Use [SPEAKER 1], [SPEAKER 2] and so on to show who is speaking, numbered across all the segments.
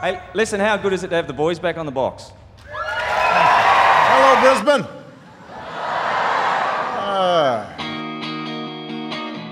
[SPEAKER 1] Hey, listen, how good is it to have the boys back on the box?
[SPEAKER 2] Hello, Brisbane. Ah.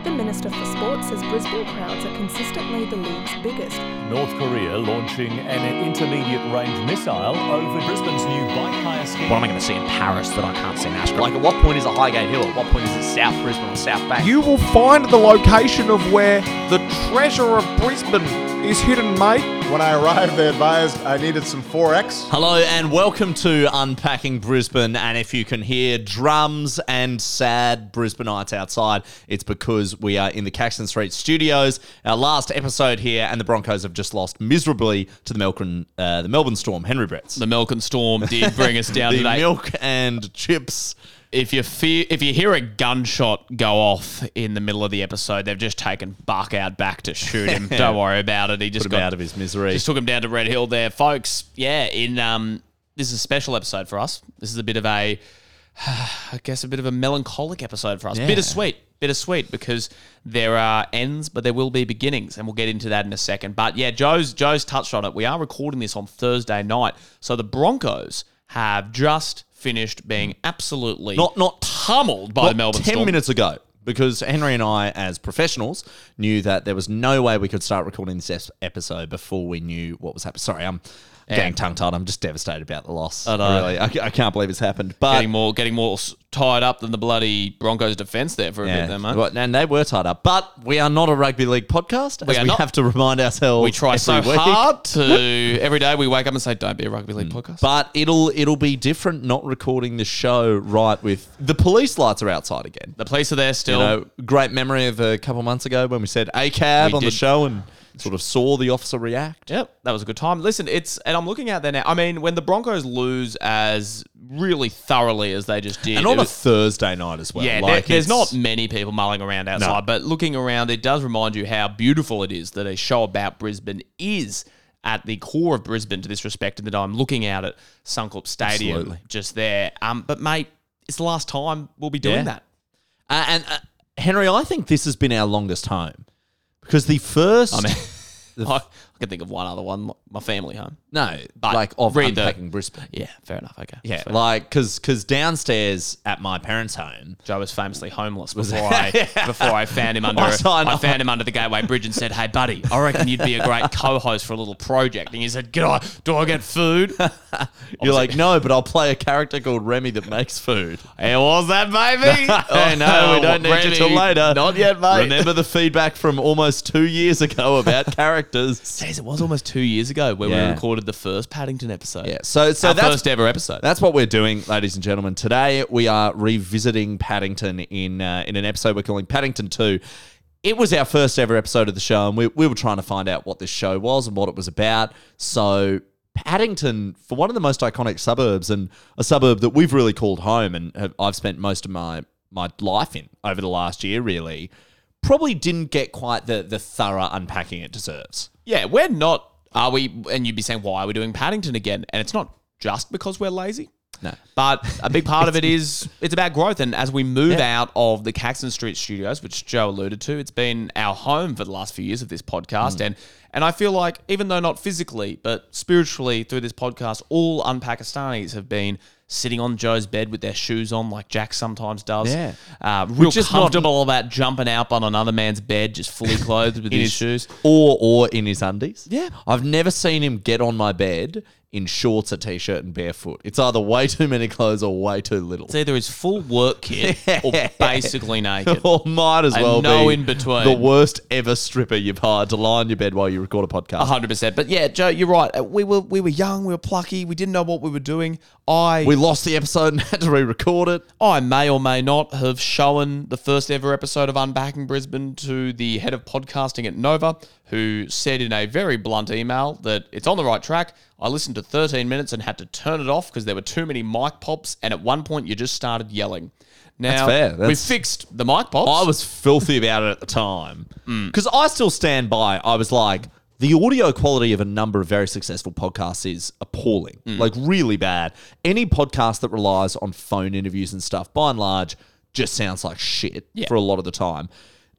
[SPEAKER 3] The Minister for Sport says Brisbane crowds are consistently the league's biggest.
[SPEAKER 4] North Korea launching an intermediate range missile over Brisbane's new bike hire scheme.
[SPEAKER 5] What am I going to see in Paris that I can't see in Ashburn? Like, at what point is it Highgate Hill? At what point is it South Brisbane or South Bank?
[SPEAKER 2] you will find the location of where the treasure of Brisbane is hidden, mate. When I arrived, they advised I needed some 4X.
[SPEAKER 5] Hello and welcome to Unpacking Brisbane. And if you can hear drums and sad Brisbaneites outside, it's because we are in the Caxton Street studios. Our last episode here, and the Broncos have just lost miserably to the Melbourne, uh, the Melbourne Storm. Henry Bretts.
[SPEAKER 6] The Milk and Storm did bring us down
[SPEAKER 5] The
[SPEAKER 6] today.
[SPEAKER 5] milk and chips.
[SPEAKER 6] if you fear, if you hear a gunshot go off in the middle of the episode, they've just taken Buck out back to shoot him. Don't worry about it. He just
[SPEAKER 5] Put him
[SPEAKER 6] got
[SPEAKER 5] out of his misery.
[SPEAKER 6] Just took him down to Red Hill there, folks. Yeah, in um, this is a special episode for us. This is a bit of a, I guess, a bit of a melancholic episode for us. Bittersweet, bittersweet because there are ends, but there will be beginnings, and we'll get into that in a second. But yeah, Joe's Joe's touched on it. We are recording this on Thursday night, so the Broncos have just finished being absolutely
[SPEAKER 5] Not- not-
[SPEAKER 6] pummeled by
[SPEAKER 5] Not
[SPEAKER 6] the Melbourne
[SPEAKER 5] 10
[SPEAKER 6] Storm.
[SPEAKER 5] minutes ago because Henry and I, as professionals, knew that there was no way we could start recording this es- episode before we knew what was happening. Sorry, I'm getting tongue tied. I'm just devastated about the loss. I
[SPEAKER 6] know.
[SPEAKER 5] Really, I, I can't believe it's happened. But
[SPEAKER 6] Getting more, getting more s- tied up than the bloody Broncos defense there for a
[SPEAKER 5] yeah,
[SPEAKER 6] bit, there, mate.
[SPEAKER 5] well, and they were tied up. But we are not a rugby league podcast, as
[SPEAKER 6] are
[SPEAKER 5] we
[SPEAKER 6] not.
[SPEAKER 5] have to remind ourselves.
[SPEAKER 6] We try
[SPEAKER 5] every
[SPEAKER 6] so
[SPEAKER 5] week.
[SPEAKER 6] hard to every day we wake up and say, "Don't be a rugby league podcast."
[SPEAKER 5] Mm. But it'll it'll be different not recording the show right with the police lights are outside again.
[SPEAKER 6] the police are there
[SPEAKER 5] you
[SPEAKER 6] still.
[SPEAKER 5] know, great memory of a couple months ago when we said ACAB
[SPEAKER 6] We
[SPEAKER 5] on the
[SPEAKER 6] did.
[SPEAKER 5] show and sort of saw the officer react.
[SPEAKER 6] Yep, that was a good time. Listen, it's and I'm looking out there now. I mean, when the Broncos lose as really thoroughly as they just did,
[SPEAKER 5] And
[SPEAKER 6] it
[SPEAKER 5] on a
[SPEAKER 6] was-
[SPEAKER 5] Thursday night as well.
[SPEAKER 6] yeah, there-
[SPEAKER 5] like
[SPEAKER 6] there's
[SPEAKER 5] it's-
[SPEAKER 6] not many people mulling around outside, but looking around, it does remind you how beautiful it is that a show about Brisbane is at the core of Brisbane to this respect. And that I'm looking out at Suncorp Stadium
[SPEAKER 5] Absolutely.
[SPEAKER 6] just there. Um, but mate, it's the last time we'll be doing
[SPEAKER 5] Yeah.
[SPEAKER 6] that.
[SPEAKER 5] Uh, and uh, Henry, I think this has been our longest home because the first.
[SPEAKER 6] I mean, I, I can think of one other one. My family home.
[SPEAKER 5] no,
[SPEAKER 6] but
[SPEAKER 5] like of
[SPEAKER 6] read the-
[SPEAKER 5] unpacking Brisbane.
[SPEAKER 6] Yeah, fair enough. Okay.
[SPEAKER 5] Yeah,
[SPEAKER 6] Fair.
[SPEAKER 5] like because because downstairs at my parents' home,
[SPEAKER 6] Joe was famously homeless before I before I found him under
[SPEAKER 5] I saw an-
[SPEAKER 6] I found him under the Gateway Bridge and said, "Hey, buddy, I reckon you'd be a great co-host for a little project." And he said, "Can I? Do I get food?"
[SPEAKER 5] you're like, no, but I'll play a character called Remy that makes food. Oh,
[SPEAKER 6] It was that baby.
[SPEAKER 5] Hey, no, we don't need you till
[SPEAKER 6] Remy,
[SPEAKER 5] later.
[SPEAKER 6] Not yet, mate.
[SPEAKER 5] Remember the feedback from almost two years ago about characters.
[SPEAKER 6] Jeez, it was almost two years ago when
[SPEAKER 5] Yeah.
[SPEAKER 6] we recorded the first Paddington episode.
[SPEAKER 5] Yeah, so so
[SPEAKER 6] Our
[SPEAKER 5] that's
[SPEAKER 6] first ever episode.
[SPEAKER 5] That's what we're doing, ladies and gentlemen. Today we are revisiting Paddington in uh, in an episode we're calling Paddington Two. It was our first ever episode of the show, and we, we were trying to find out what this show was and what it was about. So Paddington, for one of the most iconic suburbs, and a suburb that we've really called home, and have, I've spent most of my my life in over the last year, really, probably didn't get quite the the thorough unpacking it deserves.
[SPEAKER 6] Yeah, we're not. Are we? And you'd be saying, "Why are we doing Paddington again?" And it's not just because we're lazy.
[SPEAKER 5] No.
[SPEAKER 6] But a big part of it is it's about growth. And as we move out of the Caxton Street studios, which Joe alluded to, it's been our home for the last few years of this
[SPEAKER 5] Mm.
[SPEAKER 6] podcast. And and I feel like even though not physically, but spiritually through this podcast, all unpakistanis have been sitting on Joe's bed with their shoes on, like Jack sometimes does.
[SPEAKER 5] Yeah.
[SPEAKER 6] Uh, real
[SPEAKER 5] just not-
[SPEAKER 6] comfortable about jumping out on another man's bed, just fully clothed with his,
[SPEAKER 5] his-
[SPEAKER 6] shoes.
[SPEAKER 5] or or in his undies.
[SPEAKER 6] Yeah.
[SPEAKER 5] I've never seen him get on my bed in shorts, a t-shirt, and barefoot. It's either way too many clothes or way too little.
[SPEAKER 6] It's either his full work kit or basically naked.
[SPEAKER 5] Or might as
[SPEAKER 6] And
[SPEAKER 5] well
[SPEAKER 6] no
[SPEAKER 5] be
[SPEAKER 6] in between.
[SPEAKER 5] the worst ever stripper you've hired to lie on your bed while you record a podcast.
[SPEAKER 6] hundred percent. But yeah, Joe, you're right. Uh, We were we were young, we were plucky, we didn't know what we were doing. I
[SPEAKER 5] We lost the episode and had to re-record it.
[SPEAKER 6] I may or may not have shown the first ever episode of Unpacking Brisbane to the head of podcasting at Nova, who said in a very blunt email that it's on the right track. I listened to 13 minutes and had to turn it off because there were too many mic pops, and at one point you just started yelling. Now
[SPEAKER 5] fair.
[SPEAKER 6] we
[SPEAKER 5] That's-
[SPEAKER 6] fixed the mic pops.
[SPEAKER 5] I was filthy about it at the time because I still stand by. I was like, the audio quality of a number of very successful podcasts is appalling, like really bad. Any podcast that relies on phone interviews and stuff, by and large, just sounds like shit for a lot of the time.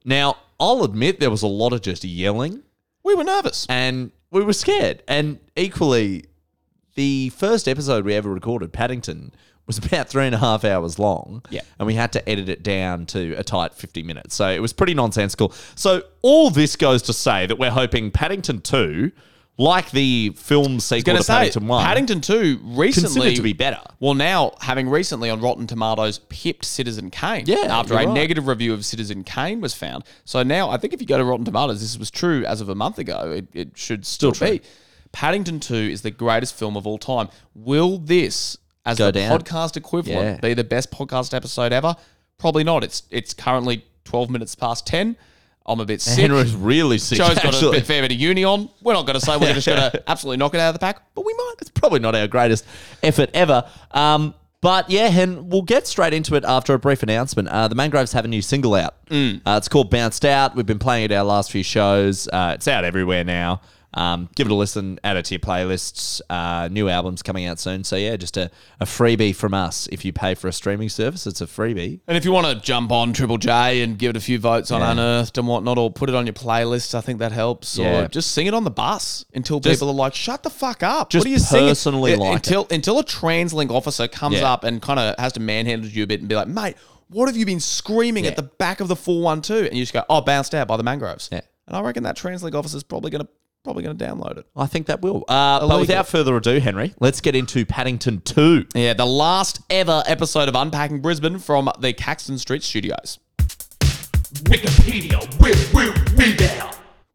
[SPEAKER 5] Now, I'll admit there was a lot of just yelling
[SPEAKER 6] we were nervous.
[SPEAKER 5] and we were scared. And equally, the first episode we ever recorded, Paddington, was about three and a half hours long.
[SPEAKER 6] Yeah.
[SPEAKER 5] And we had to edit it down to a tight 50 minutes. So it was pretty nonsensical. So all this goes to say that we're hoping Paddington 2, like the film sequel
[SPEAKER 6] Gonna
[SPEAKER 5] to
[SPEAKER 6] say
[SPEAKER 5] Paddington 1,
[SPEAKER 6] Paddington Two recently
[SPEAKER 5] considered to be better.
[SPEAKER 6] Well, now having recently on Rotten Tomatoes pipped Citizen Kane.
[SPEAKER 5] Yeah,
[SPEAKER 6] after a
[SPEAKER 5] you're right.
[SPEAKER 6] negative review of Citizen Kane was found. So now I think if you go to Rotten Tomatoes, this was true as of a month ago. It, it should still, be. Paddington Two is the greatest film of all time. Will this, as
[SPEAKER 5] Go
[SPEAKER 6] the
[SPEAKER 5] down.
[SPEAKER 6] podcast equivalent,
[SPEAKER 5] Yeah.
[SPEAKER 6] be the best podcast episode ever? Probably not. It's it's currently twelve minutes past ten. I'm a bit sick.
[SPEAKER 5] Henry's really sick.
[SPEAKER 6] Joe's got a
[SPEAKER 5] actually.
[SPEAKER 6] bit, fair bit of uni on. We're not going to say we're just going to absolutely knock it out of the pack, but we might.
[SPEAKER 5] It's probably not our greatest effort ever. Um, but yeah, Hen, we'll get straight into it after a brief announcement. Uh, the Mangroves have a new single out.
[SPEAKER 6] Mm.
[SPEAKER 5] Uh, it's called Bounced Out. We've been playing it our last few shows. Uh, it's out everywhere now. Um, give it a listen, add it to your playlists. Uh, new album's coming out soon. So yeah, just a, a freebie from us. If you pay for a streaming service, it's a freebie.
[SPEAKER 6] And if you want to jump on Triple J and give it a few votes on Unearthed and whatnot, or put it on your playlist, I think that helps.
[SPEAKER 5] Yeah.
[SPEAKER 6] Or just sing it on the bus until people are like, "Shut the fuck up!"
[SPEAKER 5] Just
[SPEAKER 6] what are you singing?"
[SPEAKER 5] personally
[SPEAKER 6] Yeah,
[SPEAKER 5] like
[SPEAKER 6] until until a TransLink officer comes
[SPEAKER 5] Yeah.
[SPEAKER 6] up and kind of has to manhandle you a bit and be like, "Mate, what have you been screaming
[SPEAKER 5] Yeah.
[SPEAKER 6] at the back of the four one two? And you just go, "Oh, bounced out by the mangroves."
[SPEAKER 5] Yeah.
[SPEAKER 6] And I reckon that TransLink officer's probably gonna probably gonna download it.
[SPEAKER 5] I think that will. Uh, but without further ado, Henry, let's get into Paddington 2.
[SPEAKER 6] Yeah, the last ever episode of Unpacking Brisbane from the Caxton Street Studios.
[SPEAKER 7] Wikipedia, we will be there.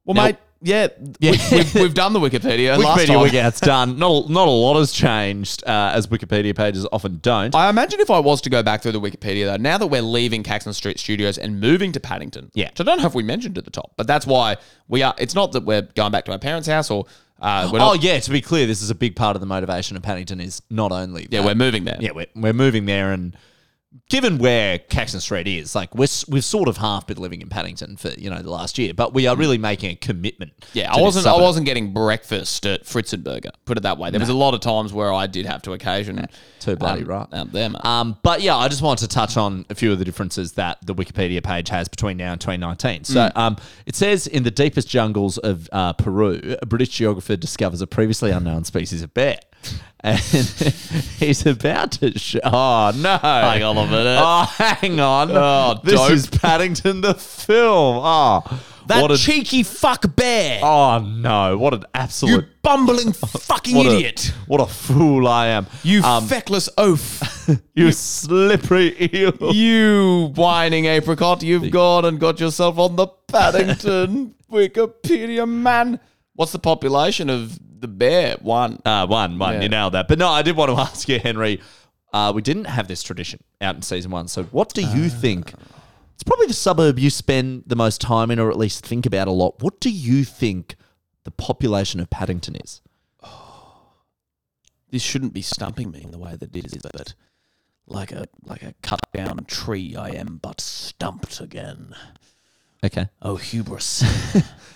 [SPEAKER 6] Well,
[SPEAKER 5] Now-
[SPEAKER 6] mate, yeah,
[SPEAKER 5] Yeah.
[SPEAKER 6] We, we've, we've done the Wikipedia. last
[SPEAKER 5] Wikipedia
[SPEAKER 6] time.
[SPEAKER 5] Wikipedia done. Not a, not a lot has changed, uh, as Wikipedia pages often don't.
[SPEAKER 6] I imagine if I was to go back through the Wikipedia, though, now that we're leaving Caxton Street Studios and moving to Paddington,
[SPEAKER 5] Yeah.
[SPEAKER 6] which I don't know if we mentioned at the top, but that's why we are. It's not that we're going back to our parents' house or uh, we're
[SPEAKER 5] oh
[SPEAKER 6] not.
[SPEAKER 5] yeah, to be clear, this is a big part of the motivation of Paddington is not only
[SPEAKER 6] yeah,
[SPEAKER 5] that-
[SPEAKER 6] we're moving there.
[SPEAKER 5] yeah we're, we're moving there and given where Caxton Street is, like we're s- we've sort of half been living in Paddington for you know the last year, but we are really making a commitment.
[SPEAKER 6] Yeah,
[SPEAKER 5] to
[SPEAKER 6] I
[SPEAKER 5] this
[SPEAKER 6] wasn't. I
[SPEAKER 5] suburb.
[SPEAKER 6] wasn't getting breakfast at Fritzenberger. Put it that way. There was a lot of times where I did have to occasion
[SPEAKER 5] Too bloody
[SPEAKER 6] um,
[SPEAKER 5] right.
[SPEAKER 6] out there, mate.
[SPEAKER 5] Um, but yeah, I just wanted to touch on a few of the differences that the Wikipedia page has between now and 2019. So
[SPEAKER 6] Mm.
[SPEAKER 5] um, it says in the deepest jungles of uh, Peru, a British geographer discovers a previously unknown species of bear. And he's about to show. Oh, no. Hang
[SPEAKER 6] on a minute.
[SPEAKER 5] Oh, hang on.
[SPEAKER 6] Oh,
[SPEAKER 5] this
[SPEAKER 6] dope.
[SPEAKER 5] is Paddington the film. Oh,
[SPEAKER 6] that
[SPEAKER 5] what a,
[SPEAKER 6] cheeky fuck bear.
[SPEAKER 5] Oh, no. What an absolute.
[SPEAKER 6] bumbling fucking
[SPEAKER 5] what a-
[SPEAKER 6] idiot.
[SPEAKER 5] what a fool I am.
[SPEAKER 6] you
[SPEAKER 5] Um,
[SPEAKER 6] feckless oaf.
[SPEAKER 5] you slippery eel.
[SPEAKER 6] You whining apricot, you've gone and got yourself on the Paddington Wikipedia, man. What's the population of the bear? One.
[SPEAKER 5] Uh, one, one. You nailed that. But no, I did want to ask you, Henry. Uh, we didn't have this tradition out in season one. So, what do
[SPEAKER 6] Uh.
[SPEAKER 5] you think? It's probably the suburb you spend the most time in, or at least think about a lot. What do you think the population of Paddington is?
[SPEAKER 6] This shouldn't be stumping me in the way that it is, but like a like a cut down tree, I am but stumped again.
[SPEAKER 5] Okay.
[SPEAKER 6] Oh, hubris!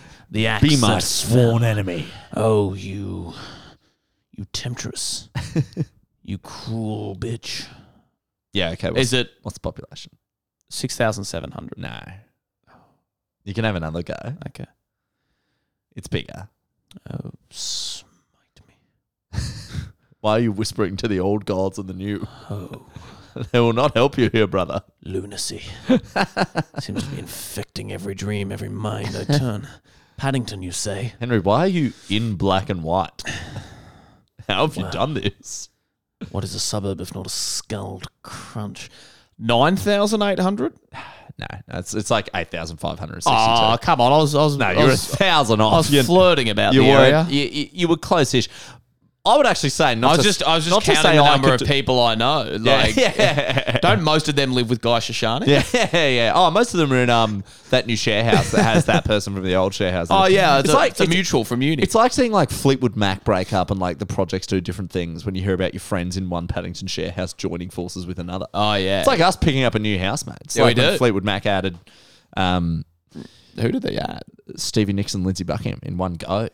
[SPEAKER 6] the axe
[SPEAKER 5] Be my
[SPEAKER 6] that
[SPEAKER 5] sworn enemy.
[SPEAKER 6] Oh, you. You temptress. you cruel bitch.
[SPEAKER 5] Yeah. Okay. What's,
[SPEAKER 6] Is it
[SPEAKER 5] what's the population?
[SPEAKER 6] 6,700?
[SPEAKER 5] No. You can have another go.
[SPEAKER 6] Okay.
[SPEAKER 5] It's bigger.
[SPEAKER 6] Oh, smite me.
[SPEAKER 5] Why are you whispering to the old gods and the new?
[SPEAKER 6] Oh,
[SPEAKER 5] they will not help you here, brother.
[SPEAKER 6] lunacy. Seems to be infecting every dream, every mind I turn. Paddington, you say?
[SPEAKER 5] Henry, why are you in black and white? How have you done this?
[SPEAKER 6] What is a suburb if not a skulled crunch? 9,800?
[SPEAKER 5] No, no, it's it's like eight thousand five hundred sixty-two.
[SPEAKER 6] Oh, come on. I was, I was,
[SPEAKER 5] no,
[SPEAKER 6] I
[SPEAKER 5] you're a
[SPEAKER 6] was,
[SPEAKER 5] thousand off.
[SPEAKER 6] I was
[SPEAKER 5] You-
[SPEAKER 6] flirting about
[SPEAKER 5] you
[SPEAKER 6] the
[SPEAKER 5] were
[SPEAKER 6] area.
[SPEAKER 5] you, you- you were close-ish. I would actually say not.
[SPEAKER 6] I was
[SPEAKER 5] to-
[SPEAKER 6] just, I was
[SPEAKER 5] not to
[SPEAKER 6] just counting
[SPEAKER 5] say
[SPEAKER 6] the
[SPEAKER 5] I
[SPEAKER 6] number
[SPEAKER 5] could
[SPEAKER 6] of
[SPEAKER 5] do-
[SPEAKER 6] people I know.
[SPEAKER 5] Yeah,
[SPEAKER 6] Like,
[SPEAKER 5] yeah,
[SPEAKER 6] don't most of them live with Guy Shoshani?
[SPEAKER 5] yeah, yeah, yeah. Oh, most of them are in um that new share house that has that person from the old share house.
[SPEAKER 6] Oh yeah, it's, a,
[SPEAKER 5] like
[SPEAKER 6] it's a mutual from uni.
[SPEAKER 5] It's like seeing like Fleetwood Mac break up and like the projects do different things when you hear about your friends in one Paddington share house joining forces with another.
[SPEAKER 6] oh yeah.
[SPEAKER 5] It's like us picking up a new housemate. It's
[SPEAKER 6] Yeah, we
[SPEAKER 5] like when
[SPEAKER 6] do.
[SPEAKER 5] Fleetwood Mac added um,
[SPEAKER 6] who did they add?
[SPEAKER 5] Stevie Nicks and Lindsey Buckingham in one go.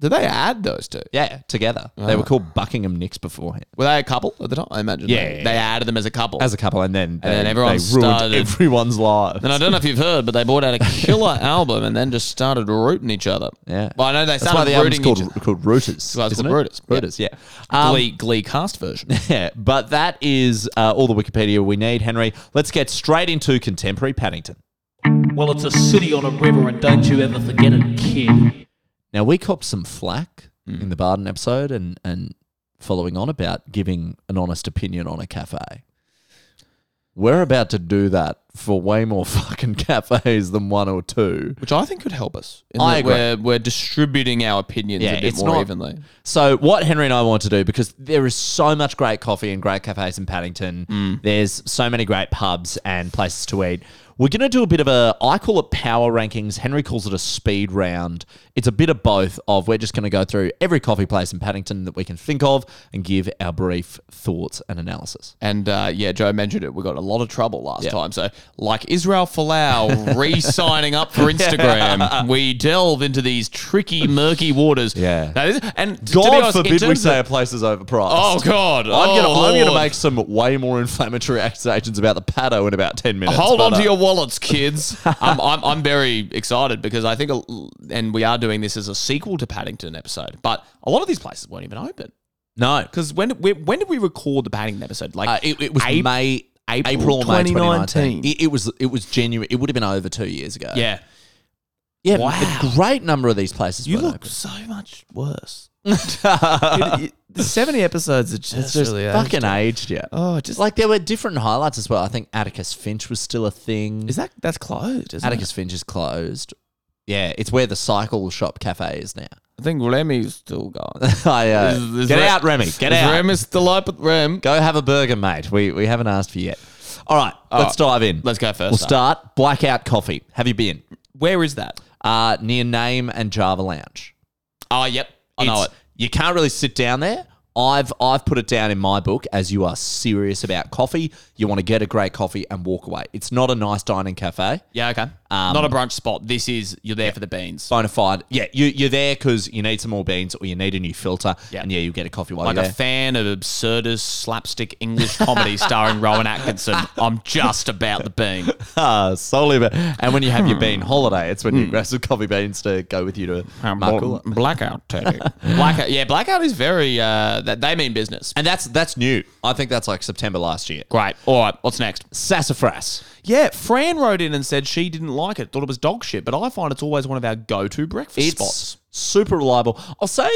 [SPEAKER 6] Did they add those two?
[SPEAKER 5] Yeah, together. They were called Buckingham Nicks beforehand.
[SPEAKER 6] Were they a couple at the time? I imagine.
[SPEAKER 8] Yeah,
[SPEAKER 6] they,
[SPEAKER 8] yeah,
[SPEAKER 6] they
[SPEAKER 8] yeah.
[SPEAKER 6] added them as a couple.
[SPEAKER 5] As a couple, and then they,
[SPEAKER 6] then everyone
[SPEAKER 5] they ruined
[SPEAKER 6] started-
[SPEAKER 5] everyone's lives.
[SPEAKER 6] and I don't know if you've heard, but they brought out a killer album and then just started rooting each other.
[SPEAKER 5] Yeah.
[SPEAKER 6] Well, I know they
[SPEAKER 5] That's why
[SPEAKER 6] started
[SPEAKER 5] the album's
[SPEAKER 6] rooting
[SPEAKER 5] called,
[SPEAKER 6] each other.
[SPEAKER 5] called Rooters.
[SPEAKER 6] why it's
[SPEAKER 5] isn't
[SPEAKER 6] called
[SPEAKER 5] it?
[SPEAKER 6] Rooters, yeah.
[SPEAKER 5] Rooters, yeah. Um,
[SPEAKER 6] Glee, Glee cast version.
[SPEAKER 5] Yeah, but that is uh, all the Wikipedia we need, Henry. Let's get straight into contemporary Paddington.
[SPEAKER 9] Well, it's a city on a river, and don't you ever forget it, kid.
[SPEAKER 5] Now, we copped some flack
[SPEAKER 6] Hmm.
[SPEAKER 5] in the Barden episode and, and following on about giving an honest opinion on a cafe. We're about to do that for way more fucking cafes than one or two.
[SPEAKER 6] which I think could help us. In
[SPEAKER 5] I
[SPEAKER 6] that
[SPEAKER 5] agree.
[SPEAKER 6] We're, we're distributing our opinions
[SPEAKER 5] Yeah,
[SPEAKER 6] a bit
[SPEAKER 5] it's
[SPEAKER 6] more
[SPEAKER 5] not-
[SPEAKER 6] evenly.
[SPEAKER 5] So what Henry and I want to do because there is so much great coffee and great cafes in Paddington.
[SPEAKER 6] Mm.
[SPEAKER 5] There's so many great pubs and places to eat. We're going to do a bit of a I call it power rankings. Henry calls it a speed round. It's a bit of both of we're just going to go through every coffee place in Paddington that we can think of and give our brief thoughts and analysis.
[SPEAKER 6] And uh, yeah, Joe mentioned it. We got a lot of trouble last time. So, like Israel Folau re signing up for Instagram, we delve into these tricky, murky waters.
[SPEAKER 5] Yeah.
[SPEAKER 6] Now, this- and to
[SPEAKER 5] God
[SPEAKER 6] be honest, in
[SPEAKER 5] forbid we
[SPEAKER 6] terms
[SPEAKER 5] say
[SPEAKER 6] of-
[SPEAKER 5] a place is overpriced.
[SPEAKER 6] Oh, God.
[SPEAKER 5] I'm gonna
[SPEAKER 6] Oh,
[SPEAKER 5] I'm gonna
[SPEAKER 6] Lord.
[SPEAKER 5] make some way more inflammatory accusations about the paddo in about ten minutes.
[SPEAKER 6] Hold
[SPEAKER 5] but,
[SPEAKER 6] on
[SPEAKER 5] uh,
[SPEAKER 6] to your wallets, kids. I'm, I'm, I'm very excited because I think, a l- and we are doing this as a sequel to Paddington episode, but a lot of these places weren't even open.
[SPEAKER 5] no
[SPEAKER 6] Because when, we- when did we record the Paddington episode? Like,
[SPEAKER 5] Uh, it, it was
[SPEAKER 6] April-
[SPEAKER 5] May, April,
[SPEAKER 6] April
[SPEAKER 5] or May 2019.
[SPEAKER 6] 2019.
[SPEAKER 5] It, it was it was genuine. It would have been over two years ago.
[SPEAKER 6] yeah.
[SPEAKER 5] yeah.
[SPEAKER 6] Wow.
[SPEAKER 5] A great number of these places.
[SPEAKER 7] You
[SPEAKER 5] were
[SPEAKER 7] look
[SPEAKER 5] open.
[SPEAKER 7] so much worse. It- it- the 70 episodes are just,
[SPEAKER 5] just
[SPEAKER 7] really
[SPEAKER 5] fucking aged.
[SPEAKER 7] aged.
[SPEAKER 5] Yeah.
[SPEAKER 7] Oh, just like
[SPEAKER 5] like there were different highlights as well. I think Atticus Finch was still a thing.
[SPEAKER 7] is that that's closed? Isn't
[SPEAKER 5] Atticus Finch is closed. Yeah, it's where the cycle shop cafe is now.
[SPEAKER 6] I think Remy's still gone.
[SPEAKER 5] I, uh,
[SPEAKER 6] Is- is
[SPEAKER 5] get
[SPEAKER 6] Re-
[SPEAKER 5] out, Remy. Get
[SPEAKER 6] Is
[SPEAKER 5] out.
[SPEAKER 6] Rem is still up at Rem.
[SPEAKER 5] Go have a burger, mate. We we haven't asked for you yet. All right, let's dive in.
[SPEAKER 6] Let's go first
[SPEAKER 5] We'll
[SPEAKER 6] up.
[SPEAKER 5] start Blackout Coffee. Have you been?
[SPEAKER 6] Where is that?
[SPEAKER 5] Uh, near Name and Java Lounge.
[SPEAKER 6] Oh, yep. I know it.
[SPEAKER 5] It's- You can't really sit down there. I've I've put it down in my book as you are serious about coffee. You want to get a great coffee and walk away. It's not a nice dining cafe.
[SPEAKER 6] Yeah, okay. Not a brunch spot. This is you're there for the beans.
[SPEAKER 5] Bona fide. Yeah, you, you're there because you need some more beans or you need a new filter.
[SPEAKER 6] Yeah.
[SPEAKER 5] And yeah, you get a coffee while
[SPEAKER 6] Like
[SPEAKER 5] you're
[SPEAKER 6] a
[SPEAKER 5] there.
[SPEAKER 6] fan of absurdist slapstick English comedy starring Rowan Atkinson, I'm just about the bean. Hmm.
[SPEAKER 5] Ah, solely. But, and when you have your bean holiday, it's when you grab some coffee beans to go with you to Markula.
[SPEAKER 6] blackout, Teddy. blackout. Yeah, blackout is very. Uh, that they mean business.
[SPEAKER 5] And that's that's new. I think that's like September last year.
[SPEAKER 6] Great. All right. What's next?
[SPEAKER 5] Sassafras.
[SPEAKER 6] Yeah, Fran wrote in and said she didn't like it, thought it was dog shit. But I find it's always one of our go-to breakfast
[SPEAKER 5] it's
[SPEAKER 6] spots.
[SPEAKER 5] super reliable. I'll say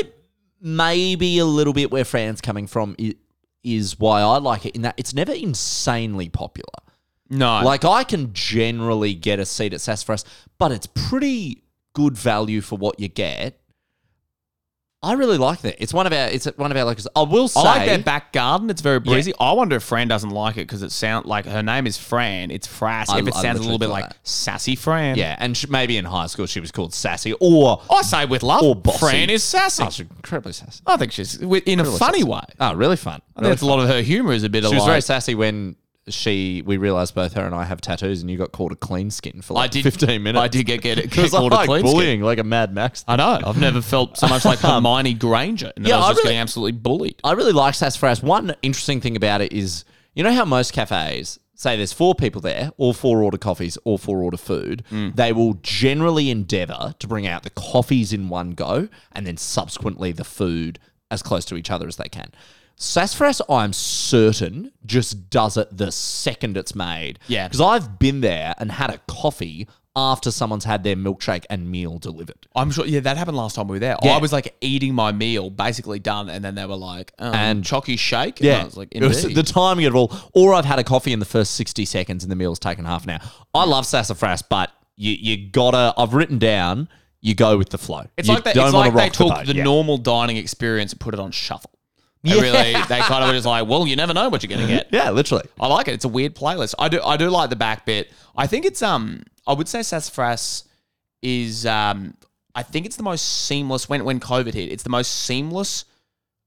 [SPEAKER 5] maybe a little bit where Fran's coming from i- is why I like it in that it's never insanely popular.
[SPEAKER 6] No,
[SPEAKER 5] Like I can generally get a seat at Sassafras, but it's pretty good value for what you get. I really like that. It's one of our it's one of our locals. I will say
[SPEAKER 6] I like their back garden. It's very breezy. I wonder if Fran doesn't like it because it sound like her name is Fran. It's Frass.
[SPEAKER 5] I-
[SPEAKER 6] if it
[SPEAKER 5] I
[SPEAKER 6] sounds a
[SPEAKER 5] literally
[SPEAKER 6] little bit
[SPEAKER 5] thought
[SPEAKER 6] like
[SPEAKER 5] that.
[SPEAKER 6] sassy Fran.
[SPEAKER 5] Yeah, and she, maybe in high school she was called sassy or
[SPEAKER 6] I say with love.
[SPEAKER 5] or bossy.
[SPEAKER 6] Fran is sassy.
[SPEAKER 5] Oh, she's incredibly sassy.
[SPEAKER 6] I think she's wi- in a funny way. I
[SPEAKER 5] Oh, really fun.
[SPEAKER 6] think that's a lot of her humor is a bit of
[SPEAKER 5] She was
[SPEAKER 6] like.
[SPEAKER 5] very sassy when she we realized both her and I have tattoos, and you got called a clean skin for like
[SPEAKER 6] I did
[SPEAKER 5] 15 minutes.
[SPEAKER 6] I did get get
[SPEAKER 5] It
[SPEAKER 6] it
[SPEAKER 5] was
[SPEAKER 6] called
[SPEAKER 5] like
[SPEAKER 6] a clean skin.
[SPEAKER 5] bullying, like a Mad Max.
[SPEAKER 6] I know. I've never felt so much like Hermione Granger. And
[SPEAKER 5] Yeah,
[SPEAKER 6] I was
[SPEAKER 5] I
[SPEAKER 6] just
[SPEAKER 5] really-
[SPEAKER 6] getting absolutely bullied.
[SPEAKER 5] I really like Sassafras. One interesting thing about it is, you know how most cafes say there's four people there, all four order coffees, all four order food. They will generally endeavor to bring out the coffees in one go, and then subsequently the food as close to each other as they can. Sassafras, I'm certain, just does it the second it's made.
[SPEAKER 6] Yeah.
[SPEAKER 5] Because I've been there and had a coffee after someone's had their milkshake and meal delivered.
[SPEAKER 6] I'm sure. Yeah, that happened last time we were there.
[SPEAKER 5] Yeah.
[SPEAKER 6] I was like eating my meal, basically done, and then they were like, um,
[SPEAKER 5] And-
[SPEAKER 6] and chalky shake. And I was like,
[SPEAKER 5] It was
[SPEAKER 6] indeed.
[SPEAKER 5] the timing of it all. Or I've had a coffee in the first 60 seconds and the meal's taken half an hour. I love sassafras, but you, you gotta, I've written down, you go with the flow.
[SPEAKER 6] It's
[SPEAKER 5] You
[SPEAKER 6] like they,
[SPEAKER 5] don't
[SPEAKER 6] it's
[SPEAKER 5] wanna
[SPEAKER 6] like they
[SPEAKER 5] rock the
[SPEAKER 6] took
[SPEAKER 5] boat.
[SPEAKER 6] the
[SPEAKER 5] Yeah.
[SPEAKER 6] normal dining experience and put it on shuffle. They really, they kind of were just like, well, you never know what you're gonna get.
[SPEAKER 5] Yeah, literally.
[SPEAKER 6] I like it. It's a weird playlist. I do, I do like the back bit. I think it's um, I would say Sassafras is um, I think it's the most seamless when when COVID hit. It's the most seamless.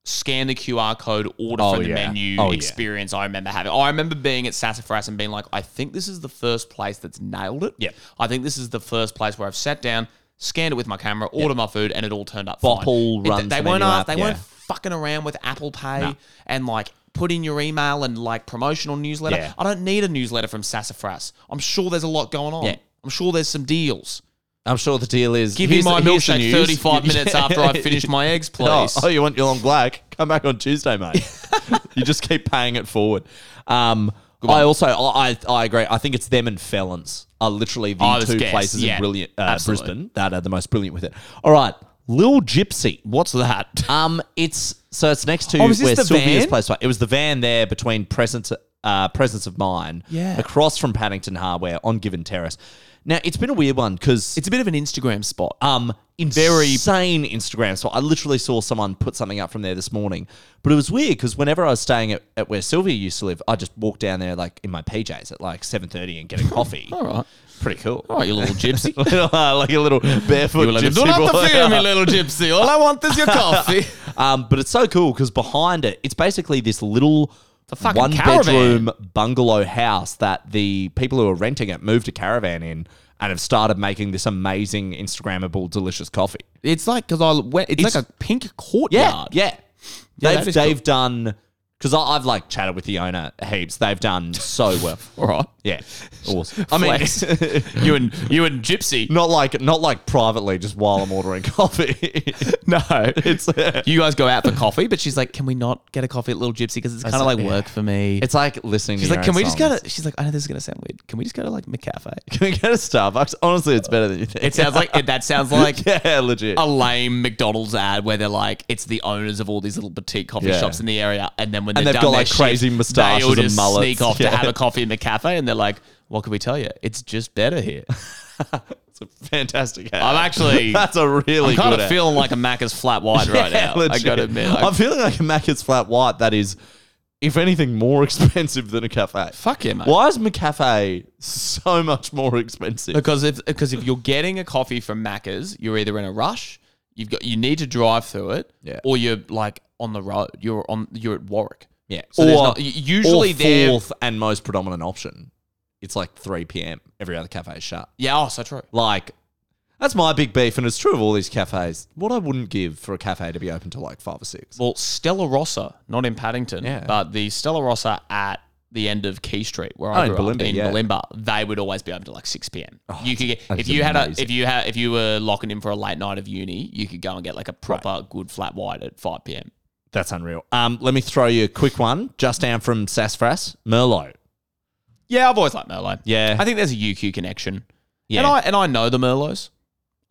[SPEAKER 6] Scan the QR code, order
[SPEAKER 5] Oh,
[SPEAKER 6] from the
[SPEAKER 5] yeah.
[SPEAKER 6] menu
[SPEAKER 5] Oh, yeah.
[SPEAKER 6] experience. I remember having. I remember being at Sassafras and being like, I think this is the first place that's nailed it.
[SPEAKER 5] Yeah.
[SPEAKER 6] I think this is the first place where I've sat down, scanned it with my camera, ordered my food, and it all turned up.
[SPEAKER 5] Bopple
[SPEAKER 6] fine. It-
[SPEAKER 5] runs
[SPEAKER 6] they
[SPEAKER 5] the
[SPEAKER 6] weren't
[SPEAKER 5] menu
[SPEAKER 6] asked-
[SPEAKER 5] app,
[SPEAKER 6] They
[SPEAKER 5] yeah.
[SPEAKER 6] weren't fucking around with Apple Pay and like put in your email and like promotional newsletter.
[SPEAKER 5] Yeah.
[SPEAKER 6] I don't need a newsletter from Sassafras. I'm sure there's a lot going on.
[SPEAKER 5] Yeah.
[SPEAKER 6] I'm sure there's some deals.
[SPEAKER 5] I'm sure the deal is
[SPEAKER 6] Give me
[SPEAKER 5] here's-
[SPEAKER 6] my
[SPEAKER 5] here's the
[SPEAKER 6] milkshake
[SPEAKER 5] news.
[SPEAKER 6] 35 minutes after I've finished my eggs,
[SPEAKER 5] Oh,
[SPEAKER 6] please.
[SPEAKER 5] oh, you want your long black? Come back on Tuesday, mate. you just keep paying it forward. Um, I also I, I I agree. I think it's them and Felons are literally Oh, the
[SPEAKER 6] I was
[SPEAKER 5] two
[SPEAKER 6] guess,
[SPEAKER 5] places
[SPEAKER 6] yeah,
[SPEAKER 5] in brilliant uh,
[SPEAKER 6] absolutely.
[SPEAKER 5] Brisbane that are the most brilliant with it. All right, Lil Gypsy.
[SPEAKER 6] What's that?
[SPEAKER 5] Um, it's so it's next to
[SPEAKER 10] Oh,
[SPEAKER 5] where
[SPEAKER 10] is this the
[SPEAKER 5] Sylvia's
[SPEAKER 10] van?
[SPEAKER 5] place. was. It was the van there between presence, uh, presence of mine,
[SPEAKER 6] Yeah.
[SPEAKER 5] across from Paddington Hardware on Given Terrace. Now it's been a weird one because
[SPEAKER 6] It's a bit of an Instagram spot.
[SPEAKER 5] um very insane Instagram. So I literally saw someone put something up from there this morning. But it was weird because whenever I was staying at, at where Sylvia used to live, I just walked down there like in my PJs at like seven thirty and get a coffee. All right, pretty cool.
[SPEAKER 6] All right, you little gypsy.
[SPEAKER 5] like a little barefoot gypsy
[SPEAKER 6] Do not
[SPEAKER 5] boy.
[SPEAKER 6] fear me, little gypsy. All I want is your coffee.
[SPEAKER 5] Um, but it's so cool because behind it, it's basically this little
[SPEAKER 6] fucking
[SPEAKER 5] one
[SPEAKER 6] caravan.
[SPEAKER 5] bedroom bungalow house that the people who are renting it moved a caravan in and have started making this amazing Instagrammable delicious coffee.
[SPEAKER 6] It's like because I went. It's, like a pink courtyard.
[SPEAKER 5] yeah.
[SPEAKER 6] Yeah, that
[SPEAKER 5] they've
[SPEAKER 6] is cool.
[SPEAKER 5] they've done because I've like chatted with the owner heaps. They've done so well.
[SPEAKER 6] All right.
[SPEAKER 5] Yeah, awesome. I mean,
[SPEAKER 6] Flex. you and you and Gypsy.
[SPEAKER 5] not like not like privately, just while I'm ordering coffee.
[SPEAKER 6] No,
[SPEAKER 5] it's uh,
[SPEAKER 6] you guys go out for coffee, but she's like, "Can we not get a coffee at Little Gypsy? Because it's kind of like work for me."
[SPEAKER 5] it's like listening.
[SPEAKER 6] she's
[SPEAKER 5] to
[SPEAKER 6] like,
[SPEAKER 5] your own
[SPEAKER 6] "Can we just go
[SPEAKER 5] songs.
[SPEAKER 6] to?" She's like, "I know this is gonna sound weird. Can we just go to like McCafe?"
[SPEAKER 5] Can we go to Starbucks? Honestly, it's better than you think.
[SPEAKER 6] It sounds like it, that sounds like
[SPEAKER 5] yeah, legit.
[SPEAKER 6] a lame McDonald's ad where they're like, "It's the owners of all these little boutique coffee
[SPEAKER 5] Yeah.
[SPEAKER 6] shops in the area," and then when
[SPEAKER 5] And
[SPEAKER 6] they're
[SPEAKER 5] they've
[SPEAKER 6] done
[SPEAKER 5] got,
[SPEAKER 6] their
[SPEAKER 5] like, crazy
[SPEAKER 6] shit, they
[SPEAKER 5] moustaches
[SPEAKER 6] all
[SPEAKER 5] and
[SPEAKER 6] just
[SPEAKER 5] mullets.
[SPEAKER 6] sneak off
[SPEAKER 5] Yeah.
[SPEAKER 6] to have a coffee in McCafe, and they're like, "What can we tell you? It's just better here."
[SPEAKER 5] it's a fantastic ad.
[SPEAKER 6] I'm actually-
[SPEAKER 5] that's a really
[SPEAKER 6] I'm kind
[SPEAKER 5] good
[SPEAKER 6] of
[SPEAKER 5] ad.
[SPEAKER 6] feeling like a Macca's flat white right
[SPEAKER 5] Yeah,
[SPEAKER 6] now. I gotta
[SPEAKER 5] legit.
[SPEAKER 6] admit, like,
[SPEAKER 5] I'm feeling like a Macca's flat white that is, if anything, more expensive than a cafe.
[SPEAKER 6] Fuck yeah, mate.
[SPEAKER 5] Why is McCafe so much more expensive?
[SPEAKER 6] Because if because if you're getting a coffee from Macca's, you're either in a rush, you've got you need to drive through it,
[SPEAKER 5] Yeah.
[SPEAKER 6] or you're like on the road, you're on you're at Warwick.
[SPEAKER 5] Yeah.
[SPEAKER 6] So
[SPEAKER 5] or
[SPEAKER 6] there's not- y- usually
[SPEAKER 5] or
[SPEAKER 6] they're-
[SPEAKER 5] fourth and most predominant option. It's like 3 p.m. Every other cafe is shut.
[SPEAKER 6] Yeah, oh, so true.
[SPEAKER 5] Like, that's my big beef, and it's true of all these cafes. What I wouldn't give for a cafe to be open till like five or six.
[SPEAKER 6] Well, Stella Rossa, not in Paddington,
[SPEAKER 5] Yeah.
[SPEAKER 6] but the Stella Rossa at the end of Key Street, where
[SPEAKER 5] Oh,
[SPEAKER 6] I
[SPEAKER 5] in
[SPEAKER 6] grew up
[SPEAKER 5] Bulimba,
[SPEAKER 6] in
[SPEAKER 5] yeah.
[SPEAKER 6] Bulimba, they would always be open to like six p.m. you could get
[SPEAKER 5] that
[SPEAKER 6] if
[SPEAKER 5] is
[SPEAKER 6] you had a
[SPEAKER 5] amazing.
[SPEAKER 6] if you had if you were locking in for a late night of uni, you could go and get like a proper good flat white at five p.m.
[SPEAKER 5] That's unreal. Um, let me throw you a quick one just down from Sassafras, Merlot.
[SPEAKER 6] Yeah, I've always liked Merlot.
[SPEAKER 5] Yeah.
[SPEAKER 6] I think there's a UQ connection.
[SPEAKER 5] Yeah.
[SPEAKER 6] And I and I know the Merlots.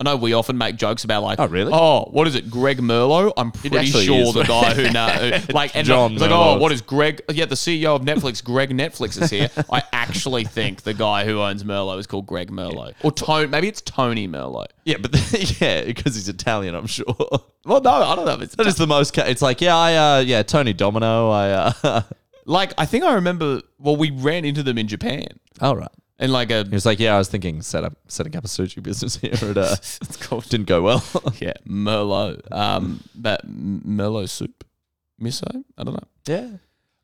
[SPEAKER 6] I know we often make jokes about like,
[SPEAKER 5] Oh, really?
[SPEAKER 6] Oh, what is it, Greg Merlot? I'm pretty
[SPEAKER 5] actually
[SPEAKER 6] sure
[SPEAKER 5] is.
[SPEAKER 6] the guy who knows, like, and
[SPEAKER 5] John
[SPEAKER 6] it's like,
[SPEAKER 5] Merlot.
[SPEAKER 6] oh, what is Greg? Yeah, the CEO of Netflix, Greg Netflix is here. I actually think the guy who owns Merlot is called Greg Merlot, or Tone. Maybe it's Tony Merlot.
[SPEAKER 5] Yeah, but yeah, because he's Italian, I'm sure. Oh,
[SPEAKER 6] Well, no, I don't know. If it's
[SPEAKER 5] That is the most. Ca- it's like yeah, I uh, yeah, Tony Domino. I uh,
[SPEAKER 6] like I think I remember. Well, we ran into them in Japan,
[SPEAKER 5] all right.
[SPEAKER 6] and like a
[SPEAKER 5] He was like, yeah, I was thinking set up setting up a sushi business here. At, uh,
[SPEAKER 6] it's called
[SPEAKER 5] didn't go well.
[SPEAKER 6] yeah Merlot, um, that M- Merlot soup, miso. I don't know.
[SPEAKER 5] yeah,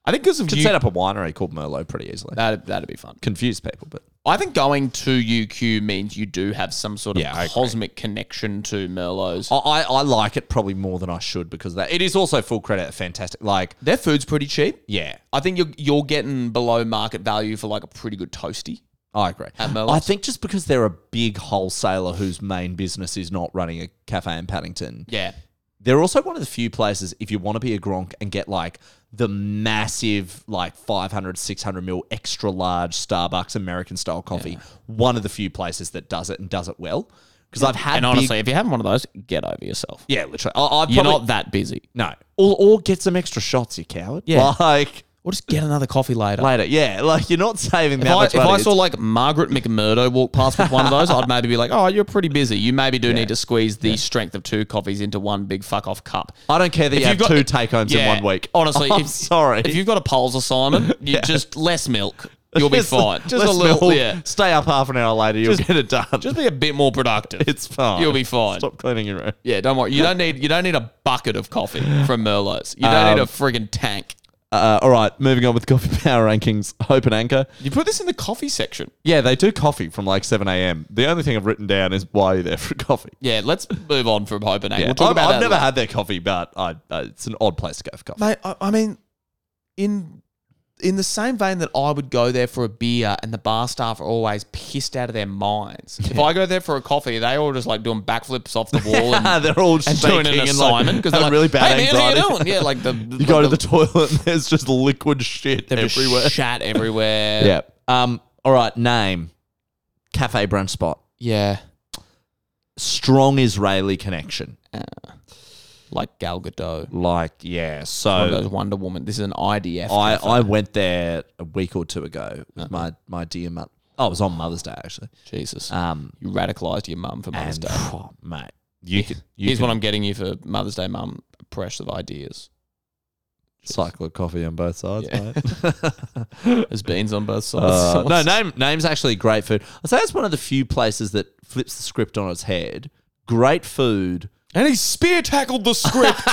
[SPEAKER 6] I think because of
[SPEAKER 5] could
[SPEAKER 6] you,
[SPEAKER 5] set up a winery called Merlot pretty easily.
[SPEAKER 6] That'd, that'd be fun.
[SPEAKER 5] Confuse people, but
[SPEAKER 6] I think going to UQ means you do have some sort of
[SPEAKER 5] Yeah, I agree.
[SPEAKER 6] cosmic connection to Merlot's.
[SPEAKER 5] I, I I like it probably more than I should because that it is also full credit, fantastic. Like
[SPEAKER 6] Their food's pretty cheap.
[SPEAKER 5] yeah,
[SPEAKER 6] I think you're you're getting below market value for like a pretty good toasty.
[SPEAKER 5] I agree.
[SPEAKER 6] At Merlot's.
[SPEAKER 5] I think just because they're a big wholesaler whose main business is not running a cafe in Paddington,
[SPEAKER 6] Yeah.
[SPEAKER 5] They're also one of the few places if you want to be a Gronk and get like the massive like 500 600 mil extra large Starbucks American style coffee, one of the few places that does it and does it well. Because I've had
[SPEAKER 6] And honestly,
[SPEAKER 5] big-
[SPEAKER 6] if you haven't one of those, get over yourself.
[SPEAKER 5] yeah, literally, I, I've
[SPEAKER 6] You're
[SPEAKER 5] probably-
[SPEAKER 6] not that busy.
[SPEAKER 5] no, or, or get some extra shots, you coward.
[SPEAKER 6] Yeah.
[SPEAKER 5] like
[SPEAKER 6] Or just get another coffee later.
[SPEAKER 5] later, yeah, like you're not saving that
[SPEAKER 6] If, I,
[SPEAKER 5] much
[SPEAKER 6] if I
[SPEAKER 5] money.
[SPEAKER 6] saw like Margaret McMurdo walk past with one of those, I'd maybe be like, "Oh, you're pretty busy. You maybe do need to squeeze the strength of two coffees into one big fuck off cup."
[SPEAKER 5] I don't care that
[SPEAKER 6] If
[SPEAKER 5] you have
[SPEAKER 6] you've got-
[SPEAKER 5] two take homes
[SPEAKER 6] Yeah,
[SPEAKER 5] in one week.
[SPEAKER 6] Honestly,
[SPEAKER 5] I'm
[SPEAKER 6] if,
[SPEAKER 5] sorry.
[SPEAKER 6] If you've got a polls assignment, you just less milk. You'll be
[SPEAKER 5] Just-
[SPEAKER 6] fine. Just a
[SPEAKER 5] less
[SPEAKER 6] little,
[SPEAKER 5] milk,
[SPEAKER 6] yeah.
[SPEAKER 5] Stay up half an hour later, you'll get it done.
[SPEAKER 6] Just be a bit more productive.
[SPEAKER 5] it's fine.
[SPEAKER 6] You'll be fine.
[SPEAKER 5] Stop cleaning your room.
[SPEAKER 6] Um, Yeah, don't worry. You don't need you don't need a bucket of coffee from Merlot's. You don't need a friggin' tank.
[SPEAKER 5] Uh, all right, moving on with coffee power rankings. Hope and Anchor.
[SPEAKER 6] You put this in the coffee section.
[SPEAKER 5] Yeah, they do coffee from like 7 a.m. The only thing I've written down is why you're there for coffee.
[SPEAKER 6] Yeah, let's move on from Hope and Anchor.
[SPEAKER 5] Yeah.
[SPEAKER 6] We'll talk
[SPEAKER 5] I've,
[SPEAKER 6] about
[SPEAKER 5] I've
[SPEAKER 6] that
[SPEAKER 5] never
[SPEAKER 6] later.
[SPEAKER 5] had their coffee, but I, uh, it's an odd place to go for coffee.
[SPEAKER 6] Mate, I, I mean, in in the same vein that I would go there for a beer and the bar staff are always pissed out of their minds. If I go there for a coffee, they all just like doing backflips off the wall and,
[SPEAKER 5] They're all
[SPEAKER 6] and doing an assignment because they're like,
[SPEAKER 5] really bad
[SPEAKER 6] hey,
[SPEAKER 5] anxiety.
[SPEAKER 6] Man, how you doing? Yeah, like the
[SPEAKER 5] You go to the toilet and there's just liquid shit everywhere.
[SPEAKER 6] chat everywhere.
[SPEAKER 5] yeah. Um. All right. Name. Cafe brunch spot.
[SPEAKER 6] yeah,
[SPEAKER 5] Strong Israeli connection.
[SPEAKER 6] like Gal Gadot.
[SPEAKER 5] Like yeah.
[SPEAKER 6] One of those
[SPEAKER 5] So
[SPEAKER 6] Wonder Woman. This is an IDF.
[SPEAKER 5] Oh. I
[SPEAKER 6] cafe.
[SPEAKER 5] I went there a week or two ago
[SPEAKER 6] Uh-huh.
[SPEAKER 5] with my my dear mother. Oh, it was on Mother's Day actually.
[SPEAKER 6] Jesus,
[SPEAKER 5] Um.
[SPEAKER 6] you radicalized your mum for Mother's
[SPEAKER 5] and
[SPEAKER 6] Day.
[SPEAKER 5] phew, mate, you could you
[SPEAKER 6] Here's
[SPEAKER 5] could
[SPEAKER 6] what I'm getting you for Mother's Day, mum. A press of ideas.
[SPEAKER 5] cycle of coffee on both sides,
[SPEAKER 6] Yeah.
[SPEAKER 5] mate.
[SPEAKER 6] There's beans on both sides.
[SPEAKER 5] Uh, no, name name's actually great food. I'd say that's one of the few places that flips the script on its head. Great food.
[SPEAKER 6] And he spear tackled the script.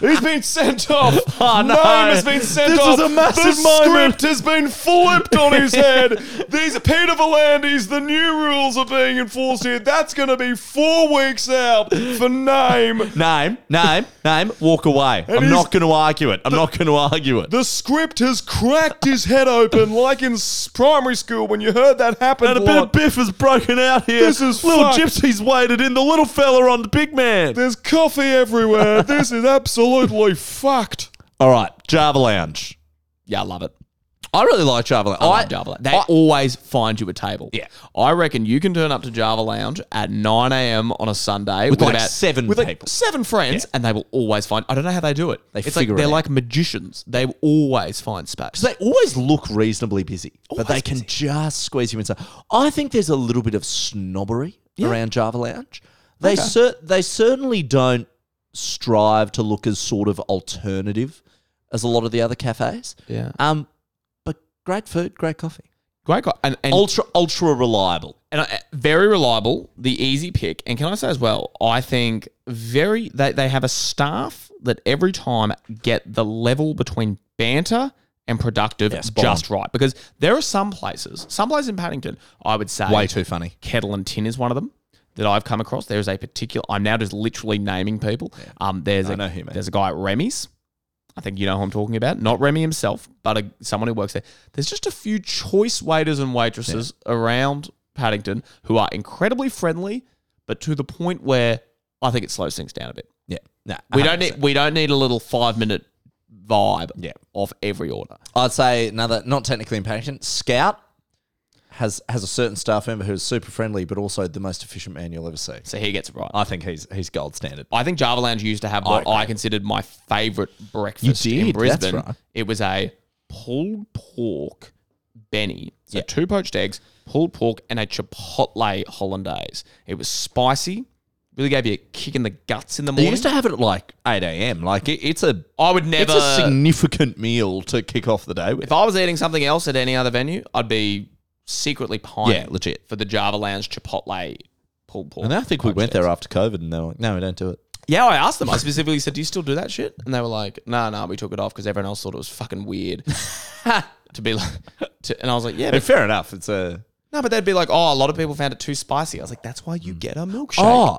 [SPEAKER 6] He's been sent off. Oh,
[SPEAKER 5] no.
[SPEAKER 6] has been sent
[SPEAKER 5] This
[SPEAKER 6] off.
[SPEAKER 5] was a massive
[SPEAKER 6] the
[SPEAKER 5] moment.
[SPEAKER 6] script has been flipped on his head. These Peter Valandis, the new rules are being enforced here. That's going to be four weeks out for name.
[SPEAKER 5] Name, name, name. Walk away. I'm
[SPEAKER 6] he's-
[SPEAKER 5] not going to argue it. I'm not going to argue it.
[SPEAKER 6] The script has cracked his head open like in s- primary school when you heard that happen.
[SPEAKER 5] and a
[SPEAKER 6] a
[SPEAKER 5] bit of
[SPEAKER 6] lot.
[SPEAKER 5] biff has broken out here.
[SPEAKER 6] This is
[SPEAKER 5] little
[SPEAKER 6] fucked.
[SPEAKER 5] gypsy's waded in. The little fella on the big man.
[SPEAKER 6] There's coffee everywhere. this is absolutely fucked.
[SPEAKER 5] All right, Java Lounge.
[SPEAKER 6] Yeah, I love it.
[SPEAKER 5] I really like Java Lounge.
[SPEAKER 6] I, love Java Lounge. They always find you a table. Yeah. I reckon you can turn up to Java Lounge at 9 a.m. on a Sunday
[SPEAKER 5] With like seven
[SPEAKER 6] with like
[SPEAKER 5] people.
[SPEAKER 6] seven friends, and they will always find. I don't know how they do it.
[SPEAKER 5] They
[SPEAKER 6] it's
[SPEAKER 5] figure
[SPEAKER 6] like,
[SPEAKER 5] it
[SPEAKER 6] They're
[SPEAKER 5] out.
[SPEAKER 6] like magicians. They will always find space.
[SPEAKER 5] Because they always look reasonably busy, but they
[SPEAKER 6] Always
[SPEAKER 5] can
[SPEAKER 6] busy.
[SPEAKER 5] just squeeze you inside. I think there's a little bit of snobbery around Java Lounge. They cer- they certainly don't strive to look as sort of alternative as a lot of the other cafes.
[SPEAKER 6] Yeah.
[SPEAKER 5] Um, but great food, great coffee,
[SPEAKER 6] Great guy. And, and,
[SPEAKER 5] ultra ultra reliable.
[SPEAKER 6] and I, very reliable, the easy pick. And can I say as well, I think very. They, they have a staff that every time get the level between banter and productive
[SPEAKER 5] spot
[SPEAKER 6] just right. Because there are some places, some places in Paddington, I would say.
[SPEAKER 5] funny.
[SPEAKER 6] Kettle and Tin is one of them that I've come across. There is a particular. I'm now just literally naming people. Um, there's
[SPEAKER 5] I
[SPEAKER 6] a
[SPEAKER 5] know who you mean.
[SPEAKER 6] there's a guy at Remy's. I think you know who I'm talking about. Not Remy himself, but a, someone who works there. There's just a few choice waiters and waitresses around Paddington who are incredibly friendly, but to the point where I think it slows things down a bit.
[SPEAKER 5] Yeah. Nah,
[SPEAKER 6] We don't need we don't need a little five minute vibe
[SPEAKER 5] Yeah.
[SPEAKER 6] off every order.
[SPEAKER 5] I'd say another not technically impatient scout. Has, has a certain staff member who's super friendly, but also the most efficient man you'll ever see.
[SPEAKER 6] So he gets it right.
[SPEAKER 5] I think he's he's gold standard.
[SPEAKER 6] I think Java Lounge used to have what
[SPEAKER 5] I
[SPEAKER 6] I,
[SPEAKER 5] agree.
[SPEAKER 6] considered my favorite breakfast
[SPEAKER 5] You
[SPEAKER 6] in
[SPEAKER 5] did, that's
[SPEAKER 6] Brisbane.
[SPEAKER 5] right.
[SPEAKER 6] It was a pulled pork benny. So two poached eggs, pulled pork, and a chipotle hollandaise. It was spicy. Really gave you a kick in the guts in the
[SPEAKER 5] They
[SPEAKER 6] morning.
[SPEAKER 5] used to have it at like eight a.m. Like it, it's a
[SPEAKER 6] I would never.
[SPEAKER 5] it's a significant meal to kick off the day with.
[SPEAKER 6] if I was eating something else at any other venue, I'd be secretly pining
[SPEAKER 5] Yeah, legit.
[SPEAKER 6] for the Java Lounge chipotle pulled pork.
[SPEAKER 5] and I think we
[SPEAKER 6] poached
[SPEAKER 5] went
[SPEAKER 6] eggs.
[SPEAKER 5] there after COVID, and they were like, "No, we don't do it."
[SPEAKER 6] Yeah, I asked them. I specifically said, "Do you still do that shit?" And they were like, "No, nah, no, we took it off because everyone else thought it was fucking weird." to be like, to, and I was like, "Yeah,
[SPEAKER 5] And
[SPEAKER 6] but,
[SPEAKER 5] fair enough. It's a
[SPEAKER 6] no," but they'd be like, "Oh, a lot of people found it too spicy." I was like, "That's why you get a milkshake."
[SPEAKER 5] Mm. oh,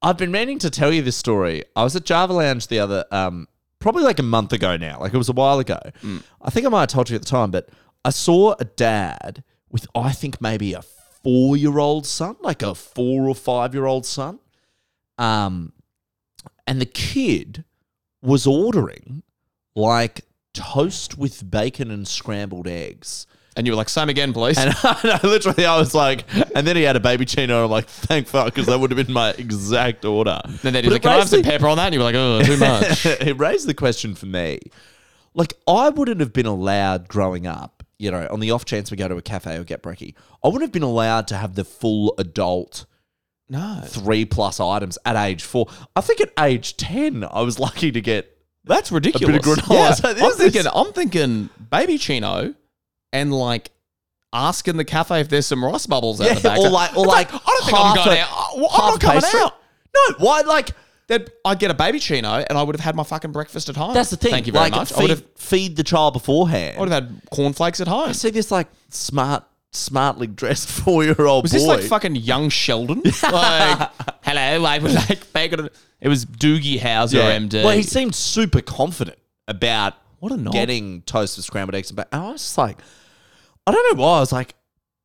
[SPEAKER 5] I've been meaning to tell you this story. I was at Java Lounge the other, um, probably like a month ago now. Like it was a while ago. I think I might have told you at the time, but I saw a dad with I think maybe a four-year-old son, like a four or five-year-old son. Um, and the kid was ordering like toast with bacon and scrambled eggs.
[SPEAKER 6] and you were like, "Same again, please."
[SPEAKER 5] And I, literally, I was like, and then he had a baby chino. I'm like, thank fuck, because that would have been my exact order.
[SPEAKER 6] then they'd
[SPEAKER 5] But
[SPEAKER 6] be like,
[SPEAKER 5] it
[SPEAKER 6] "Can I have
[SPEAKER 5] raised
[SPEAKER 6] some
[SPEAKER 5] the-
[SPEAKER 6] pepper on that?" And you were like, "Oh, too much."
[SPEAKER 5] it raised the question for me. Like, I wouldn't have been allowed growing up, you know, on the off chance we go to a cafe or get brekkie, I wouldn't have been allowed to have the full adult
[SPEAKER 6] no,
[SPEAKER 5] three plus items at age four. I think at age 10, I was lucky to get.
[SPEAKER 6] that's ridiculous.
[SPEAKER 5] granola. I was like,
[SPEAKER 6] I'm
[SPEAKER 5] this is-
[SPEAKER 6] thinking, I'm thinking, baby chino, and like. Asking the cafe if there's some rice bubbles out the back.
[SPEAKER 5] or like, or like,
[SPEAKER 6] I don't think I'm
[SPEAKER 5] half
[SPEAKER 6] going
[SPEAKER 5] a-
[SPEAKER 6] out. I'm not
[SPEAKER 5] half
[SPEAKER 6] coming
[SPEAKER 5] pastry.
[SPEAKER 6] out.
[SPEAKER 5] No, why? Like,
[SPEAKER 11] That I'd get a baby chino and I would have had my fucking breakfast at home.
[SPEAKER 5] That's the thing.
[SPEAKER 11] Thank you very
[SPEAKER 5] like,
[SPEAKER 11] much. I
[SPEAKER 5] Feed,
[SPEAKER 11] would have
[SPEAKER 5] feed the child beforehand.
[SPEAKER 11] I would have had cornflakes at home.
[SPEAKER 5] I see this like smart, smartly dressed four year old boy.
[SPEAKER 11] Was this like fucking young Sheldon? like, hello, I would like bacon. and-" It was Doogie Howser,
[SPEAKER 5] Yeah.
[SPEAKER 11] MD.
[SPEAKER 5] Well, he seemed super confident about
[SPEAKER 11] What a knob.
[SPEAKER 5] getting toast with scrambled eggs and bacon. I was just like, I don't know why. I was like,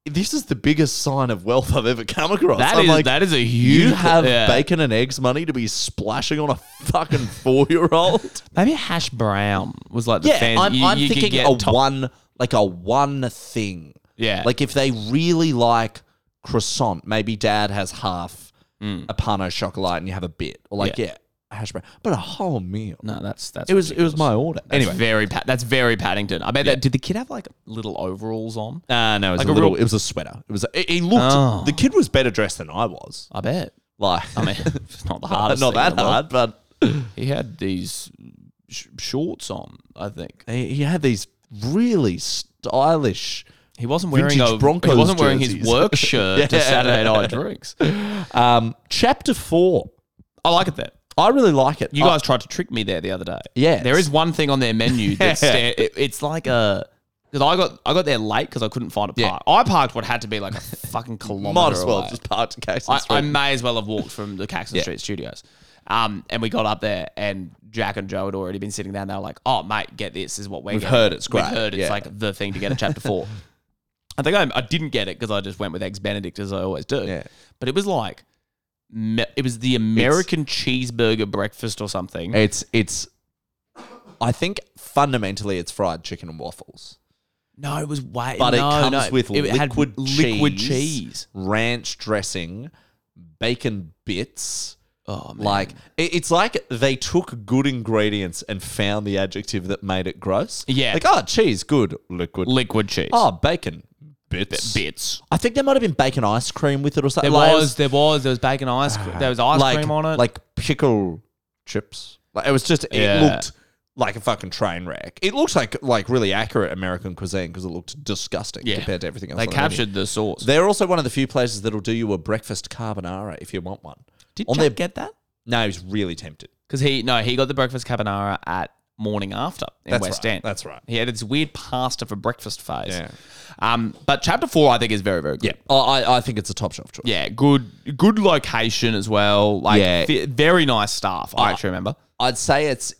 [SPEAKER 5] this is the biggest sign of wealth I've ever come across.
[SPEAKER 6] That
[SPEAKER 5] I'm
[SPEAKER 6] is-
[SPEAKER 5] like,
[SPEAKER 6] that is a huge-
[SPEAKER 5] You have
[SPEAKER 6] yeah.
[SPEAKER 5] bacon and eggs money to be splashing on a fucking four year old.
[SPEAKER 6] Maybe hash brown was like the
[SPEAKER 5] yeah,
[SPEAKER 6] fancy.
[SPEAKER 5] I'm,
[SPEAKER 6] you-
[SPEAKER 5] I'm
[SPEAKER 6] you could
[SPEAKER 5] thinking
[SPEAKER 6] get
[SPEAKER 5] a
[SPEAKER 6] top-
[SPEAKER 5] one, like a one thing.
[SPEAKER 6] Yeah.
[SPEAKER 5] like if they really like croissant, maybe dad has half
[SPEAKER 6] Mm.
[SPEAKER 5] a pan au chocolat and you have a bit, or like yeah, hash brown, but a whole meal.
[SPEAKER 6] No, that's that's
[SPEAKER 5] It was it was my order.
[SPEAKER 6] anyway.
[SPEAKER 5] Anyway,
[SPEAKER 6] Very pa- that's very Paddington. I bet that did the kid have like little overalls on?
[SPEAKER 5] uh, no, it was
[SPEAKER 6] Like
[SPEAKER 5] a,
[SPEAKER 6] a
[SPEAKER 5] little.
[SPEAKER 6] real-
[SPEAKER 5] it was a sweater. It was. A, he looked.
[SPEAKER 6] Oh.
[SPEAKER 5] The kid was better dressed than I was.
[SPEAKER 6] I bet.
[SPEAKER 5] Like,
[SPEAKER 6] I mean, it's not the
[SPEAKER 5] not
[SPEAKER 6] hardest. thing in
[SPEAKER 5] that
[SPEAKER 6] the world.
[SPEAKER 5] hard, but
[SPEAKER 6] He had these sh- shorts on. I think
[SPEAKER 5] he, he had these really stylish.
[SPEAKER 6] he wasn't wearing
[SPEAKER 5] Vintage
[SPEAKER 6] a
[SPEAKER 5] Broncos
[SPEAKER 6] He wasn't wearing his
[SPEAKER 5] jerseys.
[SPEAKER 6] work shirt to
[SPEAKER 5] Yeah.
[SPEAKER 6] Saturday Night Drinks.
[SPEAKER 5] Um, chapter four.
[SPEAKER 6] I like it there.
[SPEAKER 5] I really like it.
[SPEAKER 6] You
[SPEAKER 5] I-
[SPEAKER 6] guys tried to trick me there the other day.
[SPEAKER 5] Yes.
[SPEAKER 6] there is one thing on their menu that
[SPEAKER 5] Yeah.
[SPEAKER 6] sta- it, it's like a because I got I got there late because I couldn't find a
[SPEAKER 5] Yeah.
[SPEAKER 6] park. I parked what had to be like a fucking kilometer.
[SPEAKER 5] might as well
[SPEAKER 6] away.
[SPEAKER 5] have just parked in case.
[SPEAKER 6] I,
[SPEAKER 5] it's
[SPEAKER 6] I
[SPEAKER 5] free.
[SPEAKER 6] may as well have walked from the Caxton Street Studios. Um, and we got up there, and Jack and Joe had already been sitting down. They were like, "Oh, mate, get this. this is what we're
[SPEAKER 5] We've
[SPEAKER 6] getting.
[SPEAKER 5] heard it's great."
[SPEAKER 6] We've heard it's
[SPEAKER 5] Yeah.
[SPEAKER 6] like the thing to get at chapter four. I think I, I didn't get it because I just went with eggs Benedict as I always do.
[SPEAKER 5] Yeah.
[SPEAKER 6] But it was like, me- it was the American cheeseburger breakfast or something.
[SPEAKER 5] It's it's. I think fundamentally it's fried chicken and waffles,
[SPEAKER 6] no, it was way.
[SPEAKER 5] but
[SPEAKER 6] Eh, no,
[SPEAKER 5] it comes
[SPEAKER 6] no,
[SPEAKER 5] with
[SPEAKER 6] it had
[SPEAKER 5] liquid cheese,
[SPEAKER 6] liquid cheese.
[SPEAKER 5] ranch dressing, bacon bits.
[SPEAKER 6] Oh man.
[SPEAKER 5] Like it- it's like they took good ingredients and found the adjective that made it gross.
[SPEAKER 6] Yeah.
[SPEAKER 5] like oh cheese, good liquid.
[SPEAKER 6] liquid cheese.
[SPEAKER 5] oh bacon bits.
[SPEAKER 6] bits.
[SPEAKER 5] I think there might have been bacon ice cream with it or something.
[SPEAKER 6] There
[SPEAKER 5] Like, it
[SPEAKER 6] was, there was, there was bacon ice cream. There was ice
[SPEAKER 5] like,
[SPEAKER 6] cream on it.
[SPEAKER 5] Like pickle chips. Like it was just
[SPEAKER 6] Yeah.
[SPEAKER 5] it looked like a fucking train wreck. It looked like like really accurate American cuisine because it looked disgusting
[SPEAKER 6] Yeah.
[SPEAKER 5] compared to everything else.
[SPEAKER 6] they
[SPEAKER 5] on the menu.
[SPEAKER 6] captured the sauce.
[SPEAKER 5] They're also one of the few places that'll do you a breakfast carbonara if you want one.
[SPEAKER 6] Did
[SPEAKER 5] On
[SPEAKER 6] Jack
[SPEAKER 5] their-
[SPEAKER 6] get that?
[SPEAKER 5] No, he's really tempted.
[SPEAKER 6] Because he no, he got the breakfast carbonara at morning after in
[SPEAKER 5] That's
[SPEAKER 6] West
[SPEAKER 5] right.
[SPEAKER 6] End.
[SPEAKER 5] That's right.
[SPEAKER 6] He had this weird pasta for breakfast phase.
[SPEAKER 5] Yeah.
[SPEAKER 6] Um, but chapter four, I think, is very very good.
[SPEAKER 5] Yeah, I I- I think it's a top shelf choice.
[SPEAKER 6] Yeah, good good location as well. Like
[SPEAKER 5] Yeah.
[SPEAKER 6] fe- very nice staff. I actually remember.
[SPEAKER 5] I'd say it's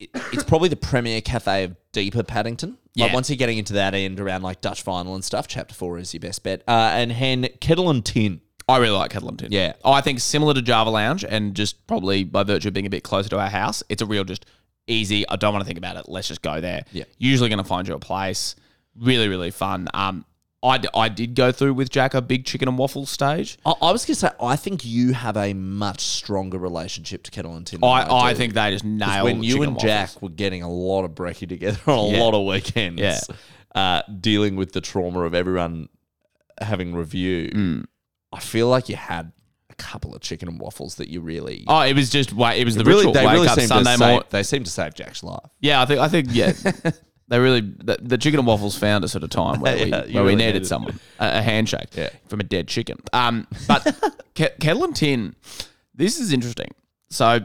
[SPEAKER 5] it- it's probably the premier cafe of deeper Paddington. Like
[SPEAKER 6] Yeah.
[SPEAKER 5] once you're getting into that end around like Dutch vinyl and stuff, chapter four is your best bet. Uh, and hen kettle and tin.
[SPEAKER 6] I really like Headlamton.
[SPEAKER 5] Yeah.
[SPEAKER 6] Oh, I think similar to Java Lounge and just probably by virtue of being a bit closer to our house, it's a real just easy. I don't want to think about it. Let's just go there.
[SPEAKER 5] Yeah.
[SPEAKER 6] Usually going to find you a place. Really, really fun. Um, I, d- I did go through with Jack a big chicken and waffle stage.
[SPEAKER 5] I, I was going to say, I think you have a much stronger relationship to Kettle and Tin. than
[SPEAKER 6] I, I
[SPEAKER 5] Oh, do.
[SPEAKER 6] think they just
[SPEAKER 5] 'Cause
[SPEAKER 6] nailed
[SPEAKER 5] when
[SPEAKER 6] the
[SPEAKER 5] you
[SPEAKER 6] chicken
[SPEAKER 5] and
[SPEAKER 6] waffles.
[SPEAKER 5] Jack were getting a lot of brekkie together on a
[SPEAKER 6] Yeah.
[SPEAKER 5] lot of weekends,
[SPEAKER 6] Yeah.
[SPEAKER 5] uh, dealing with the trauma of everyone having review, I feel like you had a couple of chicken and waffles that you really.
[SPEAKER 6] Oh, it was just wait. It was the
[SPEAKER 5] really,
[SPEAKER 6] ritual.
[SPEAKER 5] they
[SPEAKER 6] Wake
[SPEAKER 5] really
[SPEAKER 6] up
[SPEAKER 5] seemed
[SPEAKER 6] Sunday
[SPEAKER 5] to
[SPEAKER 6] morning.
[SPEAKER 5] save, they seemed to save Jack's life.
[SPEAKER 6] Yeah, I think I think yeah. they really the, the chicken and waffles found us at a time where we,
[SPEAKER 5] Yeah,
[SPEAKER 6] where
[SPEAKER 5] you
[SPEAKER 6] we
[SPEAKER 5] really
[SPEAKER 6] needed,
[SPEAKER 5] needed it.
[SPEAKER 6] someone a, a handshake
[SPEAKER 5] Yeah.
[SPEAKER 6] from a dead chicken. Um, but Ke- kettle and tin, this is interesting. So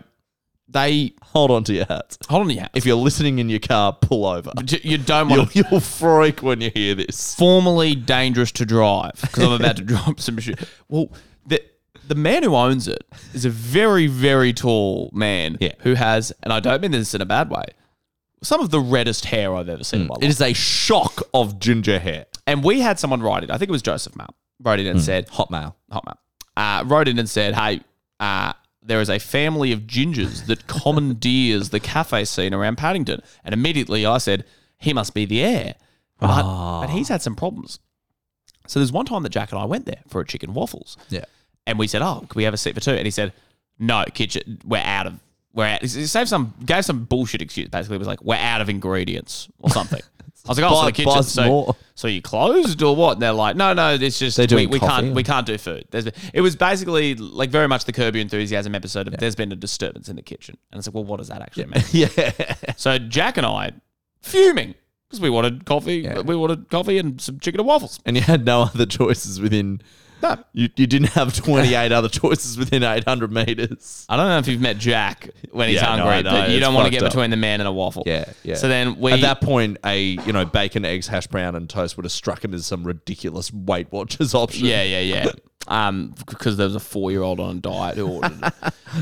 [SPEAKER 6] they
[SPEAKER 5] Hold on to your hats.
[SPEAKER 6] hold on, yeah.
[SPEAKER 5] If you're listening in your car, pull over.
[SPEAKER 6] If you don't
[SPEAKER 5] You'll,
[SPEAKER 6] want to
[SPEAKER 5] you'll freak when you hear this.
[SPEAKER 6] formally dangerous to drive because I'm about to drop some shit. Well, the the man who owns it is a very very tall man
[SPEAKER 5] Yeah.
[SPEAKER 6] who has, and I don't mean this in a bad way, some of the reddest hair I've ever seen. in my life.
[SPEAKER 5] Mm. It is a shock of ginger hair.
[SPEAKER 6] And we had someone write it. I think it was Joseph Map. Wrote in and said,
[SPEAKER 5] Hotmail.
[SPEAKER 6] Hotmail. Uh, wrote in and said, hey, uh, there is a family of gingers that commandeers the cafe scene around Paddington. And immediately I said, he must be the heir. But, but he's had some problems. So there's one time that Jack and I went there for a chicken waffles.
[SPEAKER 5] Yeah.
[SPEAKER 6] And we said, "Oh, can we have a seat for two? And he said, "No, kitchen, we're out of we're out." He gave some gave some bullshit excuse. Basically, it was like we're out of ingredients or something. I was like, "Oh, so
[SPEAKER 5] Buy-
[SPEAKER 6] the kitchen,
[SPEAKER 5] buzz
[SPEAKER 6] so,
[SPEAKER 5] more.
[SPEAKER 6] so you closed or what?" And they're like, "No, no, it's just we,
[SPEAKER 5] doing
[SPEAKER 6] we
[SPEAKER 5] coffee,
[SPEAKER 6] can't
[SPEAKER 5] yeah.
[SPEAKER 6] we can't do food." There's, it was basically like very much the Curb Your Enthusiasm episode of "There's been a disturbance in the kitchen," and it's like, "Well, what does that actually mean?"
[SPEAKER 5] Yeah.
[SPEAKER 6] So Jack and I fuming because we wanted coffee,
[SPEAKER 5] Yeah.
[SPEAKER 6] we wanted coffee and some chicken and waffles.
[SPEAKER 5] and you had no other choices within You, you didn't have 28 other choices within 800 meters.
[SPEAKER 6] I don't know if you've met Jack when he's
[SPEAKER 5] Yeah, no, I
[SPEAKER 6] hungry,
[SPEAKER 5] know.
[SPEAKER 6] but you
[SPEAKER 5] It's
[SPEAKER 6] don't want to
[SPEAKER 5] fucked
[SPEAKER 6] get
[SPEAKER 5] up.
[SPEAKER 6] between the man and a waffle.
[SPEAKER 5] Yeah, yeah.
[SPEAKER 6] So then we
[SPEAKER 5] At that point, a you know bacon, eggs, hash brown, and toast would have struck him as some ridiculous Weight Watchers option.
[SPEAKER 6] Yeah, yeah, yeah. Um, because there was a four-year-old on a diet who ordered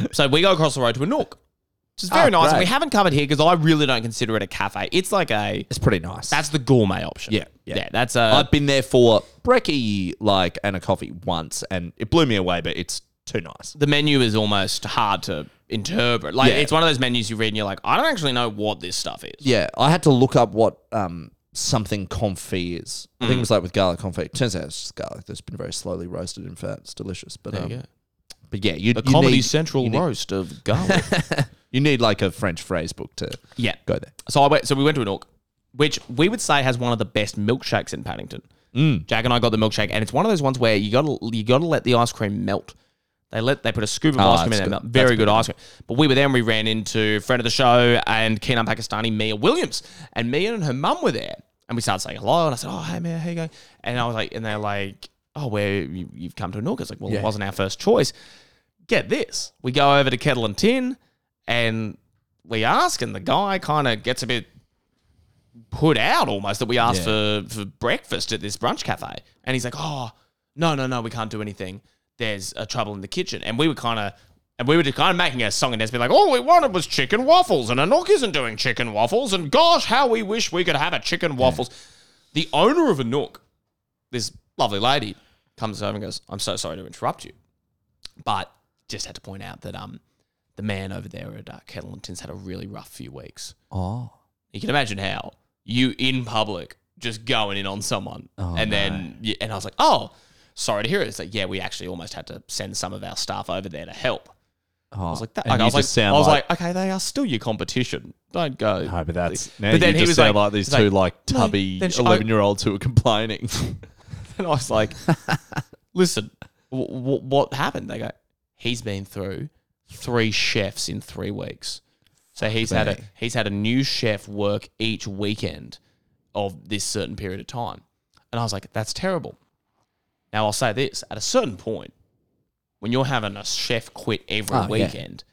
[SPEAKER 6] it. so we go across the road to a Nook, which is very nice. And we haven't covered here because I really don't consider it a cafe. It's like a
[SPEAKER 5] it's pretty nice.
[SPEAKER 6] that's the gourmet option.
[SPEAKER 5] Yeah, yeah.
[SPEAKER 6] that's uh, a
[SPEAKER 5] I've been there for brekkie, like and a coffee once, and it blew me away. But it's too nice.
[SPEAKER 6] the menu is almost hard to interpret. Like
[SPEAKER 5] Yeah.
[SPEAKER 6] it's one of those menus you read and you're like, I don't actually know what this stuff is.
[SPEAKER 5] Yeah, I had to look up what um something confit is. I
[SPEAKER 6] Mm.
[SPEAKER 5] think it was like with garlic confit. Turns out it's just garlic that's been very slowly roasted in fat. It's delicious. But um, but yeah, you,
[SPEAKER 6] The
[SPEAKER 5] you
[SPEAKER 6] Comedy
[SPEAKER 5] need,
[SPEAKER 6] Central
[SPEAKER 5] you need-
[SPEAKER 6] roast of garlic.
[SPEAKER 5] You need like a French phrase book to
[SPEAKER 6] yeah.
[SPEAKER 5] go there.
[SPEAKER 6] So I went. So we went to an Orc, which we would say has one of the best milkshakes in Paddington.
[SPEAKER 5] Mm.
[SPEAKER 6] Jack and I got the milkshake, and it's one of those ones where you got to you got to let the ice cream melt. They let they put a scoop of
[SPEAKER 5] Ah,
[SPEAKER 6] ice cream
[SPEAKER 5] that's
[SPEAKER 6] in there.
[SPEAKER 5] good.
[SPEAKER 6] melt.
[SPEAKER 5] That's
[SPEAKER 6] Very
[SPEAKER 5] good.
[SPEAKER 6] good, ice cream. But we were there and we ran into friend of the show and keen on Pakistani Mia Williams, and Mia and her mum were there, and we started saying hello, and I said, "Oh, hey Mia, how you going?" And I was like, and they're like, "Oh, where you, you've come to an Orc?" It's like, well, it wasn't our first choice. Get this, we go over to Kettle and Tin, and we ask, and the guy kind of gets a bit put out almost that we asked for, for breakfast at this brunch cafe. And he's like, oh, no, no, no, we can't do anything. There's a trouble in the kitchen. And we were kind of, and we were just kind of making a song and dance, be like, all we wanted was chicken waffles, and Anok isn't doing chicken waffles, and gosh, how we wish we could have a chicken waffles. The owner of Anok, this lovely lady, comes over and goes, I'm so sorry to interrupt you, but just had to point out that um, the man over there at uh, Kettle and Tin's had a really rough few weeks.
[SPEAKER 5] Oh,
[SPEAKER 6] You can imagine how you in public just going in on someone,
[SPEAKER 5] Oh,
[SPEAKER 6] and then you, and I was like, oh, sorry to hear it. It's like, yeah, we actually almost had to send some of our staff over there to help. I was like, that, like, I was like, I was like, okay, they are still your competition. Don't go.
[SPEAKER 5] No, but that's.
[SPEAKER 6] But then he was like,
[SPEAKER 5] these
[SPEAKER 6] he's like,
[SPEAKER 5] two like
[SPEAKER 6] "No,
[SPEAKER 5] tubby
[SPEAKER 6] then she- I-
[SPEAKER 5] eleven-year-olds who are complaining.
[SPEAKER 6] And I was like, listen, w- w- what happened? They go, he's been through three chefs in three weeks. So he's had a
[SPEAKER 5] Me.
[SPEAKER 6] he's had a new chef work each weekend of this certain period of time. And I was like, that's terrible. Now I'll say this, at a certain point, when you're having a chef quit every
[SPEAKER 5] Oh, yeah.
[SPEAKER 6] weekend,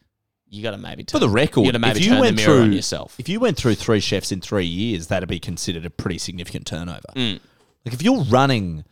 [SPEAKER 6] you gotta maybe
[SPEAKER 5] For
[SPEAKER 6] turn,
[SPEAKER 5] the record,
[SPEAKER 6] you gotta maybe
[SPEAKER 5] if you
[SPEAKER 6] turn
[SPEAKER 5] went
[SPEAKER 6] the mirror
[SPEAKER 5] through
[SPEAKER 6] on yourself.
[SPEAKER 5] if you went through three chefs in three years, that'd be considered a pretty significant turnover.
[SPEAKER 6] Mm.
[SPEAKER 5] Like if you're running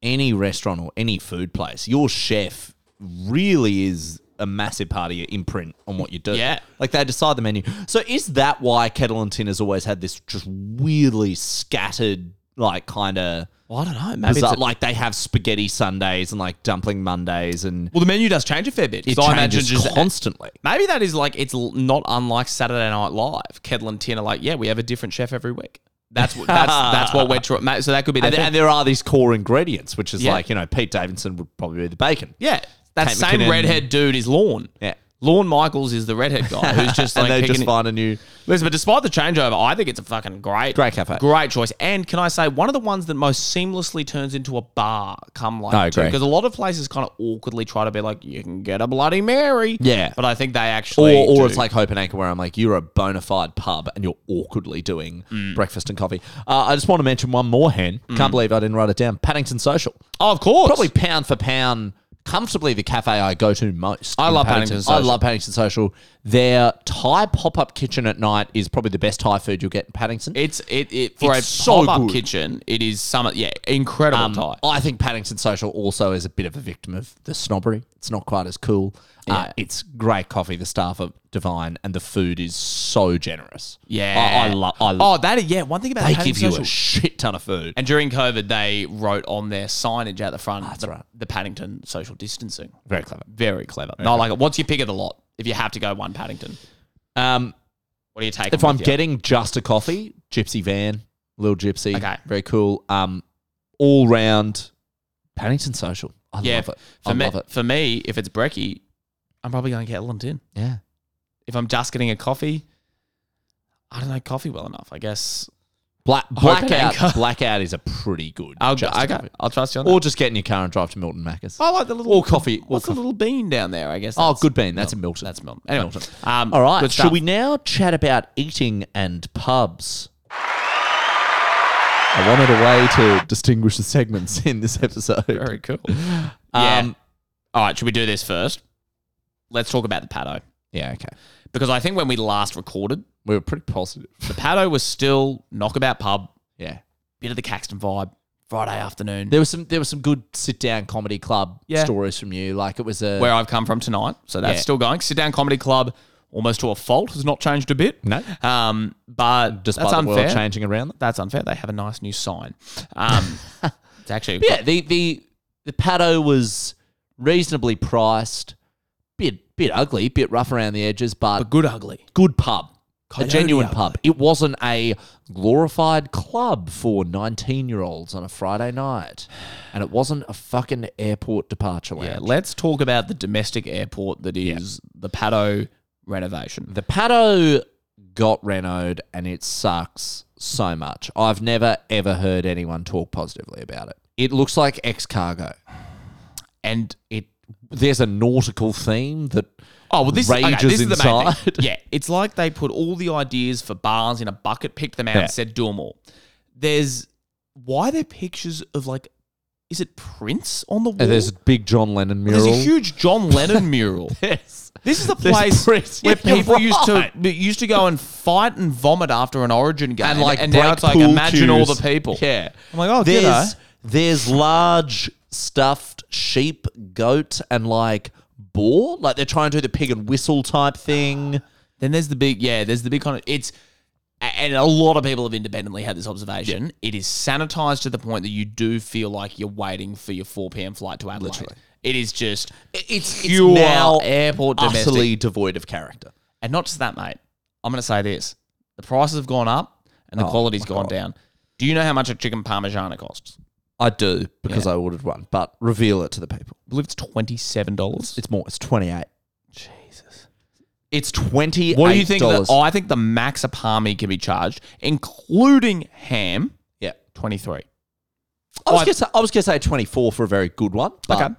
[SPEAKER 5] any restaurant or any food place, your chef really is a massive part of your imprint on what you do.
[SPEAKER 6] Yeah.
[SPEAKER 5] Like they decide the menu. So is that why Kettle and Tin has always had this just weirdly scattered like kind of
[SPEAKER 6] well, I don't know, maybe it's
[SPEAKER 5] bizarre,
[SPEAKER 6] a-
[SPEAKER 5] like they have spaghetti Sundays and like dumpling Mondays and
[SPEAKER 6] well the menu does change a fair bit.
[SPEAKER 5] it
[SPEAKER 6] So I imagine
[SPEAKER 5] changes
[SPEAKER 6] just
[SPEAKER 5] constantly.
[SPEAKER 6] Maybe that is like it's l- not unlike Saturday Night Live. Kettle and Tin are like, yeah, we have a different chef every week. That's what that's that's what we're trying. So that could be their
[SPEAKER 5] and,
[SPEAKER 6] thing.
[SPEAKER 5] and there are these core ingredients, which is
[SPEAKER 6] Yeah.
[SPEAKER 5] like you know Pete Davidson would probably be the bacon.
[SPEAKER 6] yeah, that
[SPEAKER 5] Kate
[SPEAKER 6] same
[SPEAKER 5] McKinnon.
[SPEAKER 6] redhead dude is Lorne.
[SPEAKER 5] Yeah.
[SPEAKER 6] Lorne Michaels is the redhead guy who's just like
[SPEAKER 5] and they just
[SPEAKER 6] picking-
[SPEAKER 5] find a new.
[SPEAKER 6] Listen, but despite the changeover, I think it's a fucking great,
[SPEAKER 5] Great cafe.
[SPEAKER 6] great choice. And can I say one of the ones that most seamlessly turns into a bar? Come like
[SPEAKER 5] I agree.
[SPEAKER 6] because a lot of places kind of awkwardly try to be like, you can get a Bloody Mary.
[SPEAKER 5] Yeah.
[SPEAKER 6] but I think they
[SPEAKER 5] Or,
[SPEAKER 6] actually,
[SPEAKER 5] or it's
[SPEAKER 6] do.
[SPEAKER 5] like Hope and Anchor, where I'm like, you're a bona fide pub and you're awkwardly doing breakfast and coffee. Uh, I just want to mention one more, Hen. Can't believe I didn't write it down. Paddington Social.
[SPEAKER 6] oh, of course,
[SPEAKER 5] Probably pound for pound, comfortably the cafe I go to most.
[SPEAKER 6] I
[SPEAKER 5] in
[SPEAKER 6] love Paddington
[SPEAKER 5] I
[SPEAKER 6] Social.
[SPEAKER 5] love Paddington Social. Their Thai pop up kitchen at night is probably the best Thai food you'll get in Paddington.
[SPEAKER 6] It's it, it for
[SPEAKER 5] It's
[SPEAKER 6] a
[SPEAKER 5] so
[SPEAKER 6] pop-up
[SPEAKER 5] good.
[SPEAKER 6] kitchen. It is some yeah incredible
[SPEAKER 5] Um,
[SPEAKER 6] tie.
[SPEAKER 5] I think Paddington Social also is a bit of a victim of the snobbery. It's not quite as cool. Uh, it's great coffee. The staff are divine, and the food is so generous.
[SPEAKER 6] Yeah,
[SPEAKER 5] I, I love. I
[SPEAKER 6] oh,
[SPEAKER 5] love.
[SPEAKER 6] that is- yeah. One thing about
[SPEAKER 5] they
[SPEAKER 6] Paddington
[SPEAKER 5] give you
[SPEAKER 6] Social-
[SPEAKER 5] a shit ton of food.
[SPEAKER 6] and during COVID, they wrote on their signage out the front
[SPEAKER 5] that's
[SPEAKER 6] the,
[SPEAKER 5] right.
[SPEAKER 6] the Paddington social distancing.
[SPEAKER 5] Very clever.
[SPEAKER 6] Very clever. no, I like it. What's your pick of the lot? If you have to go one Paddington,
[SPEAKER 5] Um,
[SPEAKER 6] what do you take?
[SPEAKER 5] if
[SPEAKER 6] on
[SPEAKER 5] I'm
[SPEAKER 6] with you?
[SPEAKER 5] getting just a coffee, Gypsy Van, Little Gypsy,
[SPEAKER 6] Okay.
[SPEAKER 5] very cool. Um, all round Paddington Social. I
[SPEAKER 6] yeah,
[SPEAKER 5] love it.
[SPEAKER 6] for
[SPEAKER 5] I
[SPEAKER 6] me,
[SPEAKER 5] love it.
[SPEAKER 6] For me, if it's brekkie, I'm probably going to get London.
[SPEAKER 5] Yeah.
[SPEAKER 6] If I'm just getting a coffee, I don't know coffee well enough. I guess
[SPEAKER 5] Black,
[SPEAKER 6] Hope and
[SPEAKER 5] blackout.
[SPEAKER 6] Anchor.
[SPEAKER 5] blackout is a pretty good.
[SPEAKER 6] I'll
[SPEAKER 5] just
[SPEAKER 6] okay,
[SPEAKER 5] coffee.
[SPEAKER 6] I'll trust you on that.
[SPEAKER 5] Or just get in your car and drive to Milton Macca's.
[SPEAKER 6] I like the little
[SPEAKER 5] Or coffee- or
[SPEAKER 6] What's the
[SPEAKER 5] coffee.
[SPEAKER 6] little bean down there? I guess.
[SPEAKER 5] Oh,
[SPEAKER 6] that's-
[SPEAKER 5] good bean. That's in Milton.
[SPEAKER 6] That's Milton. Anyway,
[SPEAKER 5] Milton.
[SPEAKER 6] Um,
[SPEAKER 5] All
[SPEAKER 6] good
[SPEAKER 5] right.
[SPEAKER 6] stuff.
[SPEAKER 5] Shall we now chat about eating and pubs? I wanted a way to distinguish the segments in this episode.
[SPEAKER 6] Very cool.
[SPEAKER 5] Um,
[SPEAKER 6] yeah. All right, should we do this first? Let's talk about the paddo.
[SPEAKER 5] Yeah, okay.
[SPEAKER 6] Because I think when we last recorded,
[SPEAKER 5] We were pretty positive.
[SPEAKER 6] the paddo was still knockabout pub,
[SPEAKER 5] Yeah.
[SPEAKER 6] bit of the Caxton vibe, Friday afternoon,
[SPEAKER 5] There was some there was some good sit down comedy club
[SPEAKER 6] Yeah.
[SPEAKER 5] stories from you. Like it was a
[SPEAKER 6] where I've come from tonight. So that's
[SPEAKER 5] Yeah.
[SPEAKER 6] still going. Sit down comedy club, almost to a fault, has not changed a bit.
[SPEAKER 5] No.
[SPEAKER 6] Um, but
[SPEAKER 5] despite
[SPEAKER 6] that's
[SPEAKER 5] the
[SPEAKER 6] unfair.
[SPEAKER 5] world changing around them.
[SPEAKER 6] That's unfair. They have a nice new sign. Um, it's actually
[SPEAKER 5] But yeah, the the the paddo was reasonably priced, bit bit ugly, bit rough around the edges, but,
[SPEAKER 6] a good ugly.
[SPEAKER 5] good pub. a
[SPEAKER 6] Coyote
[SPEAKER 5] genuine
[SPEAKER 6] ugly.
[SPEAKER 5] pub. It wasn't a glorified club for 19 year olds on a Friday night. And it wasn't a fucking airport departure lounge.
[SPEAKER 6] Yeah, let's talk about the domestic airport that is the Paddo renovation.
[SPEAKER 5] The Paddo got renoed and it sucks so much. I've never ever heard anyone talk positively about it. It looks like ex cargo.
[SPEAKER 6] And it
[SPEAKER 5] There's a nautical theme that
[SPEAKER 6] Oh well, this, okay,
[SPEAKER 5] rages
[SPEAKER 6] this is the
[SPEAKER 5] inside.
[SPEAKER 6] main thing. Yeah, it's like they put all the ideas for bars in a bucket, picked them out,
[SPEAKER 5] Yeah.
[SPEAKER 6] and said do them all. There's why are there pictures of like, is it Prince on the wall?
[SPEAKER 5] And Uh, there's a big John Lennon
[SPEAKER 6] There's
[SPEAKER 5] mural.
[SPEAKER 6] a huge John Lennon mural.
[SPEAKER 5] yes.
[SPEAKER 6] This is the
[SPEAKER 5] There's
[SPEAKER 6] place
[SPEAKER 5] Prince.
[SPEAKER 6] where
[SPEAKER 5] Yeah, you're
[SPEAKER 6] people used to
[SPEAKER 5] right.
[SPEAKER 6] used to go and fight and vomit after an Origin game,
[SPEAKER 5] And, like,
[SPEAKER 6] now
[SPEAKER 5] break
[SPEAKER 6] it's like
[SPEAKER 5] pool
[SPEAKER 6] imagine all
[SPEAKER 5] cues.
[SPEAKER 6] the people.
[SPEAKER 5] Yeah.
[SPEAKER 6] I'm like, oh,
[SPEAKER 5] there's,
[SPEAKER 6] there's,
[SPEAKER 5] there's large stuffed sheep, goat, and like boar. Like they're trying to do the pig and whistle type thing.
[SPEAKER 6] Then there's the big, yeah, there's the big kind of, it's, and a lot of people have independently had this observation. It is sanitized to the point that you do feel like you're waiting for your 4 p.m. flight to Adelaide.
[SPEAKER 5] Literally.
[SPEAKER 6] It is just
[SPEAKER 5] It's, it's
[SPEAKER 6] pure
[SPEAKER 5] now
[SPEAKER 6] airport domestic.
[SPEAKER 5] utterly devoid of character.
[SPEAKER 6] And not just that, mate. I'm going to say this the prices have gone up and the
[SPEAKER 5] Oh,
[SPEAKER 6] quality's
[SPEAKER 5] my
[SPEAKER 6] gone
[SPEAKER 5] God.
[SPEAKER 6] down. Do you know how much a chicken parmigiana costs?
[SPEAKER 5] I do because I ordered one, but reveal it to the people.
[SPEAKER 6] I believe it's $27.
[SPEAKER 5] It's more. It's twenty eight. Jesus. It's twenty.
[SPEAKER 6] What do you think? The, oh, I think the max a palmy can be charged, including ham,
[SPEAKER 5] yeah.
[SPEAKER 6] 23
[SPEAKER 5] I was
[SPEAKER 6] I-
[SPEAKER 5] gonna say, I was gonna say twenty four for a very good one. But
[SPEAKER 6] Okay.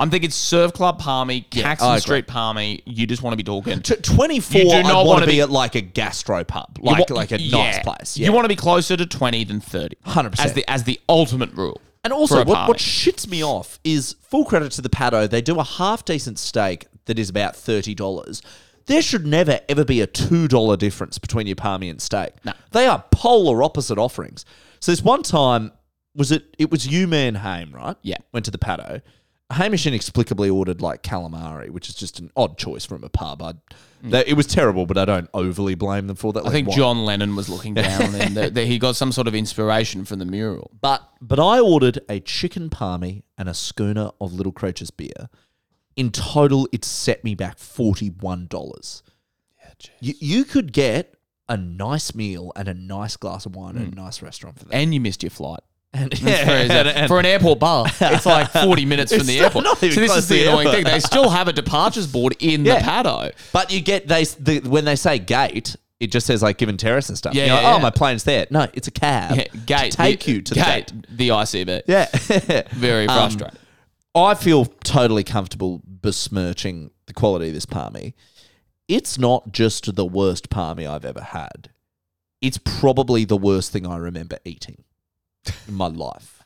[SPEAKER 6] I'm thinking Surf Club Palmy, Caxton
[SPEAKER 5] I agree.
[SPEAKER 6] Street Palmy. You just want to be talking.
[SPEAKER 5] T- 24
[SPEAKER 6] You do
[SPEAKER 5] I
[SPEAKER 6] not
[SPEAKER 5] want
[SPEAKER 6] wanna
[SPEAKER 5] to be,
[SPEAKER 6] be-
[SPEAKER 5] at like a gastro pub,
[SPEAKER 6] You
[SPEAKER 5] like
[SPEAKER 6] wa-
[SPEAKER 5] like a nice
[SPEAKER 6] yeah.
[SPEAKER 5] place.
[SPEAKER 6] You
[SPEAKER 5] Yeah.
[SPEAKER 6] want to be closer to 20 than 30.
[SPEAKER 5] 100%.
[SPEAKER 6] As the, as the ultimate rule.
[SPEAKER 5] And
[SPEAKER 6] for
[SPEAKER 5] also,
[SPEAKER 6] a
[SPEAKER 5] what,
[SPEAKER 6] party.
[SPEAKER 5] what shits me off is full credit to the Paddo. They do a half decent steak that is about thirty dollars. There should never ever be a two dollar difference between your palmy and steak.
[SPEAKER 6] No.
[SPEAKER 5] They are polar opposite offerings. So this one time was it? It was you, man, Haim, right?
[SPEAKER 6] Yeah.
[SPEAKER 5] went to the Paddo. Hamish inexplicably ordered like calamari, which is just an odd choice from a pub. I, they- it was terrible, but I don't overly blame them for that.
[SPEAKER 6] Mm. I think John Lennon was looking down and th- th- he got some sort of inspiration from the mural.
[SPEAKER 5] But but I ordered a chicken palmy and a schooner of Little Creatures beer. In total, it set me back forty one dollars. you, you could get a nice meal and a nice glass of wine
[SPEAKER 6] Hmm.
[SPEAKER 5] at a nice restaurant for that.
[SPEAKER 6] And you missed your flight.
[SPEAKER 5] And,
[SPEAKER 6] Crazy. for an airport bar, it's like 40 minutes from
[SPEAKER 5] It's
[SPEAKER 6] the
[SPEAKER 5] not-
[SPEAKER 6] airport.
[SPEAKER 5] not
[SPEAKER 6] So
[SPEAKER 5] even
[SPEAKER 6] this
[SPEAKER 5] close
[SPEAKER 6] is
[SPEAKER 5] to
[SPEAKER 6] the
[SPEAKER 5] the
[SPEAKER 6] annoying
[SPEAKER 5] airport.
[SPEAKER 6] thing. They still have a departures board in
[SPEAKER 5] Yeah.
[SPEAKER 6] the paddo.
[SPEAKER 5] but you get they the, when they say gate, it just says like given terrace and stuff.
[SPEAKER 6] Yeah,
[SPEAKER 5] You're like,
[SPEAKER 6] yeah,
[SPEAKER 5] oh
[SPEAKER 6] yeah.
[SPEAKER 5] my plane's there. No, it's a cab. Uh,
[SPEAKER 6] Yeah,
[SPEAKER 5] to
[SPEAKER 6] gate.
[SPEAKER 5] take
[SPEAKER 6] the,
[SPEAKER 5] you to
[SPEAKER 6] gate,
[SPEAKER 5] the gate.
[SPEAKER 6] the ICB.
[SPEAKER 5] Yeah,
[SPEAKER 6] Very
[SPEAKER 5] Um,
[SPEAKER 6] frustrating.
[SPEAKER 5] I feel totally comfortable besmirching the quality of this palmy. It's not just the worst palmy I've ever had. It's probably the worst thing I remember eating in my life.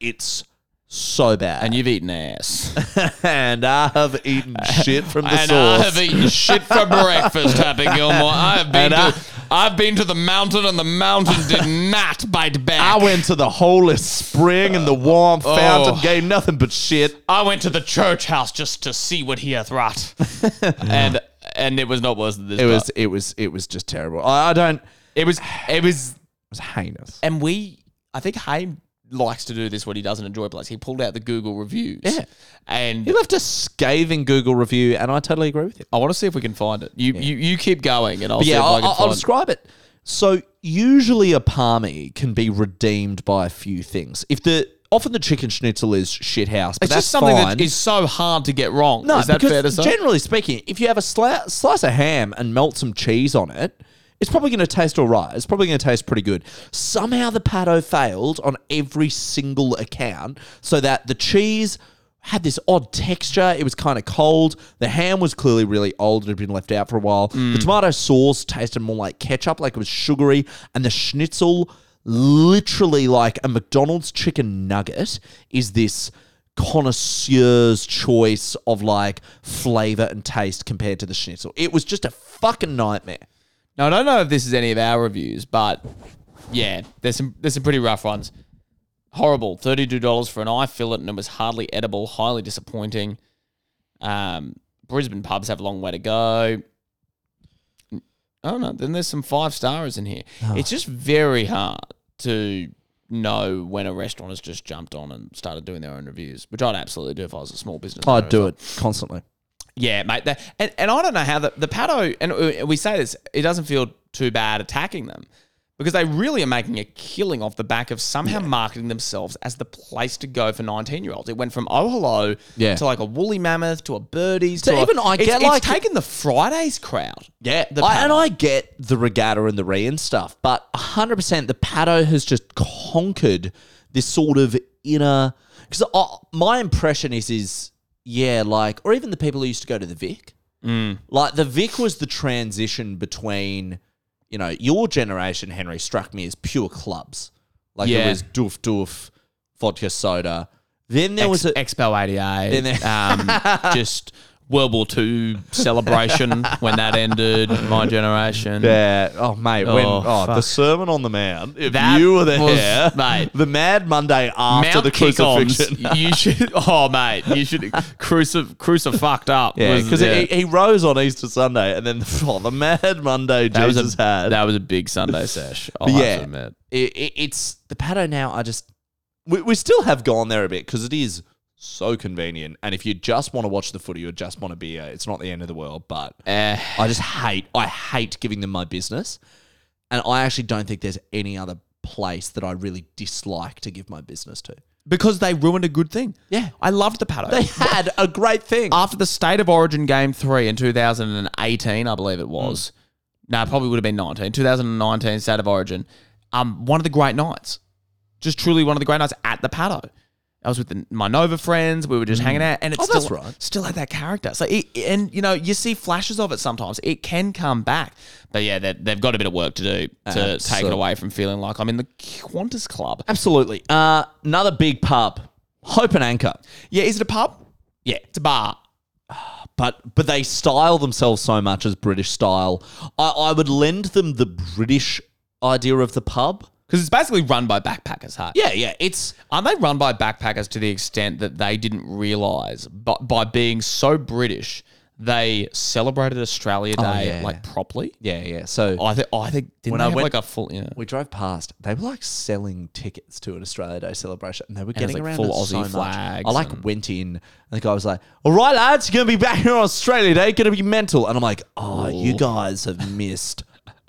[SPEAKER 5] It's so bad.
[SPEAKER 6] and you've eaten ass.
[SPEAKER 5] and I have eaten shit from the
[SPEAKER 6] and
[SPEAKER 5] source.
[SPEAKER 6] I have eaten shit for breakfast, Happy Gilmore. I have been
[SPEAKER 5] And I-
[SPEAKER 6] to, I, have been to the mountain, and the mountain did not bite back.
[SPEAKER 5] I went to the holy spring and the warm fountain gave nothing but shit.
[SPEAKER 6] I went to the church house just to see what he hath wrought, and and it was not worse than this.
[SPEAKER 5] It
[SPEAKER 6] part.
[SPEAKER 5] was it was it was just terrible. I, I don't it
[SPEAKER 6] it was, it was,
[SPEAKER 5] was heinous.
[SPEAKER 6] and we, I think Haim likes to do this when he doesn't enjoy a place. He pulled out the Google reviews,
[SPEAKER 5] Yeah.
[SPEAKER 6] and
[SPEAKER 5] He left a scathing Google review and I totally agree with you.
[SPEAKER 6] I want to see if we can find it. You you, you keep going, and I'll
[SPEAKER 5] But
[SPEAKER 6] see
[SPEAKER 5] yeah,
[SPEAKER 6] if I
[SPEAKER 5] I'll,
[SPEAKER 6] can
[SPEAKER 5] I'll,
[SPEAKER 6] find. it.
[SPEAKER 5] describe it. So usually a palmy can be redeemed by a few things. If the often the chicken schnitzel is shit house, but
[SPEAKER 6] It's
[SPEAKER 5] that's
[SPEAKER 6] just something
[SPEAKER 5] fine.
[SPEAKER 6] that is so hard to get wrong.
[SPEAKER 5] no,
[SPEAKER 6] is that
[SPEAKER 5] because
[SPEAKER 6] fair to say?
[SPEAKER 5] generally speaking, if you have a sli- slice of ham and melt some cheese on it, it's probably going to taste all right. It's probably going to taste pretty good. Somehow the pato failed on every single account, so that the cheese had this odd texture. It was kind of cold. The ham was clearly really old and had been left
[SPEAKER 6] Mm.
[SPEAKER 5] out for a while. The tomato sauce tasted more like ketchup, like it was sugary, and the schnitzel literally like a McDonald's chicken nugget is this connoisseur's choice of like flavor and taste compared to the schnitzel. It was just a fucking nightmare.
[SPEAKER 6] Now I don't know if this is any of our reviews, but yeah, there's some there's some pretty rough ones. Horrible. Thirty-two dollars for an eye fillet, and it was hardly edible. Highly disappointing. Um, Brisbane pubs have a long way to go. I don't know. Then there's some five stars in here.
[SPEAKER 5] Ah.
[SPEAKER 6] It's just very hard to know when a restaurant has just jumped on and started doing their own reviews, which I'd absolutely do if I was a small business. owner
[SPEAKER 5] I'd
[SPEAKER 6] as
[SPEAKER 5] do
[SPEAKER 6] well.
[SPEAKER 5] it constantly.
[SPEAKER 6] Yeah, mate. That, and, and I don't know how the, the Pato, and uh, we say this, it doesn't feel too bad attacking them because they really are making a killing off the back of somehow marketing themselves as the place to go for 19 year olds. It went from Oh Hello
[SPEAKER 5] Yeah.
[SPEAKER 6] to like a Woolly Mammoth to a Birdies
[SPEAKER 5] So
[SPEAKER 6] to a-
[SPEAKER 5] even I
[SPEAKER 6] it's,
[SPEAKER 5] get,
[SPEAKER 6] it's
[SPEAKER 5] like-
[SPEAKER 6] taking the Fridays crowd.
[SPEAKER 5] Yeah,
[SPEAKER 6] the
[SPEAKER 5] I, and
[SPEAKER 6] Pato.
[SPEAKER 5] I get the regatta and the re and stuff, but 100% the Pato has just conquered this sort of inner. Because my impression is, is yeah, like, or even the people who used to go to the Vic.
[SPEAKER 6] Mm.
[SPEAKER 5] Like, the Vic was the transition between, you know, your generation, Henry, struck me as pure clubs. Like, it
[SPEAKER 6] Yeah.
[SPEAKER 5] was doof doof, vodka soda. Then there was a.
[SPEAKER 6] Expo 88.
[SPEAKER 5] Then there-
[SPEAKER 6] um, just World War II celebration when that ended, my generation.
[SPEAKER 5] Yeah. Oh mate, when
[SPEAKER 6] Oh,
[SPEAKER 5] oh, the
[SPEAKER 6] fuck.
[SPEAKER 5] Sermon on the Mount. If
[SPEAKER 6] That
[SPEAKER 5] you were there,
[SPEAKER 6] was- mate.
[SPEAKER 5] the Mad Monday after
[SPEAKER 6] Mount
[SPEAKER 5] the
[SPEAKER 6] Kick-Ons,
[SPEAKER 5] crucifixion.
[SPEAKER 6] you should, oh mate, you should crucif crucifucked up.
[SPEAKER 5] Yeah,
[SPEAKER 6] Was-
[SPEAKER 5] because
[SPEAKER 6] yeah.
[SPEAKER 5] he, he rose on Easter Sunday, and then oh, the Mad Monday
[SPEAKER 6] that
[SPEAKER 5] Jesus
[SPEAKER 6] was a Oh,
[SPEAKER 5] had.
[SPEAKER 6] that was a big Sunday sesh. I'll
[SPEAKER 5] But
[SPEAKER 6] have
[SPEAKER 5] yeah,
[SPEAKER 6] to admit.
[SPEAKER 5] It, it, it's the Pato now. I just we, we still have gone there a bit because it is so convenient, and if you just want to watch the footy or just want a beer, it's not the end of the world. But
[SPEAKER 6] Eh,
[SPEAKER 5] I just hate I hate giving them my business. And I actually don't think there's any other place that I really dislike to give my business to.
[SPEAKER 6] because they ruined a good thing.
[SPEAKER 5] Yeah.
[SPEAKER 6] I loved the Pato.
[SPEAKER 5] They had a great thing.
[SPEAKER 6] after the State of Origin game three in 2018, I
[SPEAKER 5] Hmm.
[SPEAKER 6] believe it was. No, it probably would have been 19. 2019 State of Origin. Um, one of the great nights, just truly one of the great nights at the Pato. I was with the, my Nova friends. We were just hanging out, and it's
[SPEAKER 5] Oh,
[SPEAKER 6] still
[SPEAKER 5] that's right.
[SPEAKER 6] still had that character. So, it, and you know, you see flashes of it sometimes. It can come back, but yeah, they- they've got a bit of work to do to take
[SPEAKER 5] Absolutely.
[SPEAKER 6] it away from feeling like I'm in the Qantas Club.
[SPEAKER 5] Absolutely. Uh, another big pub, Hope and Anchor.
[SPEAKER 6] Yeah, is it a pub? Yeah, it's a bar.
[SPEAKER 5] But but they style themselves so much as British style. I, I would lend them the British idea of the pub.
[SPEAKER 6] Because it's basically run by backpackers, huh?
[SPEAKER 5] Yeah, yeah. It's
[SPEAKER 6] Aren't they run by backpackers to the extent that they didn't realize, but by being so British, they celebrated Australia Day
[SPEAKER 5] yeah.
[SPEAKER 6] like properly?
[SPEAKER 5] yeah, yeah. So
[SPEAKER 6] I think. I think.
[SPEAKER 5] When
[SPEAKER 6] Didn't when they
[SPEAKER 5] I
[SPEAKER 6] have
[SPEAKER 5] went-
[SPEAKER 6] like a full, yeah.
[SPEAKER 5] we drove past. They were like selling tickets to an Australia Day celebration, and they were
[SPEAKER 6] it was,
[SPEAKER 5] getting
[SPEAKER 6] like,
[SPEAKER 5] around
[SPEAKER 6] full
[SPEAKER 5] it so
[SPEAKER 6] Aussie
[SPEAKER 5] much.
[SPEAKER 6] flags
[SPEAKER 5] I like
[SPEAKER 6] and-
[SPEAKER 5] went in, and the guy was like, "All right, lads, you're gonna be back here on Australia Day. Gonna be mental." And I'm like, "Oh, you guys have missed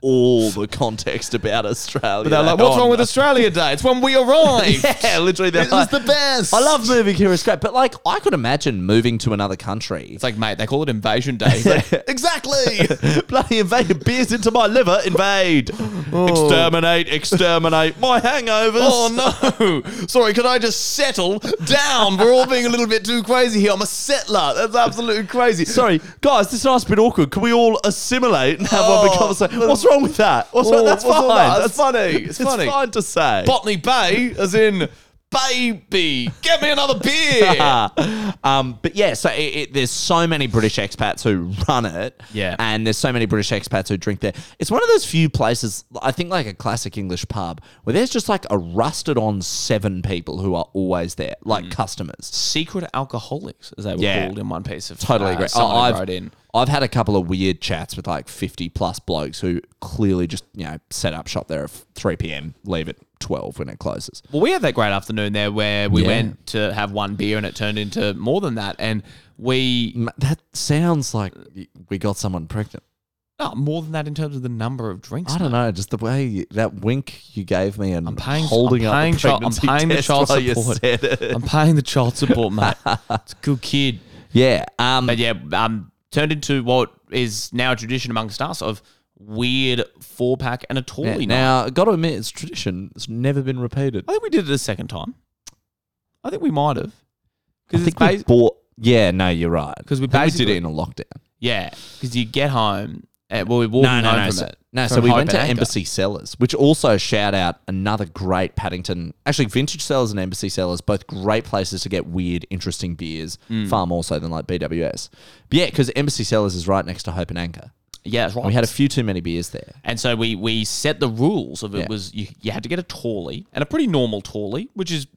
[SPEAKER 5] all the context about Australia."
[SPEAKER 6] But they're like,
[SPEAKER 5] Day.
[SPEAKER 6] "What's
[SPEAKER 5] Oh,
[SPEAKER 6] wrong
[SPEAKER 5] no."
[SPEAKER 6] with Australia Day? It's when we arrived."
[SPEAKER 5] Yeah, literally, they're like,
[SPEAKER 6] best.
[SPEAKER 5] I love moving here. It's great, but like, I could imagine moving to another country.
[SPEAKER 6] It's like, mate, they call it Invasion Day. It's like, exactly.
[SPEAKER 5] Bloody invade beers into my liver, invade, exterminate, exterminate my hangovers.
[SPEAKER 6] Oh no! Sorry, could I just settle down? We're all being a little bit too crazy here. I'm a settler. That's absolutely crazy.
[SPEAKER 5] Sorry, guys, this night's been awkward. Can we all assimilate and have one big
[SPEAKER 6] Oh.
[SPEAKER 5] conversation? What's wrong with that? What's wrong?
[SPEAKER 6] Oh,
[SPEAKER 5] That's
[SPEAKER 6] what's
[SPEAKER 5] fine.
[SPEAKER 6] all that?
[SPEAKER 5] That's
[SPEAKER 6] That's funny.
[SPEAKER 5] It's
[SPEAKER 6] It's funny.
[SPEAKER 5] fine to say.
[SPEAKER 6] Botany Bay, as in baby. Get me another beer.
[SPEAKER 5] um, but yeah, so it, it, there's so many British expats who run it.
[SPEAKER 6] Yeah.
[SPEAKER 5] And there's so many British expats who drink there. It's one of those few places, I think like a classic English pub, where there's just like a rusted on seven people who are always there, like customers.
[SPEAKER 6] Secret alcoholics, as they were
[SPEAKER 5] Yeah.
[SPEAKER 6] called in one piece of
[SPEAKER 5] Totally
[SPEAKER 6] uh,
[SPEAKER 5] agree.
[SPEAKER 6] someone
[SPEAKER 5] I- I've,
[SPEAKER 6] wrote in.
[SPEAKER 5] I've had a couple of weird chats with like 50 plus blokes who clearly just, you know, set up shop there at 3 p.m., leave at 12 when it closes.
[SPEAKER 6] Well, we had that great afternoon there where we
[SPEAKER 5] Yeah.
[SPEAKER 6] went to have one beer and it turned into more than that. And we,
[SPEAKER 5] M- That sounds like we got someone pregnant.
[SPEAKER 6] oh, more than that in terms of the number of drinks.
[SPEAKER 5] I don't know, just the way you, that wink you gave me and
[SPEAKER 6] I'm paying,
[SPEAKER 5] holding
[SPEAKER 6] I'm
[SPEAKER 5] up
[SPEAKER 6] paying
[SPEAKER 5] the
[SPEAKER 6] chi- I'm
[SPEAKER 5] pregnancy
[SPEAKER 6] paying the
[SPEAKER 5] test
[SPEAKER 6] child
[SPEAKER 5] while you
[SPEAKER 6] support.
[SPEAKER 5] said it.
[SPEAKER 6] I'm paying the child support, mate. It's a good kid.
[SPEAKER 5] Yeah, um,
[SPEAKER 6] But yeah, um, turned into what is now a tradition amongst us of weird four pack and a tall.
[SPEAKER 5] yeah, now I got to admit, it's tradition. It's never been repeated.
[SPEAKER 6] I think we did it a second time. I think we might have.
[SPEAKER 5] I
[SPEAKER 6] Because it's
[SPEAKER 5] think we
[SPEAKER 6] bas-
[SPEAKER 5] bought. Yeah, no, you're right.
[SPEAKER 6] 'Cause we
[SPEAKER 5] I think we did
[SPEAKER 6] basically-
[SPEAKER 5] it in a lockdown.
[SPEAKER 6] yeah, because you get home Uh, well, we walked
[SPEAKER 5] No,
[SPEAKER 6] home
[SPEAKER 5] no, no.
[SPEAKER 6] from
[SPEAKER 5] So,
[SPEAKER 6] it.
[SPEAKER 5] no, so
[SPEAKER 6] From
[SPEAKER 5] we
[SPEAKER 6] Hope
[SPEAKER 5] went to
[SPEAKER 6] and Anchor.
[SPEAKER 5] Embassy Cellars, which also shout out another great Paddington, actually Vintage Cellars and Embassy Cellars, both great places to get weird, interesting beers,
[SPEAKER 6] Mm.
[SPEAKER 5] far more so than like BWS. But yeah, because Embassy Cellars is right next to Hope and Anchor.
[SPEAKER 6] Yeah, that's right.
[SPEAKER 5] We had a few too many beers there.
[SPEAKER 6] And so we we set the rules of it
[SPEAKER 5] Yeah.
[SPEAKER 6] was you, you had to get a tawley and a pretty normal tawley, which is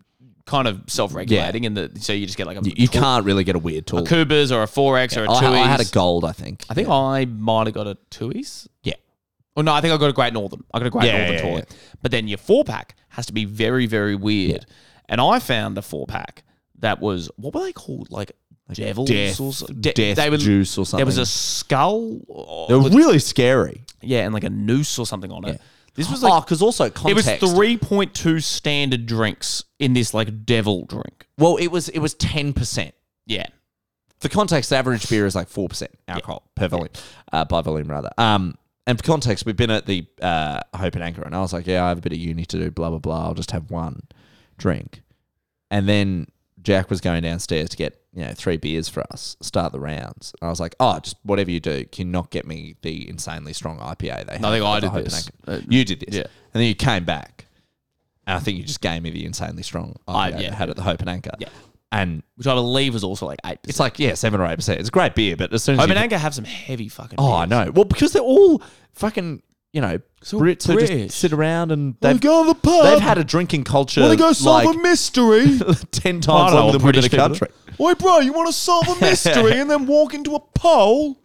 [SPEAKER 6] kind of self regulating, and the so you just get like a
[SPEAKER 5] You, you
[SPEAKER 6] tall-
[SPEAKER 5] can't really get a weird
[SPEAKER 6] a
[SPEAKER 5] tall.
[SPEAKER 6] Kubas or a four X or a
[SPEAKER 5] I,
[SPEAKER 6] two
[SPEAKER 5] I had a gold, I think.
[SPEAKER 6] I think I might have got a two E's.
[SPEAKER 5] Yeah.
[SPEAKER 6] Oh no, I think I got a Great Northern. I got a Great
[SPEAKER 5] Yeah,
[SPEAKER 6] Northern
[SPEAKER 5] yeah,
[SPEAKER 6] tawley. But then your four pack has to be very very weird, and I found a four pack that was what were they called like. Devils
[SPEAKER 5] death-
[SPEAKER 6] or so- de-
[SPEAKER 5] death juice or
[SPEAKER 6] There was
[SPEAKER 5] something.
[SPEAKER 6] a skull, or-
[SPEAKER 5] They were really scary.
[SPEAKER 6] yeah, and like a noose or something on it. This was like
[SPEAKER 5] Oh, because also context.
[SPEAKER 6] It was three point two standard drinks in this like devil drink.
[SPEAKER 5] Well, it was it was ten percent.
[SPEAKER 6] Yeah,
[SPEAKER 5] For context, the average beer is like four percent alcohol per volume, uh, by volume rather. Um, and for context, we've been at the uh, Hope and Anchor, and I was like, yeah, I have a bit of uni to do, blah blah blah. I'll just have one drink, and then Jack was going downstairs to get you know three beers for us, start the rounds. And I was like, oh, just whatever you do, can you not get me the insanely strong IPA they.
[SPEAKER 6] I think I did
[SPEAKER 5] Hope and
[SPEAKER 6] this. Uh,
[SPEAKER 5] Anchor? you did this,
[SPEAKER 6] yeah.
[SPEAKER 5] and then you came back, and I think you just gave me the insanely strong IPA
[SPEAKER 6] I-
[SPEAKER 5] they
[SPEAKER 6] yeah.
[SPEAKER 5] had at the Hope and Anchor,
[SPEAKER 6] Yeah.
[SPEAKER 5] and
[SPEAKER 6] which I believe was also like eight.
[SPEAKER 5] it's like yeah, seven or eight percent. It's a great beer, but as soon as
[SPEAKER 6] Open
[SPEAKER 5] you
[SPEAKER 6] Anchor have some heavy fucking.
[SPEAKER 5] oh, I
[SPEAKER 6] beers.
[SPEAKER 5] know. Well, because they're all fucking you know Brits who
[SPEAKER 6] British.
[SPEAKER 5] just sit around and they've
[SPEAKER 12] go to the pub.
[SPEAKER 5] they've had a drinking culture.
[SPEAKER 12] Wanna go solve
[SPEAKER 5] like,
[SPEAKER 12] a mystery?
[SPEAKER 5] ten
[SPEAKER 6] I
[SPEAKER 5] times
[SPEAKER 6] don't know
[SPEAKER 5] longer than we've
[SPEAKER 6] what
[SPEAKER 5] been a
[SPEAKER 6] British people-
[SPEAKER 5] country.
[SPEAKER 12] Oi, bro, you want to solve a mystery and then walk into a pole?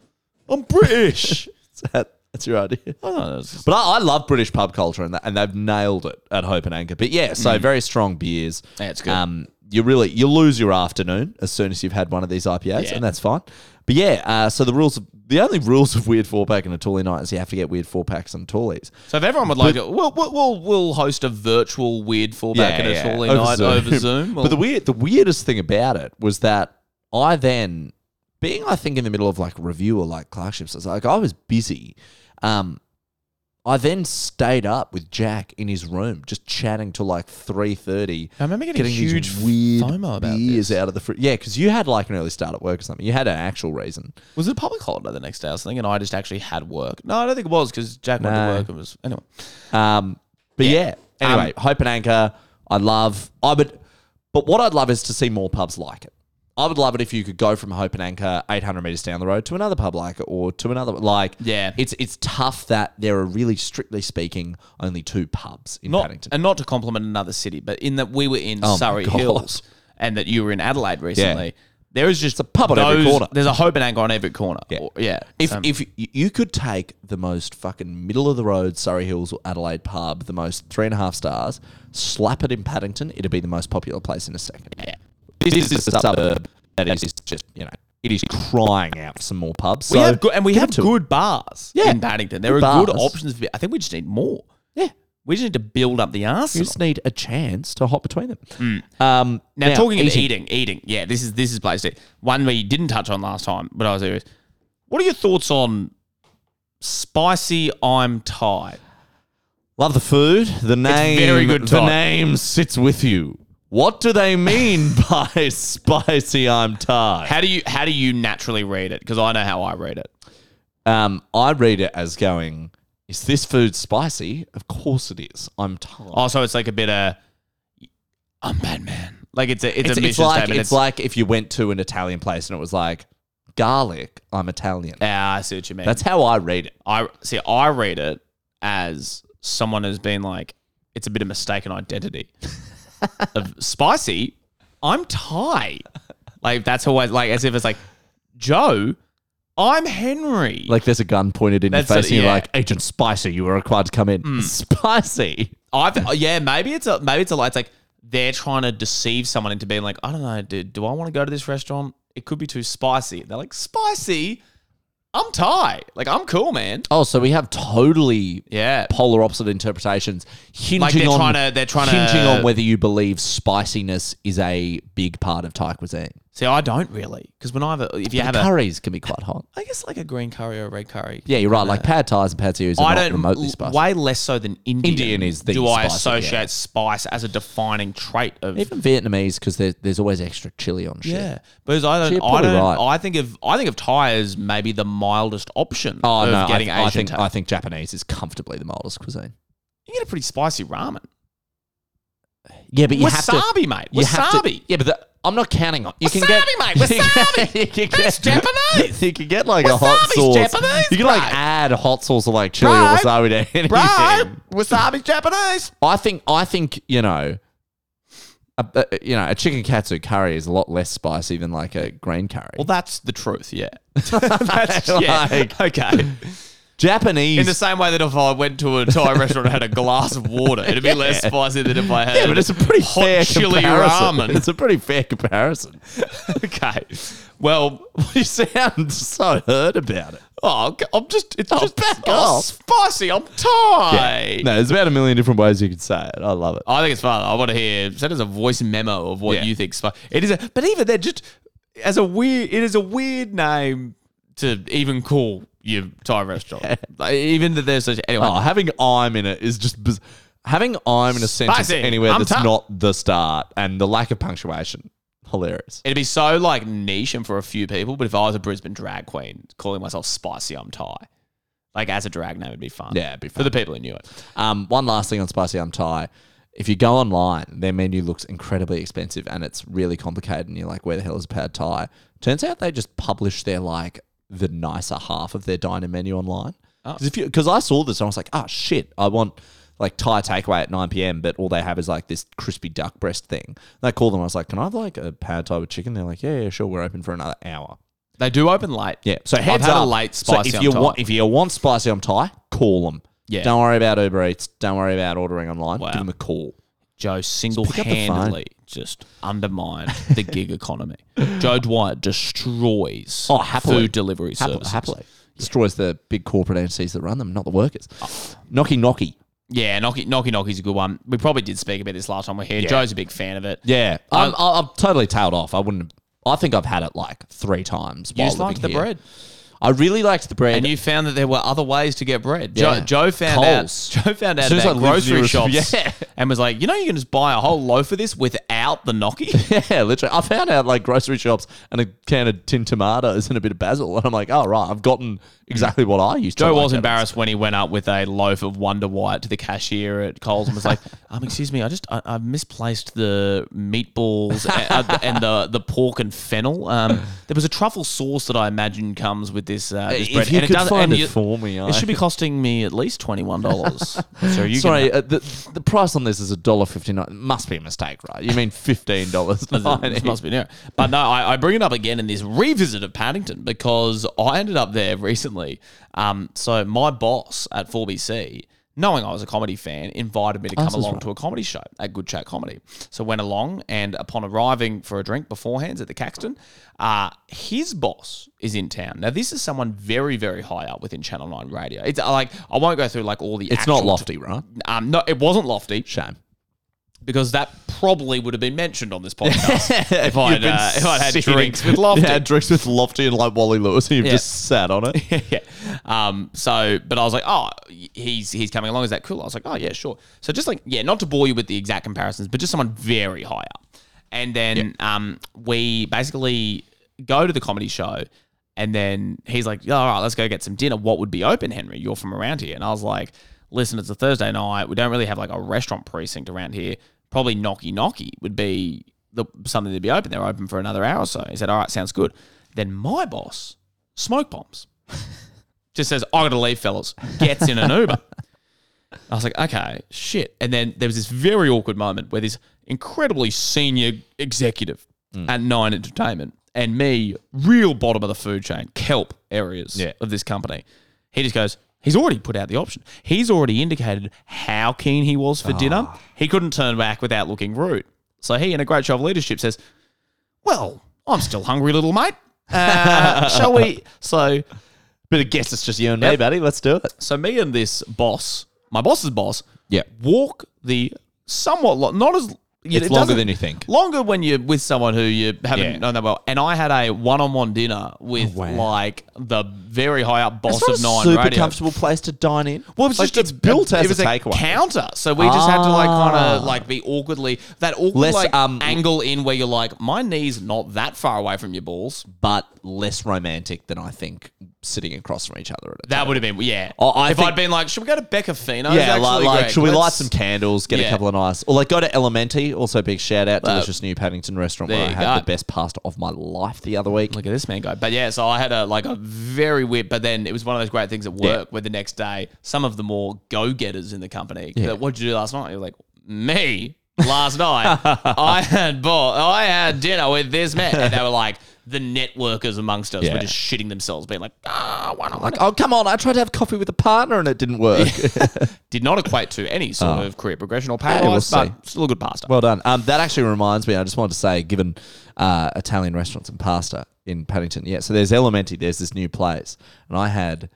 [SPEAKER 12] I'm British.
[SPEAKER 5] That- That's your idea.
[SPEAKER 6] Oh, that's-
[SPEAKER 5] But I, I love British pub culture, and, that, and they've nailed it at Hope and Anchor. But yeah, so very strong beers.
[SPEAKER 6] Mm. Yeah, it's good.
[SPEAKER 5] Um, you really you lose your afternoon as soon as you've had one of these IPAs,
[SPEAKER 6] Yeah.
[SPEAKER 5] and that's fine. But yeah, uh, so the rules, of, the only rules of weird four pack and a tally night is you have to get weird four packs and tallies.
[SPEAKER 6] So if everyone would like, to, we'll, we'll we'll we'll host a virtual weird fallback at a Surely night over Zoom.
[SPEAKER 5] But the weird, the weirdest thing about it was that I then, being I think in the middle of like review or like clerkships, I was like I was busy. Um, I then stayed up with Jack in his room, just chatting till like three thirty.
[SPEAKER 6] I remember getting
[SPEAKER 5] these
[SPEAKER 6] huge FOMO about
[SPEAKER 5] beers
[SPEAKER 6] this.
[SPEAKER 5] out of the fridge. Yeah, because you had like an early start at work or something. You had an actual reason.
[SPEAKER 6] was it a public holiday the next day or something? And I just actually had work. No, I don't think it was because Jack went
[SPEAKER 5] No.
[SPEAKER 6] to work and was anyway.
[SPEAKER 5] Um, but yeah, anyway,
[SPEAKER 6] Um,
[SPEAKER 5] Hope and Anchor, I love. I would, but what I'd love is to see more pubs like it. I would love it if you could go from Hope and Anchor 800 meters down the road to another pub like it, or to another like.
[SPEAKER 6] Yeah.
[SPEAKER 5] it's it's tough that there are really strictly speaking only two pubs in
[SPEAKER 6] not,
[SPEAKER 5] Paddington.
[SPEAKER 6] and not to compliment another city, but in that we were in
[SPEAKER 5] Oh my
[SPEAKER 6] Surrey
[SPEAKER 5] God.
[SPEAKER 6] Hills and that you were in Adelaide recently.
[SPEAKER 5] Yeah.
[SPEAKER 6] There is just
[SPEAKER 5] a pub on every corner.
[SPEAKER 6] There's a Hope and Anchor on every corner.
[SPEAKER 5] Yeah.
[SPEAKER 6] Or- yeah.
[SPEAKER 5] If,
[SPEAKER 6] Um,
[SPEAKER 5] if y- you could take the most fucking middle of the road Surrey Hills or Adelaide pub, the most three and a half stars, slap it in Paddington, it'd be the most popular place in a second. Yeah. This, is a suburb that is just, you know, it is crying out for some more pubs.
[SPEAKER 6] we
[SPEAKER 5] So
[SPEAKER 6] have good, and we
[SPEAKER 5] give
[SPEAKER 6] have
[SPEAKER 5] it to
[SPEAKER 6] good bars
[SPEAKER 5] Yeah.
[SPEAKER 6] in Paddington. There
[SPEAKER 5] Good
[SPEAKER 6] are good
[SPEAKER 5] bars.
[SPEAKER 6] options. I think we just need more.
[SPEAKER 5] them. Yeah.
[SPEAKER 6] We just need to build up the
[SPEAKER 5] You
[SPEAKER 6] arsenal.
[SPEAKER 5] just need a chance to hop between them. Um,
[SPEAKER 6] Hmm. Now, talking about eating, eating. Yeah, this is this is place to one we didn't touch on last time, but I was serious. What are your thoughts on spicy? I'm Thai.
[SPEAKER 5] Love the food. The name.
[SPEAKER 6] very good
[SPEAKER 5] The
[SPEAKER 6] Thai.
[SPEAKER 5] name sits with you. What do they mean by spicy? I'm tired.
[SPEAKER 6] How do you how do you naturally read it? Because I know how I read it.
[SPEAKER 5] Um, I read it as going, "Is this food spicy? Of course it is. I'm tired."
[SPEAKER 6] Also, it's like a bit of I'm Batman. Like it's a
[SPEAKER 5] it's,
[SPEAKER 6] it's, a
[SPEAKER 5] it's
[SPEAKER 6] mission
[SPEAKER 5] like
[SPEAKER 6] statement.
[SPEAKER 5] it's, like if you went to an Italian place and it was like garlic. I'm Italian.
[SPEAKER 6] ah, I see what you mean.
[SPEAKER 5] That's how I read it.
[SPEAKER 6] I see. I read it as someone has been like it's a bit of mistaken identity of spicy. I'm Thai. Like that's always like as if it's like Joe. I'm Henry.
[SPEAKER 5] Like there's a gun pointed in
[SPEAKER 6] That's
[SPEAKER 5] your
[SPEAKER 6] it,
[SPEAKER 5] face, and you're
[SPEAKER 6] yeah. Hmm.
[SPEAKER 5] like, "Agent Spicy, you were required to come in." Spicy.
[SPEAKER 6] I've yeah, maybe it's a maybe it's a lie. It's like they're trying to deceive someone into being like, I don't know, dude, do I want to go to this restaurant? It could be too spicy. They're like, spicy? I'm Thai. Like I'm cool, man.
[SPEAKER 5] Oh, so we have totally
[SPEAKER 6] Yeah.
[SPEAKER 5] polar opposite interpretations hinging
[SPEAKER 6] Like they're
[SPEAKER 5] on
[SPEAKER 6] trying to- they're trying to-
[SPEAKER 5] hinging on whether you believe spiciness is a big part of Thai cuisine.
[SPEAKER 6] See, I don't really because when I have a, if you have a,
[SPEAKER 5] curries can be quite hot.
[SPEAKER 6] I guess like a green curry or a red curry.
[SPEAKER 5] Yeah, you're right. Like pad thais and pad thai are not
[SPEAKER 6] I don't
[SPEAKER 5] remotely spicy.
[SPEAKER 6] way less so than Indian.
[SPEAKER 5] Indian is the
[SPEAKER 6] do
[SPEAKER 5] spicy,
[SPEAKER 6] I
[SPEAKER 5] yeah.
[SPEAKER 6] associate spice as a defining trait of
[SPEAKER 5] Even Vietnamese, because there, there's always extra chili on shit.
[SPEAKER 6] yeah? Because I
[SPEAKER 5] So you're
[SPEAKER 6] don't, I
[SPEAKER 5] probably
[SPEAKER 6] don't,
[SPEAKER 5] right.
[SPEAKER 6] I think of I think of Thai as maybe the mildest option
[SPEAKER 5] Oh
[SPEAKER 6] of
[SPEAKER 5] no,
[SPEAKER 6] getting
[SPEAKER 5] I, I
[SPEAKER 6] Asian
[SPEAKER 5] think
[SPEAKER 6] Thai.
[SPEAKER 5] I think Japanese is comfortably the mildest cuisine.
[SPEAKER 6] you get a pretty spicy ramen.
[SPEAKER 5] Yeah, but you have to
[SPEAKER 6] Wasabi, mate.
[SPEAKER 5] you have to-
[SPEAKER 6] Wasabi.
[SPEAKER 5] yeah, but the, I'm not counting on you can
[SPEAKER 6] Wasabi,
[SPEAKER 5] get
[SPEAKER 6] mate,
[SPEAKER 5] you can-
[SPEAKER 6] wasabi.
[SPEAKER 5] you can
[SPEAKER 6] That's
[SPEAKER 5] get-
[SPEAKER 6] Japanese.
[SPEAKER 5] You can get like a hot
[SPEAKER 6] Wasabi's
[SPEAKER 5] sauce.
[SPEAKER 6] Japanese,
[SPEAKER 5] you can like
[SPEAKER 6] bro.
[SPEAKER 5] add hot sauce or like chili
[SPEAKER 6] Bro.
[SPEAKER 5] or wasabi to anything.
[SPEAKER 6] wasabi Japanese.
[SPEAKER 5] I think I think you know, a, a- you know, a chicken katsu curry is a lot less spicy than like a green curry.
[SPEAKER 6] Well, that's the truth. Yeah, that's yeah.
[SPEAKER 5] Like-
[SPEAKER 6] okay.
[SPEAKER 5] Japanese
[SPEAKER 6] In the same way that if I went to a Thai restaurant and had a glass of water, it'd be less spicy than if I had.
[SPEAKER 5] Yeah, but it's a pretty
[SPEAKER 6] hot
[SPEAKER 5] fair
[SPEAKER 6] chili
[SPEAKER 5] comparison.
[SPEAKER 6] ramen.
[SPEAKER 5] It's a pretty fair comparison.
[SPEAKER 6] okay. Well,
[SPEAKER 5] you sound so hurt about it.
[SPEAKER 6] oh, I'm just it's
[SPEAKER 5] Oh,
[SPEAKER 6] just
[SPEAKER 5] back
[SPEAKER 6] oh,
[SPEAKER 5] off.
[SPEAKER 6] spicy. I'm Thai.
[SPEAKER 5] No, there's about a million different ways you could say it. I love it.
[SPEAKER 6] I think it's fun. I want to hear. Send us a voice memo of what
[SPEAKER 5] Yeah.
[SPEAKER 6] you think. spi- It is, a, but even then, just as a weird, it is a weird name to even call your Thai restaurant. Like, even that there's such anyway.
[SPEAKER 5] Oh, having I'm in it is just biz- having I'm in a sentence
[SPEAKER 6] Spicy.
[SPEAKER 5] anywhere
[SPEAKER 6] I'm
[SPEAKER 5] that's
[SPEAKER 6] tough.
[SPEAKER 5] not the start and the lack of punctuation. Hilarious.
[SPEAKER 6] It'd be so like niche and for a few people, but if I was a Brisbane drag queen, calling myself Spicy I'm Thai, like as a drag name, would be fun.
[SPEAKER 5] Yeah, it'd be
[SPEAKER 6] for the people who knew it.
[SPEAKER 5] Um, one last thing on Spicy I'm Thai. If you go online, their menu looks incredibly expensive and it's really complicated, and you're like, where the hell is Pad Thai? Turns out they just publish their like the nicer half of their diner menu online. Because if you, because I saw this and I was like, oh shit, I want like Thai takeaway at 9 p.m., but all they have is like this crispy duck breast thing. And I called them, I was like, can I have like a Pad Thai with chicken? They're like, yeah, yeah, sure, we're open for another hour.
[SPEAKER 6] They do open late.
[SPEAKER 5] Yeah. So
[SPEAKER 6] I've
[SPEAKER 5] heads
[SPEAKER 6] had a
[SPEAKER 5] up.
[SPEAKER 6] late
[SPEAKER 5] So
[SPEAKER 6] spicy
[SPEAKER 5] if
[SPEAKER 6] on
[SPEAKER 5] you
[SPEAKER 6] Thai.
[SPEAKER 5] want, if you want spicy on Thai, call them.
[SPEAKER 6] Yeah.
[SPEAKER 5] Don't worry about Uber Eats. Don't worry about ordering online.
[SPEAKER 6] Wow.
[SPEAKER 5] Give them a call.
[SPEAKER 6] Joe
[SPEAKER 5] phone.
[SPEAKER 6] single-handedly just undermined the gig economy. Joe Dwight destroys
[SPEAKER 5] Oh, happily.
[SPEAKER 6] food delivery
[SPEAKER 5] Happily,
[SPEAKER 6] services.
[SPEAKER 5] happily. Destroys the big corporate entities that run them, not the workers.
[SPEAKER 6] Oh.
[SPEAKER 5] Knocky knocky.
[SPEAKER 6] Yeah, Knocky Knocky Knocky's a good one. We probably did speak about this last time we we're here. Joe's a big fan of it.
[SPEAKER 5] Yeah. I'm, I- I'm totally tailed off. I wouldn't. I think I've had it like three times.
[SPEAKER 6] You
[SPEAKER 5] while
[SPEAKER 6] just liked the
[SPEAKER 5] living here.
[SPEAKER 6] bread.
[SPEAKER 5] I really liked the bread.
[SPEAKER 6] And you found that there were other ways to get bread.
[SPEAKER 5] Yeah.
[SPEAKER 6] Joe, Joe found
[SPEAKER 5] Coles.
[SPEAKER 6] out. Joe found out
[SPEAKER 5] Soon as
[SPEAKER 6] about
[SPEAKER 5] I lived
[SPEAKER 6] grocery
[SPEAKER 5] near a-
[SPEAKER 6] shops.
[SPEAKER 5] Yeah.
[SPEAKER 6] And was like, you know, you can just buy a whole loaf of this without the Knocky.
[SPEAKER 5] yeah, literally. I found out like grocery shops and a can of tin tomatoes and a bit of basil, and I'm like, oh right, I've gotten exactly what I used to.
[SPEAKER 6] Joe
[SPEAKER 5] like
[SPEAKER 6] was
[SPEAKER 5] out of
[SPEAKER 6] embarrassed when he went up with a loaf of Wonder White to the cashier at Coles and was like, um, "Excuse me, I just I, I misplaced the meatballs and, uh, and the the pork and fennel. Um, there was a truffle sauce that I imagine comes with this, uh, this
[SPEAKER 5] If
[SPEAKER 6] bread.
[SPEAKER 5] you
[SPEAKER 6] and
[SPEAKER 5] could
[SPEAKER 6] doesn't-
[SPEAKER 5] find
[SPEAKER 6] and
[SPEAKER 5] it for me, I-
[SPEAKER 6] it should be costing me at least twenty one dollars. so you
[SPEAKER 5] Sorry,
[SPEAKER 6] can,
[SPEAKER 5] uh, the the price on this is a dollar fifty nine. Must be a mistake, right? You mean fifteen dollars?
[SPEAKER 6] This must be near. But no, I, I bring it up again in this revisit of Paddington because I ended up there recently. Um, so my boss at 4BC, knowing I was a comedy fan, invited me to
[SPEAKER 5] Oh,
[SPEAKER 6] come along to a comedy show at Good Chat Comedy. So went along and upon arriving for a drink beforehand at the Caxton, uh, his boss is in town. Now this is someone very, very high up within Channel 9 radio. It's uh, like, I won't go through like all the
[SPEAKER 5] It's not
[SPEAKER 6] actual-
[SPEAKER 5] lofty, right?
[SPEAKER 6] Um, no, it wasn't lofty
[SPEAKER 5] Shame.
[SPEAKER 6] because that probably would have been mentioned on this podcast if I'd uh, if I'd had drinks with Lofty.
[SPEAKER 5] Yeah, drinks with lofty and like Wally Lewis, and you've
[SPEAKER 6] Yeah.
[SPEAKER 5] just sat on it.
[SPEAKER 6] yeah. Um, so, but I was like, oh, he's he's coming along. Is that cool? I was like, oh yeah, sure. So just like yeah, not to bore you with the exact comparisons, but just someone very high up. And then um, we basically go to the comedy show, and then he's like, all right, let's go get some dinner. What would be open, Henry? You're from around here, and I was like, listen, it's a Thursday night. We don't really have like a restaurant precinct around here. Probably Knocky Knocky would be the, something that'd be open. They're open for another hour or so. He said, all right, sounds good. Then my boss smoke bombs just says, I gotta leave, fellas. Gets in an Uber. I was like, okay, shit. And then there was this very awkward moment where this incredibly senior executive at Nine Entertainment and me, real bottom of the food chain, kelp areas
[SPEAKER 5] Yeah.
[SPEAKER 6] of this company, he just goes, he's already put out the option. He's already indicated how keen he was for dinner. He couldn't turn back without looking rude. So he, in a great show of leadership, says, well, I'm still hungry, little mate. Uh, shall we? So
[SPEAKER 5] But I guess it's just you and me, buddy. Let's do it.
[SPEAKER 6] so me and this boss, my boss's boss,
[SPEAKER 5] Yeah.
[SPEAKER 6] walk the somewhat lo- not as you-
[SPEAKER 5] it's
[SPEAKER 6] it
[SPEAKER 5] longer
[SPEAKER 6] doesn't-
[SPEAKER 5] than you think.
[SPEAKER 6] Longer when you're with someone who you haven't
[SPEAKER 5] Yeah.
[SPEAKER 6] known that well. And I had a one-on-one dinner with like the very high up boss
[SPEAKER 5] It's not
[SPEAKER 6] of Nine
[SPEAKER 5] a super
[SPEAKER 6] Radio.
[SPEAKER 5] comfortable place to dine in.
[SPEAKER 6] Well, it was
[SPEAKER 5] Like,
[SPEAKER 6] just a-
[SPEAKER 5] it's built
[SPEAKER 6] it
[SPEAKER 5] as
[SPEAKER 6] was
[SPEAKER 5] a takeaway.
[SPEAKER 6] counter, so we just had to like kind
[SPEAKER 5] Ah.
[SPEAKER 6] of like be awkwardly that awkward
[SPEAKER 5] Less,
[SPEAKER 6] like
[SPEAKER 5] um,
[SPEAKER 6] angle in where you're like, my knee's not that far away from your balls.
[SPEAKER 5] but less romantic than I think sitting across from each other. At a
[SPEAKER 6] That
[SPEAKER 5] table.
[SPEAKER 6] would have been yeah.
[SPEAKER 5] Oh, I
[SPEAKER 6] if
[SPEAKER 5] think-
[SPEAKER 6] I'd been like, should we go to Beccafino?
[SPEAKER 5] yeah, like, like should we light some candles, get a
[SPEAKER 6] Yeah.
[SPEAKER 5] couple of nice, or like go to Elementi? Also, big shout out, delicious new Paddington restaurant
[SPEAKER 6] there
[SPEAKER 5] where I
[SPEAKER 6] you
[SPEAKER 5] had
[SPEAKER 6] go.
[SPEAKER 5] the best pasta of my life the other week.
[SPEAKER 6] Look at this man go. But yeah, so I had a like a very weird. But then it was one of those great things at work where the next day some of the more go getters in the company.
[SPEAKER 5] Yeah.
[SPEAKER 6] Yeah. What did you do last night? You're like me. Last night I had bought, I had dinner with this man, and they were like the networkers amongst us
[SPEAKER 5] Yeah.
[SPEAKER 6] were just shitting themselves, being like, ah, why not?
[SPEAKER 5] Like, oh come on! I tried to have coffee with a partner and it didn't work.
[SPEAKER 6] Did not equate to any sort of career progression or pay
[SPEAKER 5] we'll
[SPEAKER 6] rise,
[SPEAKER 5] see.
[SPEAKER 6] but still a good pasta.
[SPEAKER 5] Well done. Um, that actually reminds me. I just wanted to say, given uh, Italian restaurants and pasta in Paddington, yeah. So there's Elementi. There's this new place, and I had,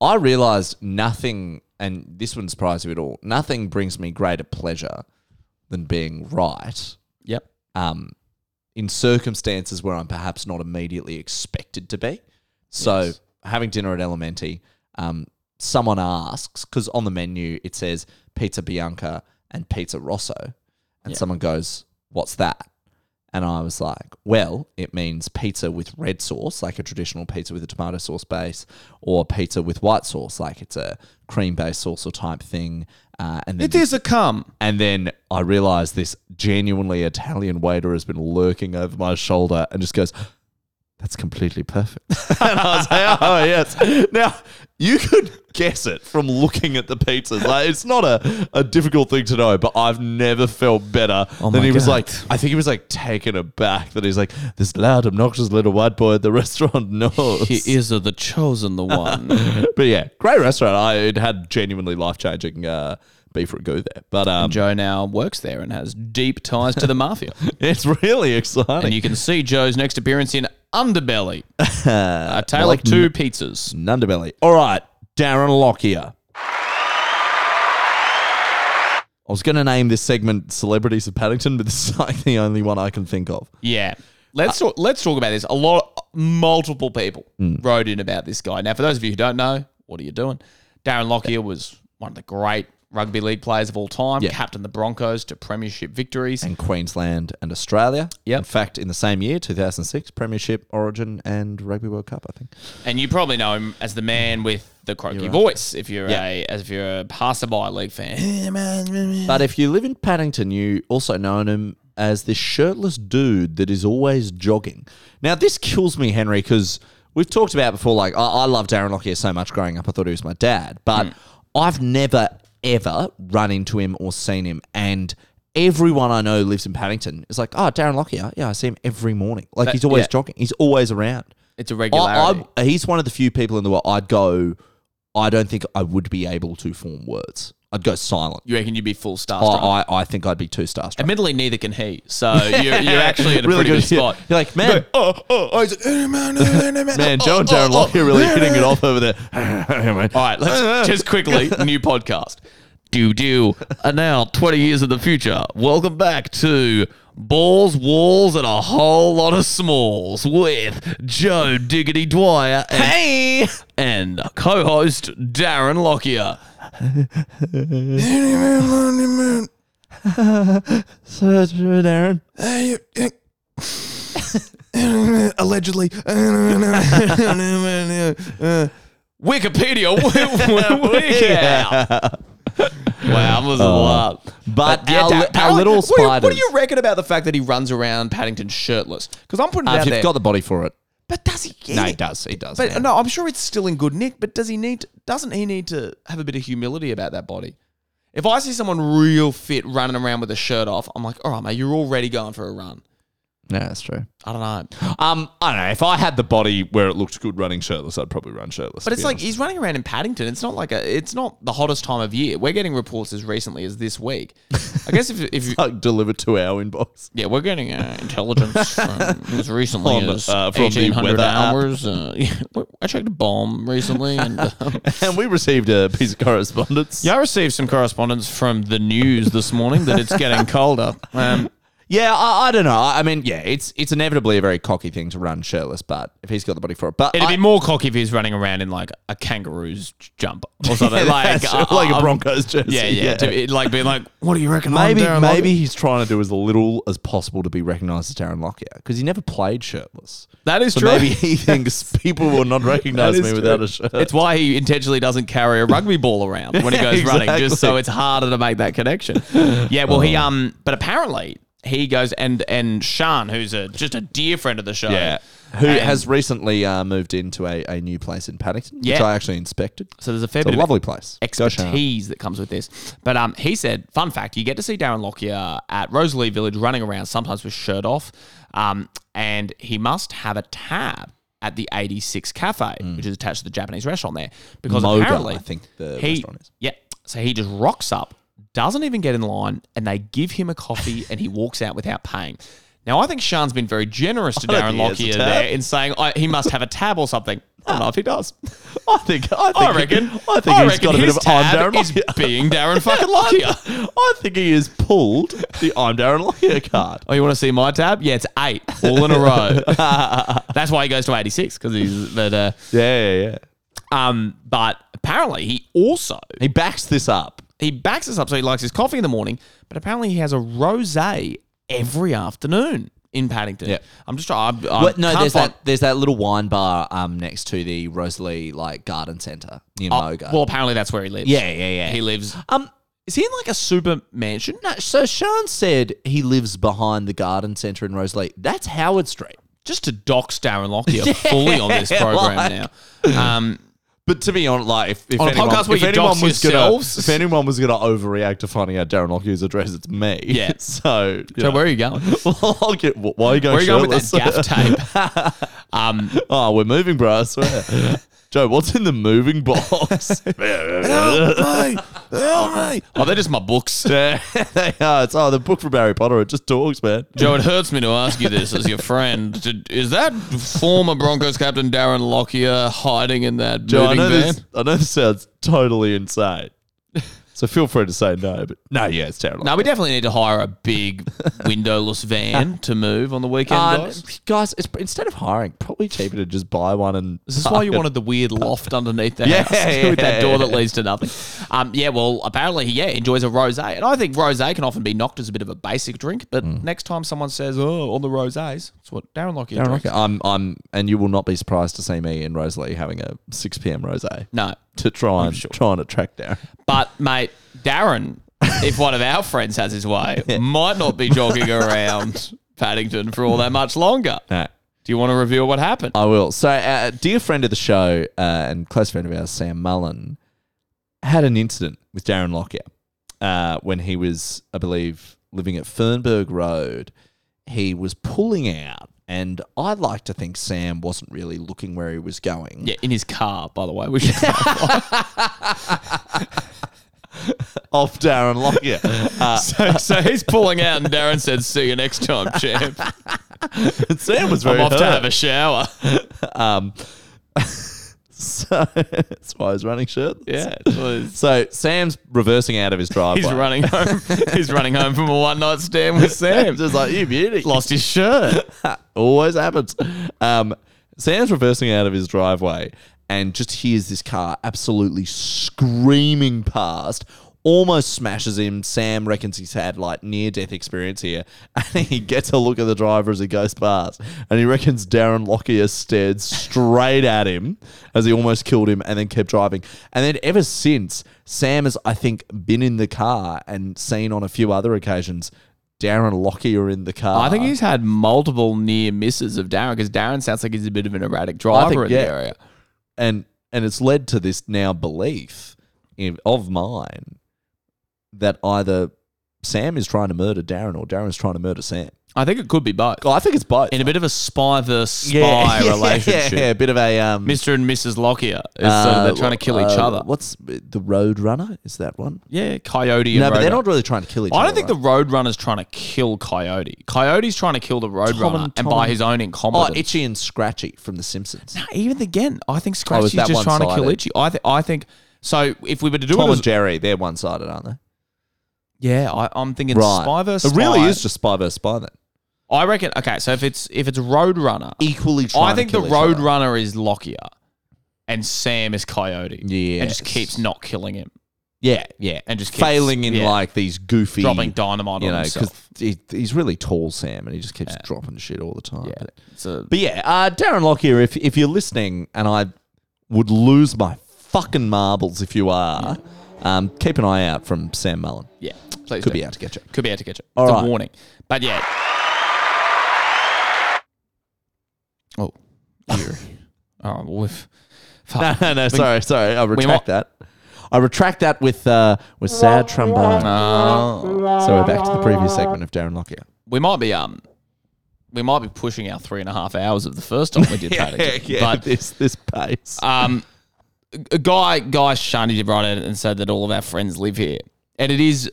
[SPEAKER 5] I realised nothing, and this wouldn't surprise you at all. Nothing brings me greater pleasure than being right.
[SPEAKER 6] Yep.
[SPEAKER 5] Um, in circumstances where I'm perhaps not immediately expected to be. So having dinner at Elementi, um, someone asks because on the menu it says pizza bianca and pizza rosso, and someone goes, "What's that?" And I was like, "Well, it means pizza with red sauce, like a traditional pizza with a tomato sauce base, or pizza with white sauce, like it's a cream-based sauce or type thing." Uh, and then
[SPEAKER 6] It is a cum.
[SPEAKER 5] and then I realized this genuinely Italian waiter has been lurking over my shoulder and just goes, That's completely perfect. and I was like, Oh, yes. Now, you could guess it from looking at the pizzas. Like, it's not a, a difficult thing to know, but I've never felt better than he was like, I think he was like taken aback that he's like, This loud, obnoxious little white boy at the restaurant knows.
[SPEAKER 6] is the chosen the one.
[SPEAKER 5] But yeah, great restaurant. I, it had genuinely life changing uh, beef ragu there. But um,
[SPEAKER 6] Joe now works there and has deep ties to the mafia.
[SPEAKER 5] it's really exciting.
[SPEAKER 6] and you can see Joe's next appearance in Underbelly, a tale
[SPEAKER 5] like
[SPEAKER 6] of two pizzas.
[SPEAKER 5] Nunderbelly. All right, Darren Lockyer. I was going to name this segment "Celebrities of Paddington," but this is like the only one I can think of.
[SPEAKER 6] Yeah, Uh, let's talk, let's talk about this. A lot, multiple people wrote in about this guy. Now, for those of you who don't know, what are you doing? Darren Lockyer was one of the great rugby league players of all time.
[SPEAKER 5] Yeah.
[SPEAKER 6] Captain the Broncos to premiership victories.
[SPEAKER 5] And Queensland and Australia.
[SPEAKER 6] Yep.
[SPEAKER 5] In fact, in the same year, 2006, Premiership, Origin, and Rugby World Cup, I think.
[SPEAKER 6] And you probably know him as the man with the croaky voice if you're
[SPEAKER 5] Yeah.
[SPEAKER 6] a as if you're a passerby league fan.
[SPEAKER 5] But if you live in Paddington, you also know him as this shirtless dude that is always jogging. Now, this kills me, Henry, because we've talked about before. Like, I, I love Darren Lockyer so much growing up. I thought he was my dad, but
[SPEAKER 6] Hmm.
[SPEAKER 5] I've never ever run into him or seen him. And everyone I know who lives in Paddington. is like, oh, Darren Lockyer. Yeah, I see him every morning. Like,
[SPEAKER 6] That-
[SPEAKER 5] he's always
[SPEAKER 6] yeah.
[SPEAKER 5] jogging. He's always around.
[SPEAKER 6] it's a
[SPEAKER 5] I,
[SPEAKER 6] regularity.
[SPEAKER 5] I, he's one of the few people in the world I'd go. I don't think I would be able to form words. I'd go silent.
[SPEAKER 6] you reckon you'd be full star?
[SPEAKER 5] Oh, I, I, I think I'd be two stars.
[SPEAKER 6] Admittedly, neither can he. So you're, you're actually in a pretty good spot.
[SPEAKER 5] You're like, man,
[SPEAKER 12] Oh, oh, oh, he's like, "Hey, man, hey, man, hey, man."
[SPEAKER 5] man,
[SPEAKER 6] "Oh,
[SPEAKER 5] Joe and Darren Lockyer are really hitting it off over there.
[SPEAKER 6] All right, let's just quickly new podcast. Do do and now twenty years in the future. Welcome back to balls, walls, and a whole lot of smalls with Joe Diggity Dwyer. And, hey, and co-host Darren Lockyer.
[SPEAKER 5] So, Darren,
[SPEAKER 12] Hey, eh. Allegedly. Uh,
[SPEAKER 6] Wikipedia week out. Wow, that was a lot.
[SPEAKER 5] Uh, but
[SPEAKER 6] Yeah,
[SPEAKER 5] our,
[SPEAKER 6] Dan,
[SPEAKER 5] li- our
[SPEAKER 6] apparently-
[SPEAKER 5] little
[SPEAKER 6] what do you-
[SPEAKER 5] spiders.
[SPEAKER 6] What do you reckon about the fact that he runs around Paddington shirtless? Because I'm putting it
[SPEAKER 5] Uh,
[SPEAKER 6] out
[SPEAKER 5] if
[SPEAKER 6] there.
[SPEAKER 5] you've got the body for it,
[SPEAKER 6] but does he?
[SPEAKER 5] no, he does. He does.
[SPEAKER 6] But
[SPEAKER 5] man.
[SPEAKER 6] no, I'm sure it's still in good nick. But does he need? To, doesn't he need to have a bit of humility about that body? If I see someone real fit running around with a shirt off, I'm like, all right, mate, you're already going for a run.
[SPEAKER 5] Yeah, that's true.
[SPEAKER 6] I don't know.
[SPEAKER 5] Um, I don't know. If I had the body where it looked good running shirtless, I'd probably run shirtless.
[SPEAKER 6] But
[SPEAKER 5] to
[SPEAKER 6] it's
[SPEAKER 5] be
[SPEAKER 6] like
[SPEAKER 5] honest.
[SPEAKER 6] he's running around in Paddington. It's not like a. It's not the hottest time of year. We're getting reports as recently as this week. I guess if if
[SPEAKER 5] like delivered to our inbox.
[SPEAKER 6] yeah, we're getting uh, intelligence from as recently
[SPEAKER 5] On,
[SPEAKER 6] as
[SPEAKER 5] uh, from the
[SPEAKER 6] eighteen hundred
[SPEAKER 5] weather app.
[SPEAKER 6] hours. Uh, yeah, I checked a bomb recently, and um,
[SPEAKER 5] And we received a piece of correspondence.
[SPEAKER 6] yeah, I received some correspondence from the news this morning that it's getting colder. Um,
[SPEAKER 5] Yeah, I, I don't know. I I mean, yeah, it's it's inevitably a very cocky thing to run shirtless, but if he's got the body for it, but
[SPEAKER 6] It'd
[SPEAKER 5] I-
[SPEAKER 6] be more cocky if he was running around in like a kangaroo's j- jumper or something,
[SPEAKER 5] Yeah,
[SPEAKER 6] like
[SPEAKER 5] that's
[SPEAKER 6] uh,
[SPEAKER 5] true. like a
[SPEAKER 6] um,
[SPEAKER 5] Broncos jersey.
[SPEAKER 6] Yeah, yeah, To, it'd like being like, what do you reckon?
[SPEAKER 5] Maybe
[SPEAKER 6] I'm Darren Lockyer?"
[SPEAKER 5] maybe he's trying to do as little as possible to be recognised as Darren Lockyer because he never played shirtless.
[SPEAKER 6] that is
[SPEAKER 5] So
[SPEAKER 6] true.
[SPEAKER 5] maybe he thinks people will not recognise me without a shirt.
[SPEAKER 6] It's why he intentionally doesn't carry a rugby ball around when he
[SPEAKER 5] Yeah,
[SPEAKER 6] goes running, just so
[SPEAKER 5] exactly.
[SPEAKER 6] it's harder to make that connection. Yeah, well, he um, but apparently he goes and and Sean, who's a just a dear friend of the show,
[SPEAKER 5] yeah. Who
[SPEAKER 6] and-
[SPEAKER 5] has recently uh, moved into a, a new place in Paddington, which
[SPEAKER 6] Yeah.
[SPEAKER 5] I actually inspected.
[SPEAKER 6] So there's a fair
[SPEAKER 5] It's a
[SPEAKER 6] bit of
[SPEAKER 5] lovely place. Go Sharks.
[SPEAKER 6] expertise that comes with this. But um, he said, fun fact, you get to see Darren Lockyer at Rosalie Village running around, sometimes with shirt off, um, and he must have a tab at the 86 Cafe, which is attached to the Japanese restaurant there, because
[SPEAKER 5] Mm. Moga,
[SPEAKER 6] apparently
[SPEAKER 5] I think the
[SPEAKER 6] he,
[SPEAKER 5] restaurant is.
[SPEAKER 6] Yeah, so he just rocks up, doesn't even get in line, and they give him a coffee, and he walks out without paying. Now, I think Sean's been very generous to
[SPEAKER 5] I don't
[SPEAKER 6] Darren
[SPEAKER 5] think he
[SPEAKER 6] Lockyer
[SPEAKER 5] has a tab.
[SPEAKER 6] there in saying I, he must have a tab or something. I don't know if he does.
[SPEAKER 5] I think. I, think
[SPEAKER 6] I reckon.
[SPEAKER 5] I think
[SPEAKER 6] I
[SPEAKER 5] he's
[SPEAKER 6] reckon
[SPEAKER 5] got a bit
[SPEAKER 6] his
[SPEAKER 5] of I'm
[SPEAKER 6] tab
[SPEAKER 5] Darren
[SPEAKER 6] is
[SPEAKER 5] Lockyer.
[SPEAKER 6] being Darren fucking Lockyer.
[SPEAKER 5] I think he has pulled the I'm Darren Lockyer card.
[SPEAKER 6] Oh, you want to see my tab? Yeah, it's eight, all in a row. That's why he goes to eighty six because he's. But uh,
[SPEAKER 5] Yeah, yeah, yeah.
[SPEAKER 6] um, but apparently he also
[SPEAKER 5] He backs this up.
[SPEAKER 6] he backs us up, so he likes his coffee in the morning. But apparently he has a rosé every afternoon in Paddington.
[SPEAKER 5] Yeah.
[SPEAKER 6] I'm just trying. I, I
[SPEAKER 5] But no,
[SPEAKER 6] can't
[SPEAKER 5] there's
[SPEAKER 6] find-
[SPEAKER 5] that there's that little wine bar um next to the Rosalie like garden centre near
[SPEAKER 6] Oh,
[SPEAKER 5] Moga.
[SPEAKER 6] well, apparently that's where he lives.
[SPEAKER 5] yeah, yeah, yeah.
[SPEAKER 6] he lives.
[SPEAKER 5] um,
[SPEAKER 6] Is he in like a super mansion?
[SPEAKER 5] no, so Sean said he lives behind the garden centre in Rosalie. That's Howard Street.
[SPEAKER 6] Just to dox Darren Lockyer fully on this program
[SPEAKER 5] like-
[SPEAKER 6] now. Um,
[SPEAKER 5] But to be honest, like if, if
[SPEAKER 6] On a
[SPEAKER 5] anyone,
[SPEAKER 6] podcast where
[SPEAKER 5] if
[SPEAKER 6] you
[SPEAKER 5] anyone
[SPEAKER 6] dox
[SPEAKER 5] was gonna,
[SPEAKER 6] yourselves.
[SPEAKER 5] if anyone was gonna overreact to finding out Darren Lockyer's address, it's me.
[SPEAKER 6] Yeah.
[SPEAKER 5] so you
[SPEAKER 6] so
[SPEAKER 5] know.
[SPEAKER 6] where are you going?
[SPEAKER 5] Well, I'll get, why are you going?
[SPEAKER 6] Where are you going with
[SPEAKER 5] shirtless?
[SPEAKER 6] that gaff tape? um,
[SPEAKER 5] Oh, we're moving, bro. I swear. Joe, what's in the moving box?
[SPEAKER 6] oh, they're just my books.
[SPEAKER 5] Yeah, they are. It's oh, the book from Harry Potter. It just talks, man.
[SPEAKER 6] Joe, it hurts me to ask you this as your friend. Did- Is that former Broncos captain Darren Lockyer hiding in that
[SPEAKER 5] Joe, I
[SPEAKER 6] moving
[SPEAKER 5] know
[SPEAKER 6] van?
[SPEAKER 5] this. I know this sounds totally insane. So feel free to say no, but no, yeah, it's terrible.
[SPEAKER 6] No, we definitely need to hire a big windowless van to move on the weekend, guys.
[SPEAKER 5] guys, it's, instead of hiring, probably cheaper to just buy one and.
[SPEAKER 6] Is this why you wanted the weird loft underneath the
[SPEAKER 5] Yeah,
[SPEAKER 6] house with that door that
[SPEAKER 5] yeah.
[SPEAKER 6] leads to nothing? Um, yeah, well, apparently he yeah enjoys a rosé, and I think rosé can often be knocked as a bit of a basic drink. But
[SPEAKER 5] Mm.
[SPEAKER 6] next time someone says, "Oh, on the rosés," that's what Darren Lockyer
[SPEAKER 5] Darren
[SPEAKER 6] drinks.
[SPEAKER 5] Lockyer. I'm, I'm, and you will not be surprised to see me and Rosalie having a 6 p.m. rosé
[SPEAKER 6] No,
[SPEAKER 5] to try and try and attract Darren.
[SPEAKER 6] but mate, Darren, if one of our friends has his way, might not be jogging around Paddington for all that much longer.
[SPEAKER 5] No.
[SPEAKER 6] Do you want to reveal what happened?
[SPEAKER 5] I will. So, uh, dear friend of the show uh, and close friend of ours, Sam Mullen, had an incident with Darren Lockyer uh, when he was, I believe, living at Fernberg Road. He was pulling out, and I like to think Sam wasn't really looking where he was going.
[SPEAKER 6] yeah, in his car, by the way. We should
[SPEAKER 5] Off Darren Lockyer. Uh,
[SPEAKER 6] so, so he's pulling out, and Darren said, "See you next time, champ."
[SPEAKER 5] Sam was very
[SPEAKER 6] I'm off to
[SPEAKER 5] hurt.
[SPEAKER 6] have a shower.
[SPEAKER 5] Um, so that's why he's running shirtless.
[SPEAKER 6] Yeah, it was.
[SPEAKER 5] So Sam's reversing out of his driveway.
[SPEAKER 6] He's running home. He's running home from a one night stand with Sam.
[SPEAKER 5] Just like you beauty.
[SPEAKER 6] Lost his shirt.
[SPEAKER 5] Always happens. Um, Sam's reversing out of his driveway and just hears this car absolutely screaming past. Almost smashes him. Sam reckons he's had like near death experience here, and he gets a look at the driver as he goes past, and he reckons Darren Lockyer stared straight at him as he almost killed him, and then kept driving. And then ever since, Sam has I think been in the car and seen on a few other occasions Darren Lockyer in the car.
[SPEAKER 6] I think he's had multiple near misses of Darren because Darren sounds like he's a bit of an erratic driver
[SPEAKER 5] think,
[SPEAKER 6] in
[SPEAKER 5] yeah.
[SPEAKER 6] the area.
[SPEAKER 5] and and it's led to this now belief in, of mine that either Sam is trying to murder Darren or Darren's trying to murder Sam.
[SPEAKER 6] I think it could be both.
[SPEAKER 5] I think it's both.
[SPEAKER 6] In a bit of a spy versus spy relationship.
[SPEAKER 5] Yeah, a bit of a um,
[SPEAKER 6] Mr. and Mrs. Lockyer. Is, uh, they're trying to kill each
[SPEAKER 5] uh,
[SPEAKER 6] other.
[SPEAKER 5] What's the Road Runner? Is that one?
[SPEAKER 6] Yeah, Coyote and
[SPEAKER 5] no, but they're
[SPEAKER 6] Roadrunner.
[SPEAKER 5] not really trying to kill each
[SPEAKER 6] I
[SPEAKER 5] other.
[SPEAKER 6] don't think the Roadrunner's trying to kill Coyote. Coyote's trying to kill the
[SPEAKER 5] Tom
[SPEAKER 6] Roadrunner
[SPEAKER 5] and-
[SPEAKER 6] and,
[SPEAKER 5] Tom
[SPEAKER 6] by
[SPEAKER 5] and-
[SPEAKER 6] his own
[SPEAKER 5] Oh,
[SPEAKER 6] incompetence.
[SPEAKER 5] Itchy and Scratchy from The Simpsons.
[SPEAKER 6] Nah, even again, I think
[SPEAKER 5] Oh, is
[SPEAKER 6] Scratchy's
[SPEAKER 5] that
[SPEAKER 6] just trying to kill
[SPEAKER 5] one-sided?
[SPEAKER 6] Itchy. I, th- I think so. If we were to do
[SPEAKER 5] Tom
[SPEAKER 6] it,
[SPEAKER 5] and
[SPEAKER 6] as,
[SPEAKER 5] Jerry, they're one sided, aren't they?
[SPEAKER 6] yeah, I, I'm thinking spy versus
[SPEAKER 5] It really
[SPEAKER 6] spy.
[SPEAKER 5] is just spy versus spy then.
[SPEAKER 6] I reckon. Okay, so if it's if it's Roadrunner,
[SPEAKER 5] Equally trying
[SPEAKER 6] I think
[SPEAKER 5] to
[SPEAKER 6] the
[SPEAKER 5] kill each other.
[SPEAKER 6] Roadrunner is Lockyer, and Sam is Coyote. and
[SPEAKER 5] Yes.
[SPEAKER 6] just keeps not killing him,
[SPEAKER 5] Yeah, yeah.
[SPEAKER 6] and just keeps,
[SPEAKER 5] Failing in
[SPEAKER 6] yeah,
[SPEAKER 5] like these goofy.
[SPEAKER 6] dropping dynamite
[SPEAKER 5] you
[SPEAKER 6] on
[SPEAKER 5] know,
[SPEAKER 6] himself.
[SPEAKER 5] because he, he's really tall, Sam, and he just keeps dropping shit all the time.
[SPEAKER 6] Yeah,
[SPEAKER 5] But-
[SPEAKER 6] it's a-
[SPEAKER 5] But yeah, uh, Darren Lockyer, if if you're listening, and I would lose my fucking marbles if you are, um, keep an eye out from Sam Mullen.
[SPEAKER 6] yeah, please
[SPEAKER 5] Could
[SPEAKER 6] do.
[SPEAKER 5] be out to get you.
[SPEAKER 6] Could be out to get you.
[SPEAKER 5] All
[SPEAKER 6] it's
[SPEAKER 5] right.
[SPEAKER 6] a warning. But yeah. Oh, here. All right. Well, we've.
[SPEAKER 5] No,
[SPEAKER 6] Fuck.
[SPEAKER 5] no, no. Sorry, sorry. I retract
[SPEAKER 6] want-
[SPEAKER 5] that. I retract that with uh, with sad trombone.
[SPEAKER 6] Oh.
[SPEAKER 5] So we're back to the previous segment of Darren Lockyer.
[SPEAKER 6] we might be um, we might be pushing our three and a half hours of the first time we did that. But
[SPEAKER 5] this this pace.
[SPEAKER 6] um, a guy guy shunted it right in and said that all of our friends live here, and it is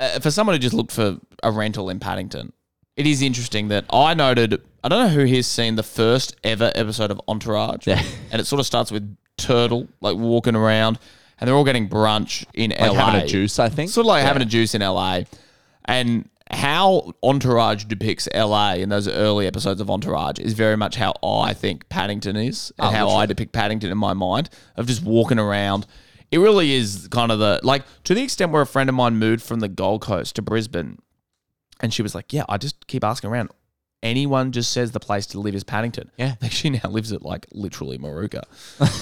[SPEAKER 6] uh, for someone who just looked for a rental in Paddington. It is interesting that I noted. I don't know who here's seen the first ever episode of Entourage,
[SPEAKER 5] Yeah.
[SPEAKER 6] and it sort of starts with Turtle like walking around, and they're all getting brunch in
[SPEAKER 5] like
[SPEAKER 6] LA,
[SPEAKER 5] having a juice, I think.
[SPEAKER 6] sort of like having a juice in LA, and. How Entourage depicts LA in those early episodes of Entourage is very much how I think Paddington is
[SPEAKER 5] Ah,
[SPEAKER 6] and how I depict Paddington in my mind of just walking around. It really is kind of the like to the extent where a friend of mine moved from the Gold Coast to Brisbane and she was like, Yeah, I just keep asking around. Anyone just says the place to live is Paddington. Yeah. Like she now lives at like literally Maruka.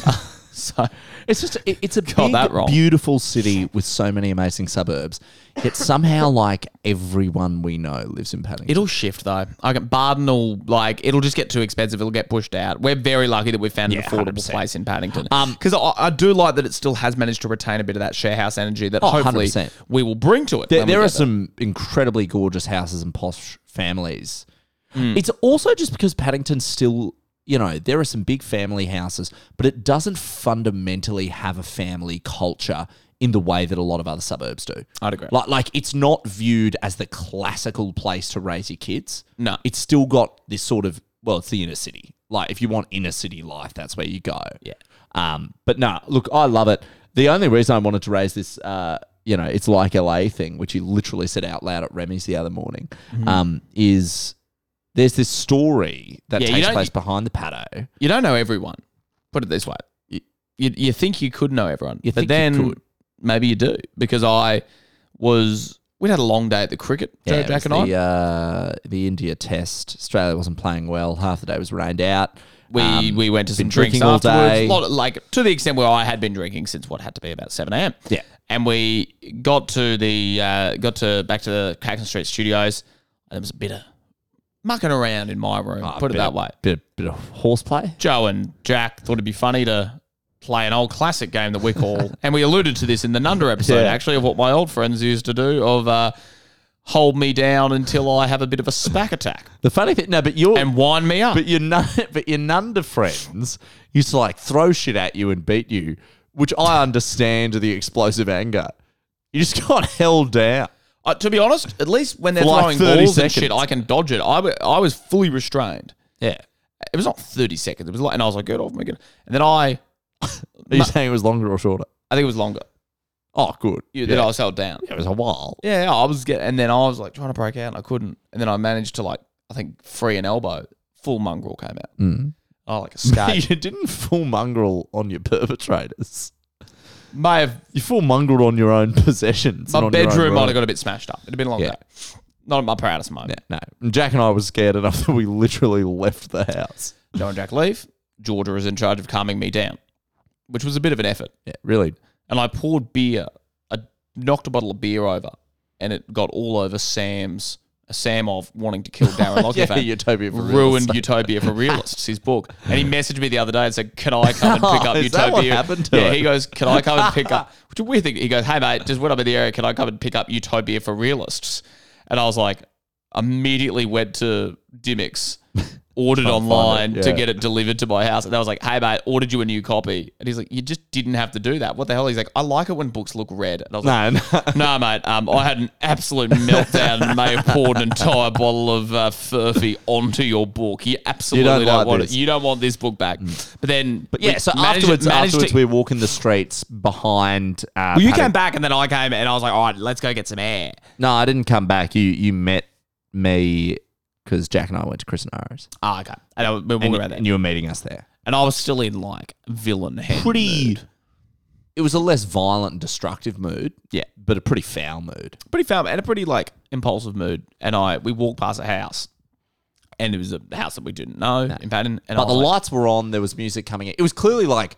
[SPEAKER 6] so
[SPEAKER 5] It's just it, it's a
[SPEAKER 6] Got
[SPEAKER 5] big,
[SPEAKER 6] that wrong.
[SPEAKER 5] beautiful city with so many amazing suburbs. Yet somehow, like everyone we know lives in Paddington.
[SPEAKER 6] It'll shift though. I can Barden will like it'll just get too expensive. It'll get pushed out. We're very lucky that we found an affordable place in Paddington. Um, because I, I do like that it still has managed to retain a bit of that share house energy that
[SPEAKER 5] Oh,
[SPEAKER 6] hopefully
[SPEAKER 5] 100%.
[SPEAKER 6] we will bring to it.
[SPEAKER 5] there
[SPEAKER 6] when we
[SPEAKER 5] there are
[SPEAKER 6] get
[SPEAKER 5] some incredibly gorgeous houses and posh families.
[SPEAKER 6] Hmm.
[SPEAKER 5] It's also just because Paddington's still, you know, there are some big family houses, but it doesn't fundamentally have a family culture in the way that a lot of other suburbs do.
[SPEAKER 6] I'd agree.
[SPEAKER 5] Like, like it's not viewed as the classical place to raise your kids.
[SPEAKER 6] No.
[SPEAKER 5] it's still got this sort of well, it's the inner city. Like, if you want inner city life, that's where you go. Yeah. Um, but no, look, I love it. The only reason I wanted to raise this, uh, you know, it's like LA thing, which you literally said out loud at Remy's the other morning,
[SPEAKER 6] Mm-hmm.
[SPEAKER 5] um, is there's this story that
[SPEAKER 6] Yeah, you
[SPEAKER 5] takes
[SPEAKER 6] don't-
[SPEAKER 5] place behind the patio.
[SPEAKER 6] you don't know everyone. Put it this way: you, you, you think you could know everyone,
[SPEAKER 5] You
[SPEAKER 6] but
[SPEAKER 5] think you
[SPEAKER 6] then
[SPEAKER 5] could.
[SPEAKER 6] maybe you do. Because I was we had a long day at the cricket. Joe,
[SPEAKER 5] it was
[SPEAKER 6] Jack and I.
[SPEAKER 5] the, uh, the India test. Australia wasn't playing well. Half the day was rained out.
[SPEAKER 6] We
[SPEAKER 5] Um,
[SPEAKER 6] we went to some
[SPEAKER 5] been
[SPEAKER 6] drinks
[SPEAKER 5] drinking all
[SPEAKER 6] afterwards.
[SPEAKER 5] day.
[SPEAKER 6] Lot of- like to the extent where I had been drinking since what had to be about seven a.m.
[SPEAKER 5] Yeah.
[SPEAKER 6] and we got to the uh, got to back to the Caxton Street Studios, and it was a bit of mucking around in my room.
[SPEAKER 5] Ah,
[SPEAKER 6] put it
[SPEAKER 5] bit
[SPEAKER 6] that
[SPEAKER 5] of-
[SPEAKER 6] way.
[SPEAKER 5] Bit, bit of horseplay.
[SPEAKER 6] Joe and Jack thought it'd be funny to play an old classic game that we call, and we alluded to this in the Nunder episode
[SPEAKER 5] Yeah.
[SPEAKER 6] actually of what my old friends used to do of uh, hold me down until I have a bit of a spack attack
[SPEAKER 5] The funny thing, no, but you're
[SPEAKER 6] and wind me up.
[SPEAKER 5] but your nun, but your nun to friends used to like throw shit at you and beat you, which I understand the explosive anger. You just got held down.
[SPEAKER 6] Uh, to be honest, at least when they're
[SPEAKER 5] For like
[SPEAKER 6] throwing
[SPEAKER 5] 30
[SPEAKER 6] balls and shit,
[SPEAKER 5] seconds.
[SPEAKER 6] I can dodge it. I wa- I was fully restrained.
[SPEAKER 5] Yeah.
[SPEAKER 6] It was not thirty seconds. It was like, and I was like, "Get off me!" Get. And then I,
[SPEAKER 5] Are you saying it was longer or shorter?
[SPEAKER 6] I think it was longer.
[SPEAKER 5] Oh, good.
[SPEAKER 6] You,
[SPEAKER 5] yeah.
[SPEAKER 6] That I was held down.
[SPEAKER 5] it was a while.
[SPEAKER 6] Yeah, I was getting, and then I was like trying to break out, and I couldn't. And then I managed to like, I think free an elbow. Full mongrel came out.
[SPEAKER 5] Mm.
[SPEAKER 6] Oh, like a skate.
[SPEAKER 5] you didn't full mongrel on your perpetrators.
[SPEAKER 6] May have
[SPEAKER 5] You full mongrel on your own possessions. and
[SPEAKER 6] my
[SPEAKER 5] on your own
[SPEAKER 6] bedroom might
[SPEAKER 5] right.
[SPEAKER 6] have got a bit smashed up. It'd have been a long
[SPEAKER 5] Yeah.
[SPEAKER 6] day. Not at my proudest moment.
[SPEAKER 5] No, no. Jack and I were scared enough that we literally left the house.
[SPEAKER 6] Joe and Jack leave. Georgia is in charge of calming me down, which was a bit of an effort.
[SPEAKER 5] Yeah, really.
[SPEAKER 6] and I poured beer. I knocked a bottle of beer over, and it got all over Sam's a Sam of wanting to kill Darren Lockyer
[SPEAKER 5] Yeah, Utopia for
[SPEAKER 6] ruined
[SPEAKER 5] Realists.
[SPEAKER 6] Utopia for Realists, his book. And he messaged me the other day and said, Can I come and pick
[SPEAKER 5] Oh,
[SPEAKER 6] up
[SPEAKER 5] is
[SPEAKER 6] Utopia?
[SPEAKER 5] that what happened to
[SPEAKER 6] yeah,
[SPEAKER 5] it?
[SPEAKER 6] he goes, Can I come and pick up which is a weird thing. He goes, Hey mate, just when I'm in the area, can I come and pick up Utopia for Realists? And I was like, immediately went to Dimmicks, ordered online
[SPEAKER 5] it,
[SPEAKER 6] to
[SPEAKER 5] yeah.
[SPEAKER 6] get it delivered to my house. And I was like, Hey mate, ordered you a new copy. And he's like, You just didn't have to do that. What the hell? He's like, I like it when books look red. And I was like,
[SPEAKER 5] No, no.
[SPEAKER 6] no, mate. Um, I had an absolute meltdown and they poured an entire bottle of uh, Furphy onto your book. You absolutely
[SPEAKER 5] don't
[SPEAKER 6] don't,
[SPEAKER 5] like
[SPEAKER 6] want
[SPEAKER 5] this.
[SPEAKER 6] it. You don't want this book back. But then,
[SPEAKER 5] But
[SPEAKER 6] we
[SPEAKER 5] yeah, so
[SPEAKER 6] managed-
[SPEAKER 5] afterwards,
[SPEAKER 6] managed
[SPEAKER 5] afterwards
[SPEAKER 6] to-
[SPEAKER 5] we were walking the streets behind. Uh,
[SPEAKER 6] well, you
[SPEAKER 5] Paddington-
[SPEAKER 6] came back and then I came and I was like, all right, let's go get some air.
[SPEAKER 5] No, I didn't come back. You you met me because Jack and I went to Chris and Iris,
[SPEAKER 6] Ah, okay. And I, we were
[SPEAKER 5] and,
[SPEAKER 6] walking around there.
[SPEAKER 5] and you were meeting us there.
[SPEAKER 6] And I was still in like villain head.
[SPEAKER 5] Pretty.
[SPEAKER 6] mood.
[SPEAKER 5] It was a less violent and destructive mood.
[SPEAKER 6] Yeah.
[SPEAKER 5] but a pretty foul mood.
[SPEAKER 6] pretty foul and a pretty like impulsive mood. And I we walked past a house, and it was a house that we didn't know in Patton. And I
[SPEAKER 5] but the
[SPEAKER 6] was like,
[SPEAKER 5] lights were on. There was music coming in. It was clearly like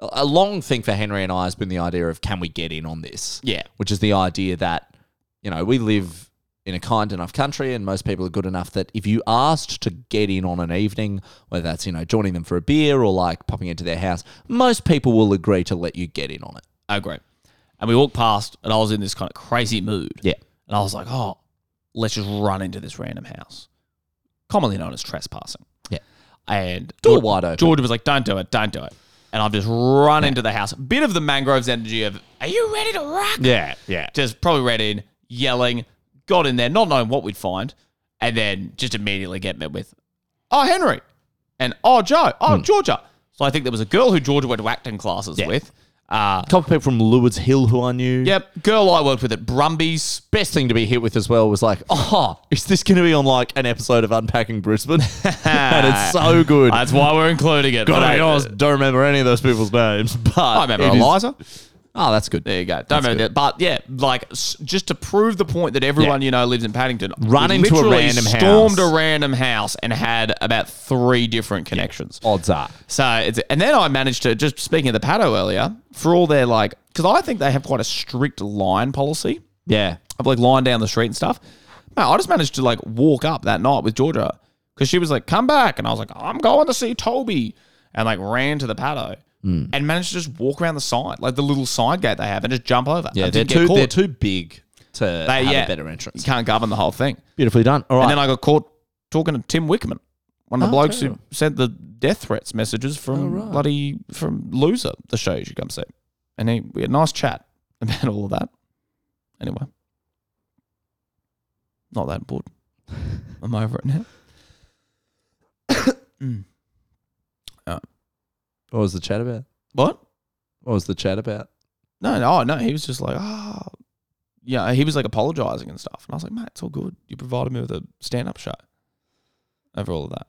[SPEAKER 5] a a long thing for Henry and I has been the idea of can we get in on this?
[SPEAKER 6] Yeah.
[SPEAKER 5] which is the idea that you know we live in a kind enough country, and most people are good enough that if you asked to get in on an evening, whether that's you know joining them for a beer or like popping into their house, most people will agree to let you get in on it.
[SPEAKER 6] I agree. And we walked past, and I was in this kind of crazy mood.
[SPEAKER 5] Yeah.
[SPEAKER 6] And I was like, oh, let's just run into this random house, commonly known as trespassing.
[SPEAKER 5] Yeah.
[SPEAKER 6] And
[SPEAKER 5] Door
[SPEAKER 6] Geor-
[SPEAKER 5] wide open.
[SPEAKER 6] Georgia was like, don't do it, don't do it. And I've just run into the house. Bit of the mangroves energy of, are you ready to rock?
[SPEAKER 5] Yeah, yeah.
[SPEAKER 6] Just probably ran in, yelling, got in there, not knowing what we'd find, and then just immediately get met with, oh, Henry, and oh, Joe, oh,
[SPEAKER 5] Hmm.
[SPEAKER 6] Georgia. So I think there was a girl who Georgia went to acting classes with. Uh,
[SPEAKER 5] A couple of people from Lewards Hill who I knew.
[SPEAKER 6] Yep, girl I worked with at Brumbies.
[SPEAKER 5] Best thing to be hit with as well was like, oh, is this going to be on like an episode of Unpacking Brisbane? and it's so good.
[SPEAKER 6] That's why we're including it.
[SPEAKER 5] God,
[SPEAKER 6] But
[SPEAKER 5] I
[SPEAKER 6] I-
[SPEAKER 5] honest- don't remember any of those people's names, but
[SPEAKER 6] I remember
[SPEAKER 5] it is-
[SPEAKER 6] Eliza.
[SPEAKER 5] Oh, that's good.
[SPEAKER 6] There you go. Don't remember that. But yeah, like s- just to prove the point that everyone you know lives in Paddington,
[SPEAKER 5] Run
[SPEAKER 6] we
[SPEAKER 5] into a
[SPEAKER 6] literally
[SPEAKER 5] random house.
[SPEAKER 6] stormed a random house and had about three different connections.
[SPEAKER 5] Odds are.
[SPEAKER 6] So it's and then I managed to just speaking of the Pato earlier for all their like because I think they have quite a strict line policy.
[SPEAKER 5] Yeah.
[SPEAKER 6] of like lying down the street and stuff. Man, I just managed to like walk up that night with Georgia because she was like, "Come back," and I was like, "I'm going to see Toby," and like ran to the paddo
[SPEAKER 5] Hmm.
[SPEAKER 6] and managed to just walk around the side, like the little side gate they have, and just jump over.
[SPEAKER 5] Yeah,
[SPEAKER 6] I
[SPEAKER 5] they're
[SPEAKER 6] didn't get
[SPEAKER 5] too,
[SPEAKER 6] caught.
[SPEAKER 5] they're too big to
[SPEAKER 6] They-
[SPEAKER 5] have
[SPEAKER 6] yeah,
[SPEAKER 5] a better
[SPEAKER 6] You
[SPEAKER 5] entrance.
[SPEAKER 6] can't govern the whole thing.
[SPEAKER 5] Beautifully done. All right.
[SPEAKER 6] And then I got caught talking to Tim Wickerman, one of the
[SPEAKER 5] Oh,
[SPEAKER 6] blokes
[SPEAKER 5] terrible. Oh,
[SPEAKER 6] who sent the death threats messages from bloody from Loser, the show you should come see. And he, we had a nice chat about all of that. Anyway, not that important. I'm over it now.
[SPEAKER 5] what was the chat about?
[SPEAKER 6] What?
[SPEAKER 5] What was the chat about?
[SPEAKER 6] No, no, no. He was just like, ah, yeah. He was like apologizing and stuff, and I was like, mate, it's all good. You provided me with a stand-up show. Over all of that,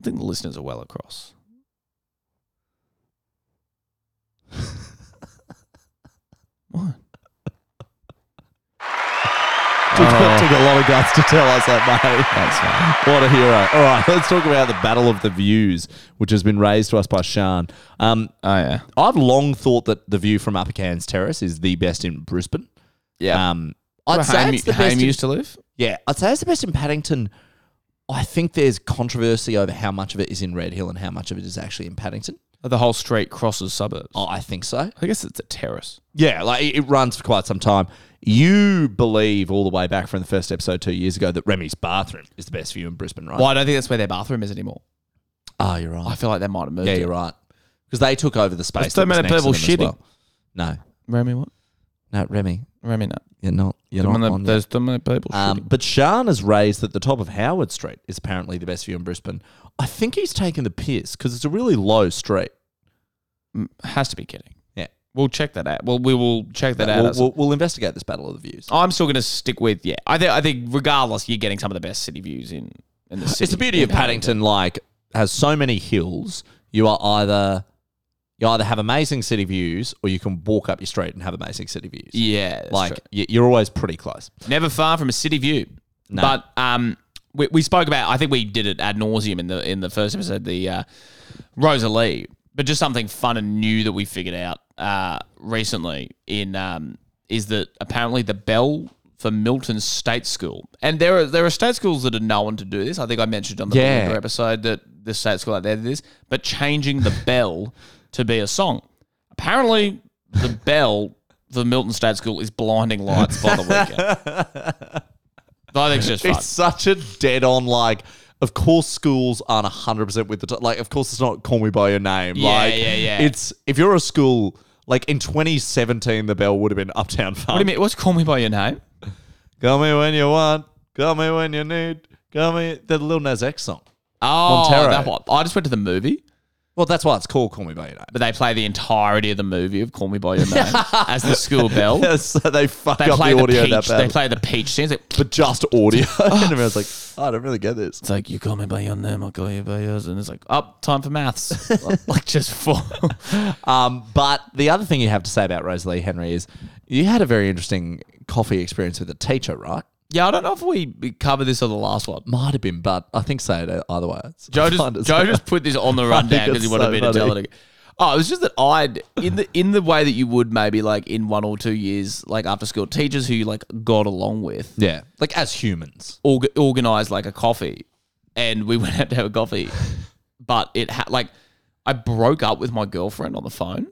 [SPEAKER 6] I think the listeners are well across. what?
[SPEAKER 5] Took, took a lot of guts to tell us that, mate. What a hero. All right, let's talk about the Battle of the Views, which has been raised to us by Sean. Um,
[SPEAKER 6] Oh yeah,
[SPEAKER 5] I've long thought that the view from Upper Cairns Terrace is the best in Brisbane.
[SPEAKER 6] yeah.
[SPEAKER 5] Um, I'd
[SPEAKER 6] Where
[SPEAKER 5] say
[SPEAKER 6] Haim-
[SPEAKER 5] it's the
[SPEAKER 6] Haim
[SPEAKER 5] best. in-
[SPEAKER 6] used to live.
[SPEAKER 5] Yeah, I'd say it's the best in Paddington. I think there's controversy over how much of it is in Red Hill and how much of it is actually in Paddington.
[SPEAKER 6] The whole street crosses suburbs.
[SPEAKER 5] Oh, I think so.
[SPEAKER 6] I guess it's a terrace.
[SPEAKER 5] Yeah, like it it runs for quite some time. You believe all the way back from the first episode two years ago that Remy's bathroom is the best view in Brisbane, right?
[SPEAKER 6] Well, I don't think that's where their bathroom is anymore.
[SPEAKER 5] Oh, you're right.
[SPEAKER 6] I feel like they might have moved.
[SPEAKER 5] yeah,
[SPEAKER 6] it.
[SPEAKER 5] you're right. Because they took over the space.
[SPEAKER 6] There's so
[SPEAKER 5] that was
[SPEAKER 6] many
[SPEAKER 5] next to
[SPEAKER 6] people
[SPEAKER 5] them as
[SPEAKER 6] shitting.
[SPEAKER 5] well. No,
[SPEAKER 6] Remy, what?
[SPEAKER 5] no, Remy,
[SPEAKER 6] Remy, no.
[SPEAKER 5] you're not. You're
[SPEAKER 6] Too
[SPEAKER 5] not
[SPEAKER 6] many-
[SPEAKER 5] on yet.
[SPEAKER 6] there's too many people.
[SPEAKER 5] Um,
[SPEAKER 6] shooting.
[SPEAKER 5] but Sean has raised that the top of Howard Street is apparently the best view in Brisbane. I think he's taken the piss because it's a really low street.
[SPEAKER 6] has to be kidding.
[SPEAKER 5] Yeah.
[SPEAKER 6] We'll check that out. Well, we will check that Oh, out.
[SPEAKER 5] We'll,
[SPEAKER 6] as-
[SPEAKER 5] we'll, we'll investigate this battle of the views.
[SPEAKER 6] I'm still going to stick with yeah. I think I think regardless, you're getting some of the best city views in in the city.
[SPEAKER 5] it's the beauty of
[SPEAKER 6] in
[SPEAKER 5] Paddington. Like has so many hills. You are either you either have amazing city views or you can walk up your street and have amazing city views.
[SPEAKER 6] Yeah, that's
[SPEAKER 5] like
[SPEAKER 6] true.
[SPEAKER 5] y- you're always pretty close.
[SPEAKER 6] never far from a city view.
[SPEAKER 5] No.
[SPEAKER 6] But um, we, we spoke about. I think we did it ad nauseum in the in the first episode. The uh, Rosalie, but just something fun and new that we figured out uh, recently in um, is that apparently the bell for Milton State School. And there are there are state schools that are known to do this. I think I mentioned on the
[SPEAKER 5] Yeah.
[SPEAKER 6] Belinda episode that the state school out there did this, but changing the bell to be a song. Apparently, the bell for Milton State School is blinding lights by the weekend. I think it's just fun.
[SPEAKER 5] It's such a dead on like. Of course, schools aren't hundred percent with the t- like. Of course, it's not call me by your name.
[SPEAKER 6] Yeah,
[SPEAKER 5] like,
[SPEAKER 6] yeah, yeah.
[SPEAKER 5] It's if you're a school like in 2017, the bell would have been Uptown Funk.
[SPEAKER 6] what do you mean? What's call me by your name?
[SPEAKER 5] Call me when you want. Call me when you need. Call me the Lil Nas X song.
[SPEAKER 6] Oh,
[SPEAKER 5] Montero.
[SPEAKER 6] that one. I just went to the movie.
[SPEAKER 5] Well, that's why it's called Call Me by Your Name.
[SPEAKER 6] but they play the entirety of the movie of Call Me by Your Name as the school bell. They
[SPEAKER 5] so they fuck up
[SPEAKER 6] play
[SPEAKER 5] the
[SPEAKER 6] the,
[SPEAKER 5] audio
[SPEAKER 6] peach.
[SPEAKER 5] that
[SPEAKER 6] They
[SPEAKER 5] bad,
[SPEAKER 6] play the peach scenes. Like,
[SPEAKER 5] but just audio. and everyone's like, I don't really get this.
[SPEAKER 6] it's like you call me by your name, I'll call you by yours, and it's like, up oh, time for maths. like just for
[SPEAKER 5] Um, but the other thing you have to say about Rosalie Henry is you had a very interesting coffee experience with a teacher, right?
[SPEAKER 6] yeah. I don't know if we covered this on the last one.
[SPEAKER 5] Might have been, but I think so either way. It's- I
[SPEAKER 6] Joe
[SPEAKER 5] find it
[SPEAKER 6] just, Joe
[SPEAKER 5] so-
[SPEAKER 6] just put this on the
[SPEAKER 5] I
[SPEAKER 6] rundown
[SPEAKER 5] think
[SPEAKER 6] because he
[SPEAKER 5] it's
[SPEAKER 6] wanted
[SPEAKER 5] so
[SPEAKER 6] me to tell it
[SPEAKER 5] funny.
[SPEAKER 6] again. Oh, it was just that I'd in the in the way that you would maybe like in one or two years, like after school teachers who you like got along with.
[SPEAKER 5] yeah, like as humans.
[SPEAKER 6] org- organized like a coffee and we went out to have a coffee but it had like i broke up with my girlfriend on the phone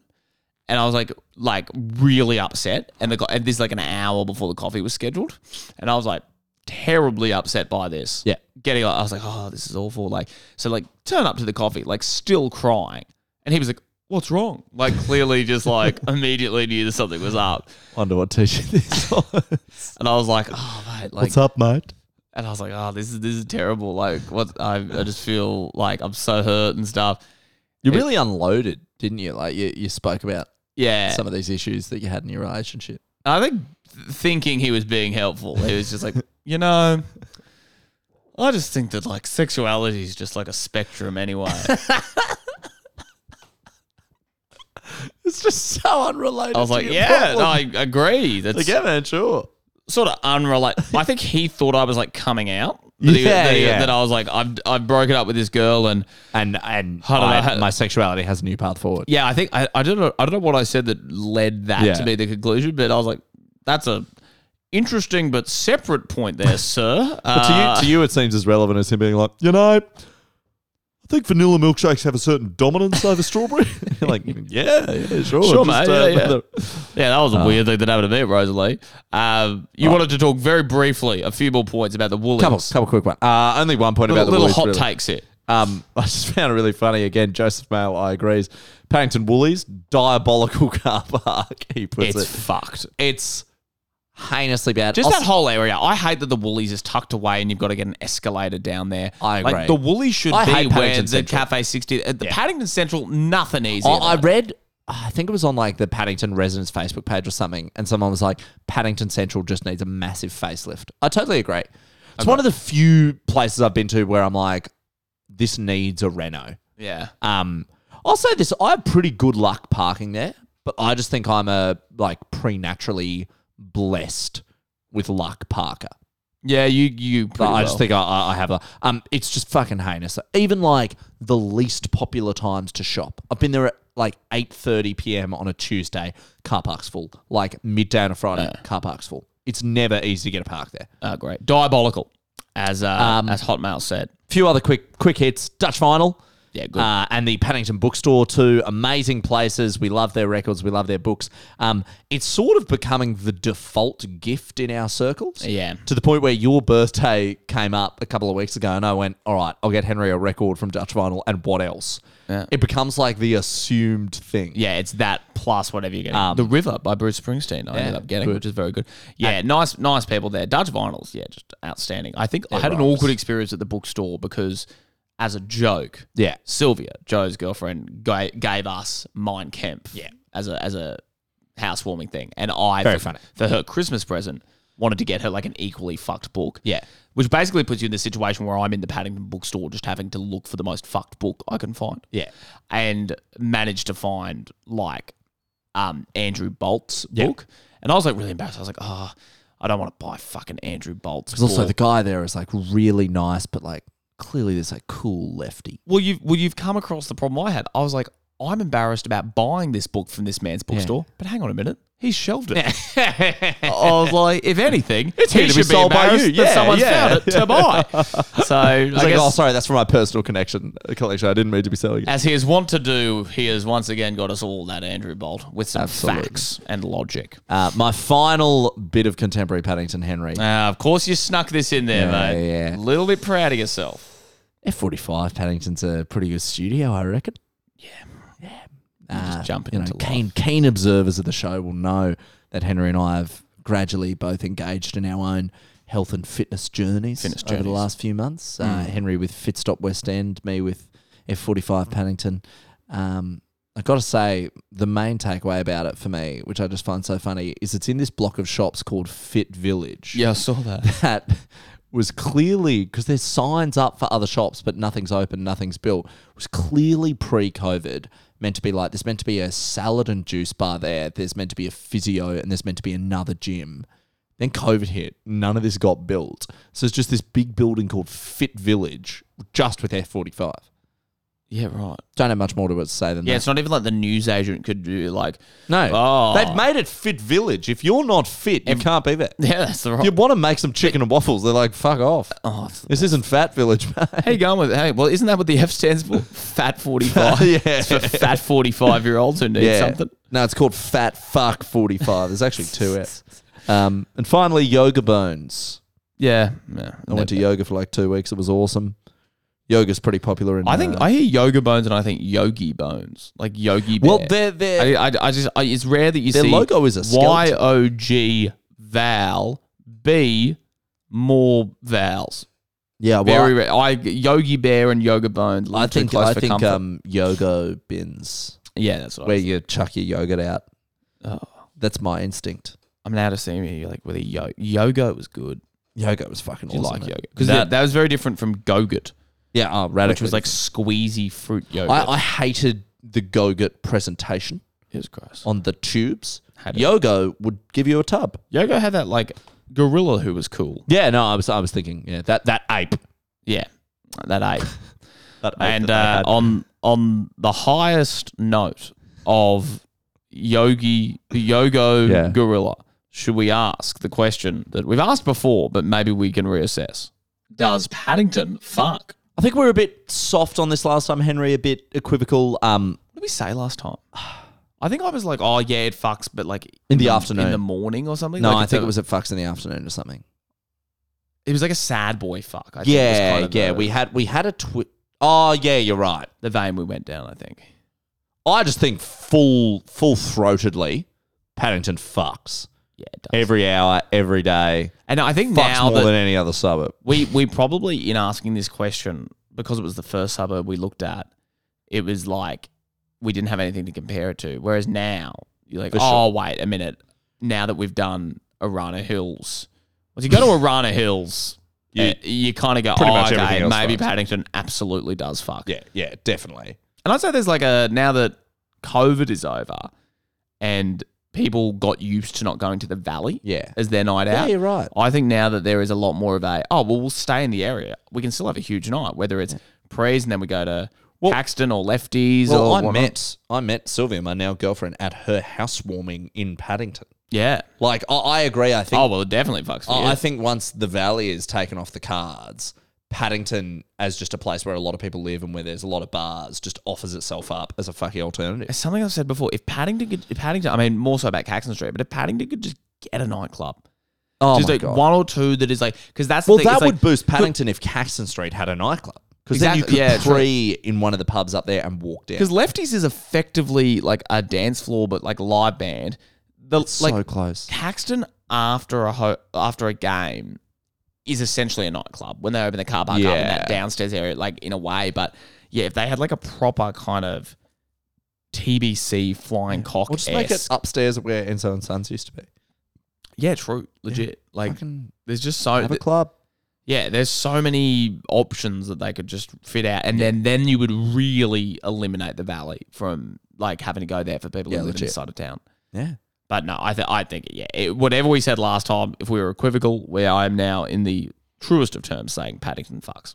[SPEAKER 6] and i was like like really upset and the co- and this is like an hour before the coffee was scheduled and i was like terribly upset by this
[SPEAKER 5] Yeah.
[SPEAKER 6] getting i was like oh this is awful like so like turn up to the coffee like still crying and he was like what's wrong like clearly just like immediately knew that something was up
[SPEAKER 5] Wonder what teacher this was.
[SPEAKER 6] and i was like oh mate like
[SPEAKER 5] What's up, mate?
[SPEAKER 6] and I was like, "Oh, this is this is terrible. Like, what? I, I just feel like I'm so hurt and stuff."
[SPEAKER 5] You really unloaded, didn't you? Like you, you spoke about
[SPEAKER 6] Yeah,
[SPEAKER 5] some of these issues that you had in your relationship.
[SPEAKER 6] I think th- thinking he was being helpful, he was just like, you know, I just think that like sexuality is just like a spectrum anyway.
[SPEAKER 5] It's just so unrelated.
[SPEAKER 6] I was like, yeah, no, I agree. That's
[SPEAKER 5] man, sure.
[SPEAKER 6] sort of unrelated. I think he thought I was like coming out. That he-
[SPEAKER 5] Yeah,
[SPEAKER 6] that, he-
[SPEAKER 5] yeah.
[SPEAKER 6] that I was like, I've I've broken up with this girl and.
[SPEAKER 5] And and
[SPEAKER 6] I don't know
[SPEAKER 5] I-
[SPEAKER 6] how-
[SPEAKER 5] my sexuality has a new path forward.
[SPEAKER 6] Yeah, I think I, I don't know I don't know what I said that led that
[SPEAKER 5] Yeah.
[SPEAKER 6] to be the conclusion, but I was like, that's a interesting but separate point there, sir. Uh,
[SPEAKER 5] But to you, to you, it seems as relevant as him being like, you know, I think vanilla milkshakes have a certain dominance over strawberry. You're like, yeah, yeah, sure,
[SPEAKER 6] Sure,
[SPEAKER 5] Just, uh,
[SPEAKER 6] mate, yeah, yeah. yeah, that was a weird thing that happened to me, Rosalie. Um, you wanted to talk very briefly a few more points about the Woolies.
[SPEAKER 5] Couple, couple quick one. Uh, only one point
[SPEAKER 6] little,
[SPEAKER 5] about the
[SPEAKER 6] little
[SPEAKER 5] Woolies,
[SPEAKER 6] hot
[SPEAKER 5] really.
[SPEAKER 6] takes here.
[SPEAKER 5] Um, I just found it really funny. Again, Joseph Mail, I agrees. Paddington Woolies, diabolical car park. He puts
[SPEAKER 6] It's
[SPEAKER 5] it.
[SPEAKER 6] fucked.
[SPEAKER 5] it's heinously bad.
[SPEAKER 6] Just
[SPEAKER 5] Also-
[SPEAKER 6] that whole area. I hate that the Woolies is tucked away and you've got to get an escalator down there.
[SPEAKER 5] I agree.
[SPEAKER 6] Like the Woolies should
[SPEAKER 5] I hate
[SPEAKER 6] be where
[SPEAKER 5] Paddington
[SPEAKER 6] the
[SPEAKER 5] Central.
[SPEAKER 6] Cafe 60, uh, the Paddington Central, nothing easy.
[SPEAKER 5] I, I read, I think it was on like the Paddington residents Facebook page or something, and someone was like, Paddington Central just needs a massive facelift. I totally agree. It's one of the few places I've been to where I'm like, this needs a reno.
[SPEAKER 6] yeah.
[SPEAKER 5] Um, I'll say this: I have pretty good luck parking there, but I just think I'm a like preternaturally blessed with luck parker.
[SPEAKER 6] Yeah, you, you,
[SPEAKER 5] But
[SPEAKER 6] pretty
[SPEAKER 5] I
[SPEAKER 6] well.
[SPEAKER 5] just think I- I, I have a. Um, it's just fucking heinous. Even like the least popular times to shop. I've been there at like eight thirty p.m. on a Tuesday. Car park's full. Like midday on a Friday. Car park's full. It's never easy to get a park there.
[SPEAKER 6] Oh, great. Diabolical, as uh,
[SPEAKER 5] Um,
[SPEAKER 6] as Hotmail said.
[SPEAKER 5] few other quick quick hits. Dutch Vinyl.
[SPEAKER 6] Yeah, good.
[SPEAKER 5] Uh, and the Paddington Bookstore too. Amazing places. We love their records. We love their books. Um, it's sort of becoming the default gift in our circles.
[SPEAKER 6] Yeah.
[SPEAKER 5] To the point where your birthday came up a couple of weeks ago, and I went, "All right, I'll get Henry a record from Dutch Vinyl, and what else?" It becomes like the assumed thing.
[SPEAKER 6] Yeah, it's that plus whatever you're getting.
[SPEAKER 5] Um,
[SPEAKER 6] the River by Bruce Springsteen. I ended
[SPEAKER 5] Yeah,
[SPEAKER 6] up getting,
[SPEAKER 5] good.
[SPEAKER 6] which is very good. Yeah, nice, nice people there. Dutch vinyls, yeah, just outstanding. I think I had an awkward experience at the bookstore because, as a joke,
[SPEAKER 5] Yeah.
[SPEAKER 6] Sylvia, Joe's girlfriend, ga- gave us Mein Kemp. Yeah. As a as a housewarming thing, and I
[SPEAKER 5] Very
[SPEAKER 6] for,
[SPEAKER 5] funny.
[SPEAKER 6] for her Christmas present wanted to get her like an equally fucked book.
[SPEAKER 5] Yeah.
[SPEAKER 6] Which basically puts you in the situation where I'm in the Paddington bookstore just having to look for the most fucked book I can find.
[SPEAKER 5] Yeah.
[SPEAKER 6] And managed to find like um, Andrew Bolt's book. And I was like really embarrassed. I was like, oh, I don't want to buy fucking Andrew Bolt's
[SPEAKER 5] Because also
[SPEAKER 6] book.
[SPEAKER 5] the guy there is like really nice, but like clearly there's a cool lefty.
[SPEAKER 6] Well, you've well, you've come across the problem I had. I was like, I'm embarrassed about buying this book from this man's bookstore. But hang on a minute, he's shelved it. I was like, if anything, it's
[SPEAKER 5] here to be sold by you.
[SPEAKER 6] that
[SPEAKER 5] Yeah,
[SPEAKER 6] someone's
[SPEAKER 5] yeah.
[SPEAKER 6] found it to buy. So I
[SPEAKER 5] It's like,
[SPEAKER 6] guess,
[SPEAKER 5] oh, sorry, that's for my personal connection collection. I didn't mean to be selling it.
[SPEAKER 6] as he is wont to do, he has once again got us all that Andrew Bolt with some
[SPEAKER 5] Absolutely.
[SPEAKER 6] facts and logic.
[SPEAKER 5] Uh, my final bit of contemporary Paddington Henry.
[SPEAKER 6] Ah, of course, you snuck this in there,
[SPEAKER 5] Yeah,
[SPEAKER 6] mate.
[SPEAKER 5] yeah.
[SPEAKER 6] Little bit proud of yourself.
[SPEAKER 5] F45 Paddington's a pretty good studio, I reckon. Yeah. Yeah.
[SPEAKER 6] just jumping
[SPEAKER 5] you know,
[SPEAKER 6] into life.
[SPEAKER 5] keen, keen observers of the show will know that Henry and I have gradually both engaged in our own health and fitness journeys,
[SPEAKER 6] Fitness
[SPEAKER 5] over the
[SPEAKER 6] journeys. Mm.
[SPEAKER 5] last few months. Uh, Henry with Fitstop West End, me with F45 Paddington. Um, I got to say, the main takeaway about it for me, which I just find so funny, is it's in this block of shops called Fit Village
[SPEAKER 6] Yeah, I saw that.
[SPEAKER 5] that was clearly because there's signs up for other shops, but nothing's open, nothing's built. Was clearly pre-COVID meant to be like there's meant to be a salad and juice bar there. There's meant to be a physio, and there's meant to be another gym. Then COVID hit. None of this got built. So it's just this big building called Fit Village, just with F45.
[SPEAKER 6] Yeah, right.
[SPEAKER 5] Don't have much more to it to say than
[SPEAKER 6] Yeah,
[SPEAKER 5] that.
[SPEAKER 6] it's not even like the newsagent could do like,
[SPEAKER 5] No,
[SPEAKER 6] Oh.
[SPEAKER 5] they've made it Fit Village. If you're not fit, you can't be there.
[SPEAKER 6] yeah, that's the
[SPEAKER 5] If
[SPEAKER 6] right.
[SPEAKER 5] you want to make some chicken and waffles, they're like, fuck off.
[SPEAKER 6] Oh, it's-
[SPEAKER 5] This isn't Fat Village, mate.
[SPEAKER 6] how you going with it? Hey, well, isn't that what the F stands for? Fat forty five.
[SPEAKER 5] Yeah.
[SPEAKER 6] it's for fat forty five year olds who need something.
[SPEAKER 5] No, it's called Fat Fuck 45. There's actually two out. Um, and finally, Yoga Bones.
[SPEAKER 6] Yeah, yeah.
[SPEAKER 5] I went to yoga for like two weeks. It was awesome. Yoga's pretty popular in.
[SPEAKER 6] I think
[SPEAKER 5] uh,
[SPEAKER 6] I hear yoga bones and I think yogi bones, like yogi. Bear.
[SPEAKER 5] well, they're they're
[SPEAKER 6] I, I, I just I, it's rare that you
[SPEAKER 5] Their
[SPEAKER 6] see
[SPEAKER 5] logo is a
[SPEAKER 6] Y
[SPEAKER 5] skeleton.
[SPEAKER 6] O G vowel B more vowels.
[SPEAKER 5] yeah. Well,
[SPEAKER 6] Very rare. I Yogi Bear and Yoga Bones.
[SPEAKER 5] I think I think
[SPEAKER 6] comfort. Oh,
[SPEAKER 5] um yoga bins
[SPEAKER 6] yeah, that's what. I
[SPEAKER 5] where
[SPEAKER 6] was-
[SPEAKER 5] you chuck your yogurt out.
[SPEAKER 6] Oh.
[SPEAKER 5] That's my instinct.
[SPEAKER 6] I'm now to see me like with a yo- yoga was good.
[SPEAKER 5] Yoga was fucking
[SPEAKER 6] Do you
[SPEAKER 5] awesome.
[SPEAKER 6] like
[SPEAKER 5] mate.
[SPEAKER 6] yoga? Because
[SPEAKER 5] that,
[SPEAKER 6] that, that was very different from Go-Gurt,
[SPEAKER 5] yeah, oh,
[SPEAKER 6] which
[SPEAKER 5] radically.
[SPEAKER 6] was like squeezy fruit yogurt.
[SPEAKER 5] I, I hated the Go-Gurt presentation
[SPEAKER 6] it was gross.
[SPEAKER 5] on the tubes.
[SPEAKER 6] Had it.
[SPEAKER 5] Yoga would give you a tub.
[SPEAKER 6] Yoga had that like gorilla who was cool.
[SPEAKER 5] Yeah, no, I was I was thinking, yeah, that that ape.
[SPEAKER 6] Yeah, that ape.
[SPEAKER 5] That ape
[SPEAKER 6] and uh,
[SPEAKER 5] that they had.
[SPEAKER 6] on on the highest note of yogi yogo
[SPEAKER 5] Yeah.
[SPEAKER 6] gorilla should we ask the question that we've asked before but maybe we can reassess does paddington fuck
[SPEAKER 5] I think we were a bit soft on this last time, Henry, a bit equivocal. Um
[SPEAKER 6] what did we say last time i think i was like oh yeah it fucks but like
[SPEAKER 5] In the afternoon.
[SPEAKER 6] in the morning or something
[SPEAKER 5] no,
[SPEAKER 6] Like,
[SPEAKER 5] I
[SPEAKER 6] it's
[SPEAKER 5] think
[SPEAKER 6] a-
[SPEAKER 5] it was at Fucks in the afternoon or something.
[SPEAKER 6] it was like a sad boy fuck I think was
[SPEAKER 5] Yeah,
[SPEAKER 6] kind of
[SPEAKER 5] yeah.
[SPEAKER 6] the-
[SPEAKER 5] We had we had a twit Oh yeah, you're right.
[SPEAKER 6] the vein we went down i think
[SPEAKER 5] I just think full full throatedly, Paddington fucks.
[SPEAKER 6] yeah it does.
[SPEAKER 5] Every hour, every day.
[SPEAKER 6] and i think
[SPEAKER 5] Fucks
[SPEAKER 6] now
[SPEAKER 5] more
[SPEAKER 6] that
[SPEAKER 5] than any other suburb.
[SPEAKER 6] We we probably in asking this question because it was the first suburb we looked at, it was like we didn't have anything to compare it to. Whereas now you're like,
[SPEAKER 5] For
[SPEAKER 6] oh wait a minute, now that we've done Arana Hills, once you go to Arana Hills, you, you kind of go,
[SPEAKER 5] pretty
[SPEAKER 6] oh
[SPEAKER 5] much everything
[SPEAKER 6] okay,
[SPEAKER 5] else
[SPEAKER 6] maybe
[SPEAKER 5] fucks."
[SPEAKER 6] Paddington absolutely does fuck.
[SPEAKER 5] Yeah, yeah, definitely.
[SPEAKER 6] And I'd say there's like a now that COVID is over and people got used to not going to the valley
[SPEAKER 5] Yeah.
[SPEAKER 6] as their night
[SPEAKER 5] Yeah,
[SPEAKER 6] out.
[SPEAKER 5] you're right.
[SPEAKER 6] I think now that there is a lot more of a oh well we'll stay in the area. We can still have a huge night, whether it's prees and then we go to Paxton or lefties
[SPEAKER 5] Well,
[SPEAKER 6] or
[SPEAKER 5] I
[SPEAKER 6] whatnot.
[SPEAKER 5] met I met Sylvia, my now girlfriend, at her housewarming in Paddington.
[SPEAKER 6] Yeah.
[SPEAKER 5] Like I, I agree. I think
[SPEAKER 6] Oh well, it definitely fucks. For
[SPEAKER 5] I-
[SPEAKER 6] you.
[SPEAKER 5] I think once the valley is taken off the cards, Paddington as just a place where a lot of people live and where there's a lot of bars just offers itself up as a fucking alternative.
[SPEAKER 6] It's something I've said before. If Paddington could, if Paddington, I mean more so about Caxton Street, but if Paddington could just get a nightclub,
[SPEAKER 5] Oh
[SPEAKER 6] just like one or two that is like because that's the
[SPEAKER 5] Well,
[SPEAKER 6] thing,
[SPEAKER 5] that
[SPEAKER 6] it's like-
[SPEAKER 5] would boost Paddington if Caxton Street had a nightclub because then
[SPEAKER 6] Exactly,
[SPEAKER 5] you could
[SPEAKER 6] yeah, true.
[SPEAKER 5] pre in one of the pubs up there and walk down.
[SPEAKER 6] Because Lefties is effectively like a dance floor, but like live band. The like
[SPEAKER 5] close.
[SPEAKER 6] Caxton after a ho- after a game is essentially a nightclub when they open the car park up in
[SPEAKER 5] Yeah.
[SPEAKER 6] that downstairs area, like in a way. But yeah, if they had like a proper kind of TBC flying cock,
[SPEAKER 5] Or just make it upstairs where Enzo and Sons used to be.
[SPEAKER 6] yeah, true, legit. Like
[SPEAKER 5] Fucking
[SPEAKER 6] there's just so
[SPEAKER 5] have a club.
[SPEAKER 6] yeah, there's so many options that they could just fit out, and then then you would really eliminate the valley from like having to go there for people
[SPEAKER 5] Yeah,
[SPEAKER 6] who live
[SPEAKER 5] legit.
[SPEAKER 6] inside of town.
[SPEAKER 5] Yeah.
[SPEAKER 6] But no, I th- I think yeah, it, whatever we said last time, if we were equivocal, where I am now in the truest of terms saying Paddington fucks.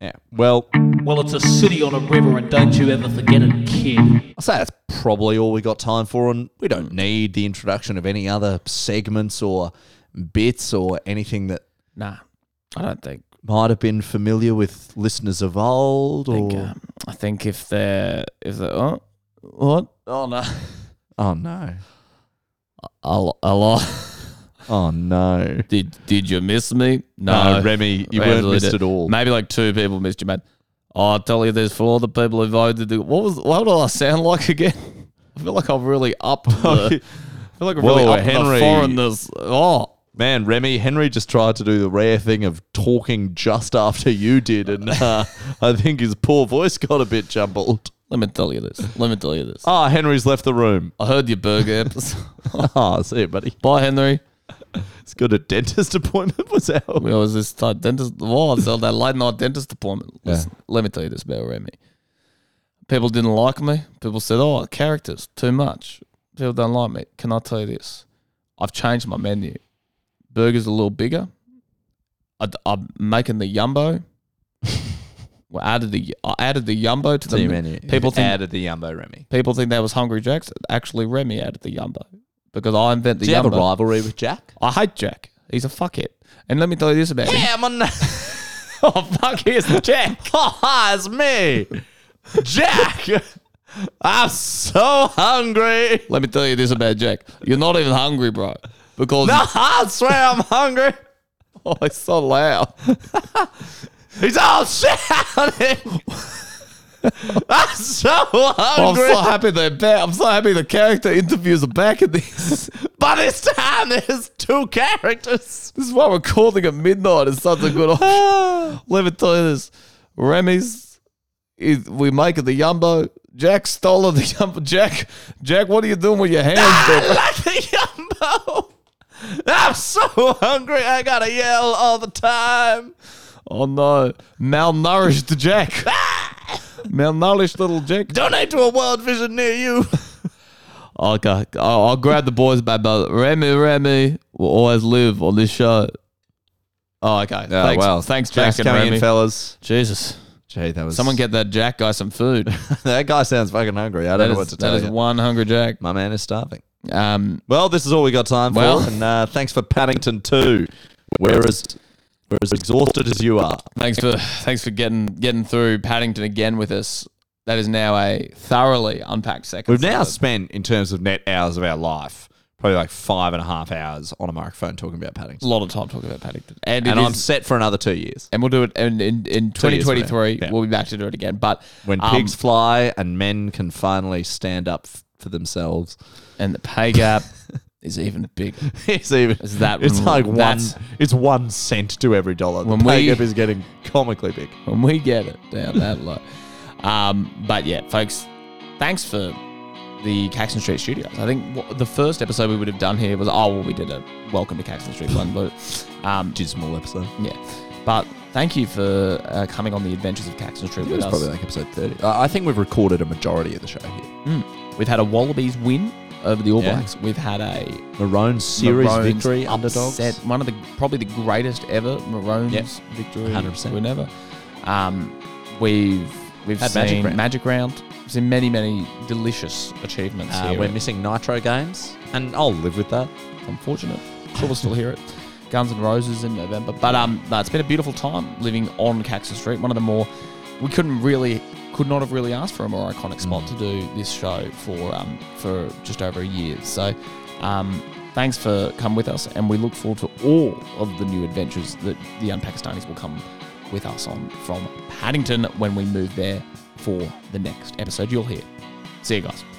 [SPEAKER 5] Yeah. Well,
[SPEAKER 7] Well, it's a city on a river, and don't you ever forget it, kid.
[SPEAKER 5] I'll say that's probably all we got time for, and we don't need the introduction of any other segments or bits or anything that
[SPEAKER 6] Nah, I don't think.
[SPEAKER 5] might have been familiar with listeners of old.
[SPEAKER 6] I think,
[SPEAKER 5] or
[SPEAKER 6] um, I think if they're if they oh what oh no
[SPEAKER 5] oh no,
[SPEAKER 6] I'll, I'll,
[SPEAKER 5] oh no.
[SPEAKER 6] did did you miss me?
[SPEAKER 5] No, Remy, you weren't
[SPEAKER 6] Absolutely
[SPEAKER 5] missed
[SPEAKER 6] did.
[SPEAKER 5] at all.
[SPEAKER 6] Maybe like two people missed you, mate. Oh, I tell you, there's for all the people who voted. What was what did I sound like again? I feel like I've really up. The, I feel like I've really
[SPEAKER 5] Whoa,
[SPEAKER 6] up
[SPEAKER 5] Henry.
[SPEAKER 6] the foreigners. Oh,
[SPEAKER 5] Man, Remy, Henry just tried to do the rare thing of talking just after you did, and uh, I think his poor voice got a bit jumbled.
[SPEAKER 6] let me tell you this. Let me tell you this.
[SPEAKER 5] Ah, Henry's left the room.
[SPEAKER 6] I heard your burger episode.
[SPEAKER 5] Ah, see you, buddy.
[SPEAKER 6] Bye, Henry.
[SPEAKER 5] It's good. A dentist appointment was out.
[SPEAKER 6] We always this type uh, dentist. Well, it's all that late night dentist appointment. Listen, let me tell you this about Remy. People didn't like me. People said, "Oh, characters too much." People don't like me. Can I tell you this? I've changed my menu. Burgers a little bigger. I, am making the yumbo. well, added the I added the yumbo to the
[SPEAKER 5] Team
[SPEAKER 6] men-
[SPEAKER 5] menu.
[SPEAKER 6] People think
[SPEAKER 5] added the Yumbo Remy.
[SPEAKER 6] people think that was Hungry Jack's. Actually, Remy added the yumbo because I invented the
[SPEAKER 5] Do you have a
[SPEAKER 6] yumbo.
[SPEAKER 5] rivalry with Jack?
[SPEAKER 6] I hate Jack. He's a fuckhead. And let me tell you this about him.
[SPEAKER 5] I'm on.
[SPEAKER 6] Oh fuck, here's Jack.
[SPEAKER 5] Ah, it's me, Jack. I'm so hungry.
[SPEAKER 6] Let me tell you this about Jack. You're not even hungry, bro. Because
[SPEAKER 5] I swear I'm hungry.
[SPEAKER 6] oh, it's so loud.
[SPEAKER 5] He's all shouting. I'm so
[SPEAKER 6] I'm
[SPEAKER 5] hungry.
[SPEAKER 6] so happy they're back. I'm so happy the character interviews are back in this.
[SPEAKER 5] By this time, there's two characters.
[SPEAKER 6] This is why recording at midnight is such a good option. Let me tell you this. Remy's is we make it the Yumbo. Jack stole the Yumbo. Jack, Jack, what are you doing with your hands? bro?
[SPEAKER 5] Like the Yumbo. I'm so hungry. I gotta yell all the time.
[SPEAKER 6] Oh no. Malnourished Jack. Malnourished little Jack.
[SPEAKER 5] Donate to a World Vision near you.
[SPEAKER 6] Okay, I'll, I'll grab the boys by both. Remy, Remy will always live on this show. Oh, okay. thanks, thanks, Jack and Remy.
[SPEAKER 5] fellas.
[SPEAKER 6] Jesus,
[SPEAKER 5] Gee, that was
[SPEAKER 6] someone get that Jack guy some food.
[SPEAKER 5] that guy sounds fucking hungry. I don't
[SPEAKER 6] That
[SPEAKER 5] know
[SPEAKER 6] is-
[SPEAKER 5] what to
[SPEAKER 6] that
[SPEAKER 5] tell
[SPEAKER 6] is
[SPEAKER 5] you.
[SPEAKER 6] one hungry Jack.
[SPEAKER 5] My man is starving.
[SPEAKER 6] Um,
[SPEAKER 5] Well, this is all we got time
[SPEAKER 6] Well-
[SPEAKER 5] for, and uh, thanks for Paddington Two. We're as we're as exhausted as you are.
[SPEAKER 6] thanks for thanks for getting getting through Paddington again with us. That is now a thoroughly unpacked second.
[SPEAKER 5] We've now
[SPEAKER 6] side.
[SPEAKER 5] spent, in terms of net hours of our life, probably like five and a half hours on a microphone talking about
[SPEAKER 6] a
[SPEAKER 5] Paddington.
[SPEAKER 6] lot of time talking about Paddington, and, it
[SPEAKER 5] And
[SPEAKER 6] is-
[SPEAKER 5] I'm set for another two years.
[SPEAKER 6] and we'll do it in in, in
[SPEAKER 5] Two years from now.
[SPEAKER 6] 2023.
[SPEAKER 5] Yeah.
[SPEAKER 6] We'll be back to do it again. But
[SPEAKER 5] When
[SPEAKER 6] um,
[SPEAKER 5] pigs fly and men can finally stand up f- for themselves,
[SPEAKER 6] and the pay gap is even bigger.
[SPEAKER 5] it's even
[SPEAKER 6] Is that-
[SPEAKER 5] it's like one
[SPEAKER 6] that's-
[SPEAKER 5] it's one cent to every dollar. The
[SPEAKER 6] When
[SPEAKER 5] pay
[SPEAKER 6] we-
[SPEAKER 5] gap is getting comically big.
[SPEAKER 6] when we get it down that low. Um, but yeah, folks, thanks for the Caxton Street Studios. I think wha- the first episode we would have done here was oh well, we did a Welcome to Caxton Street one, but um,
[SPEAKER 5] Dismal episode.
[SPEAKER 6] yeah. But thank you for uh, coming on the Adventures of Caxton Street
[SPEAKER 5] It
[SPEAKER 6] with
[SPEAKER 5] was
[SPEAKER 6] us.
[SPEAKER 5] probably like episode thirty. I I think we've recorded a majority of the show here.
[SPEAKER 6] We've had a Wallabies win over the All
[SPEAKER 5] Yeah.
[SPEAKER 6] Blacks. We've had a
[SPEAKER 5] Maroon series
[SPEAKER 6] Maroons
[SPEAKER 5] victory
[SPEAKER 6] upset,
[SPEAKER 5] underdogs.
[SPEAKER 6] One of the probably the greatest ever Maroons
[SPEAKER 5] Yep.
[SPEAKER 6] victory.
[SPEAKER 5] 100%.
[SPEAKER 6] win ever. Um, we've we've
[SPEAKER 5] Had
[SPEAKER 6] seen
[SPEAKER 5] Magic
[SPEAKER 6] Magic Round.
[SPEAKER 5] Round.
[SPEAKER 6] We've seen many many delicious achievements
[SPEAKER 5] Uh,
[SPEAKER 6] here.
[SPEAKER 5] we're missing Nitro games, and I'll live with that.
[SPEAKER 6] It's unfortunate. Sure, we'll still hear it. Guns and Roses in November, but um, no, it's been a beautiful time living on Caxton Street. One of the more we couldn't really could not have really asked for a more iconic spot to do this show for um for just over a year. So um, thanks for coming with us, and we look forward to all of the new adventures that the Unpakistanis will come with us on from Paddington when we move there for the next episode. You'll hear. See you guys.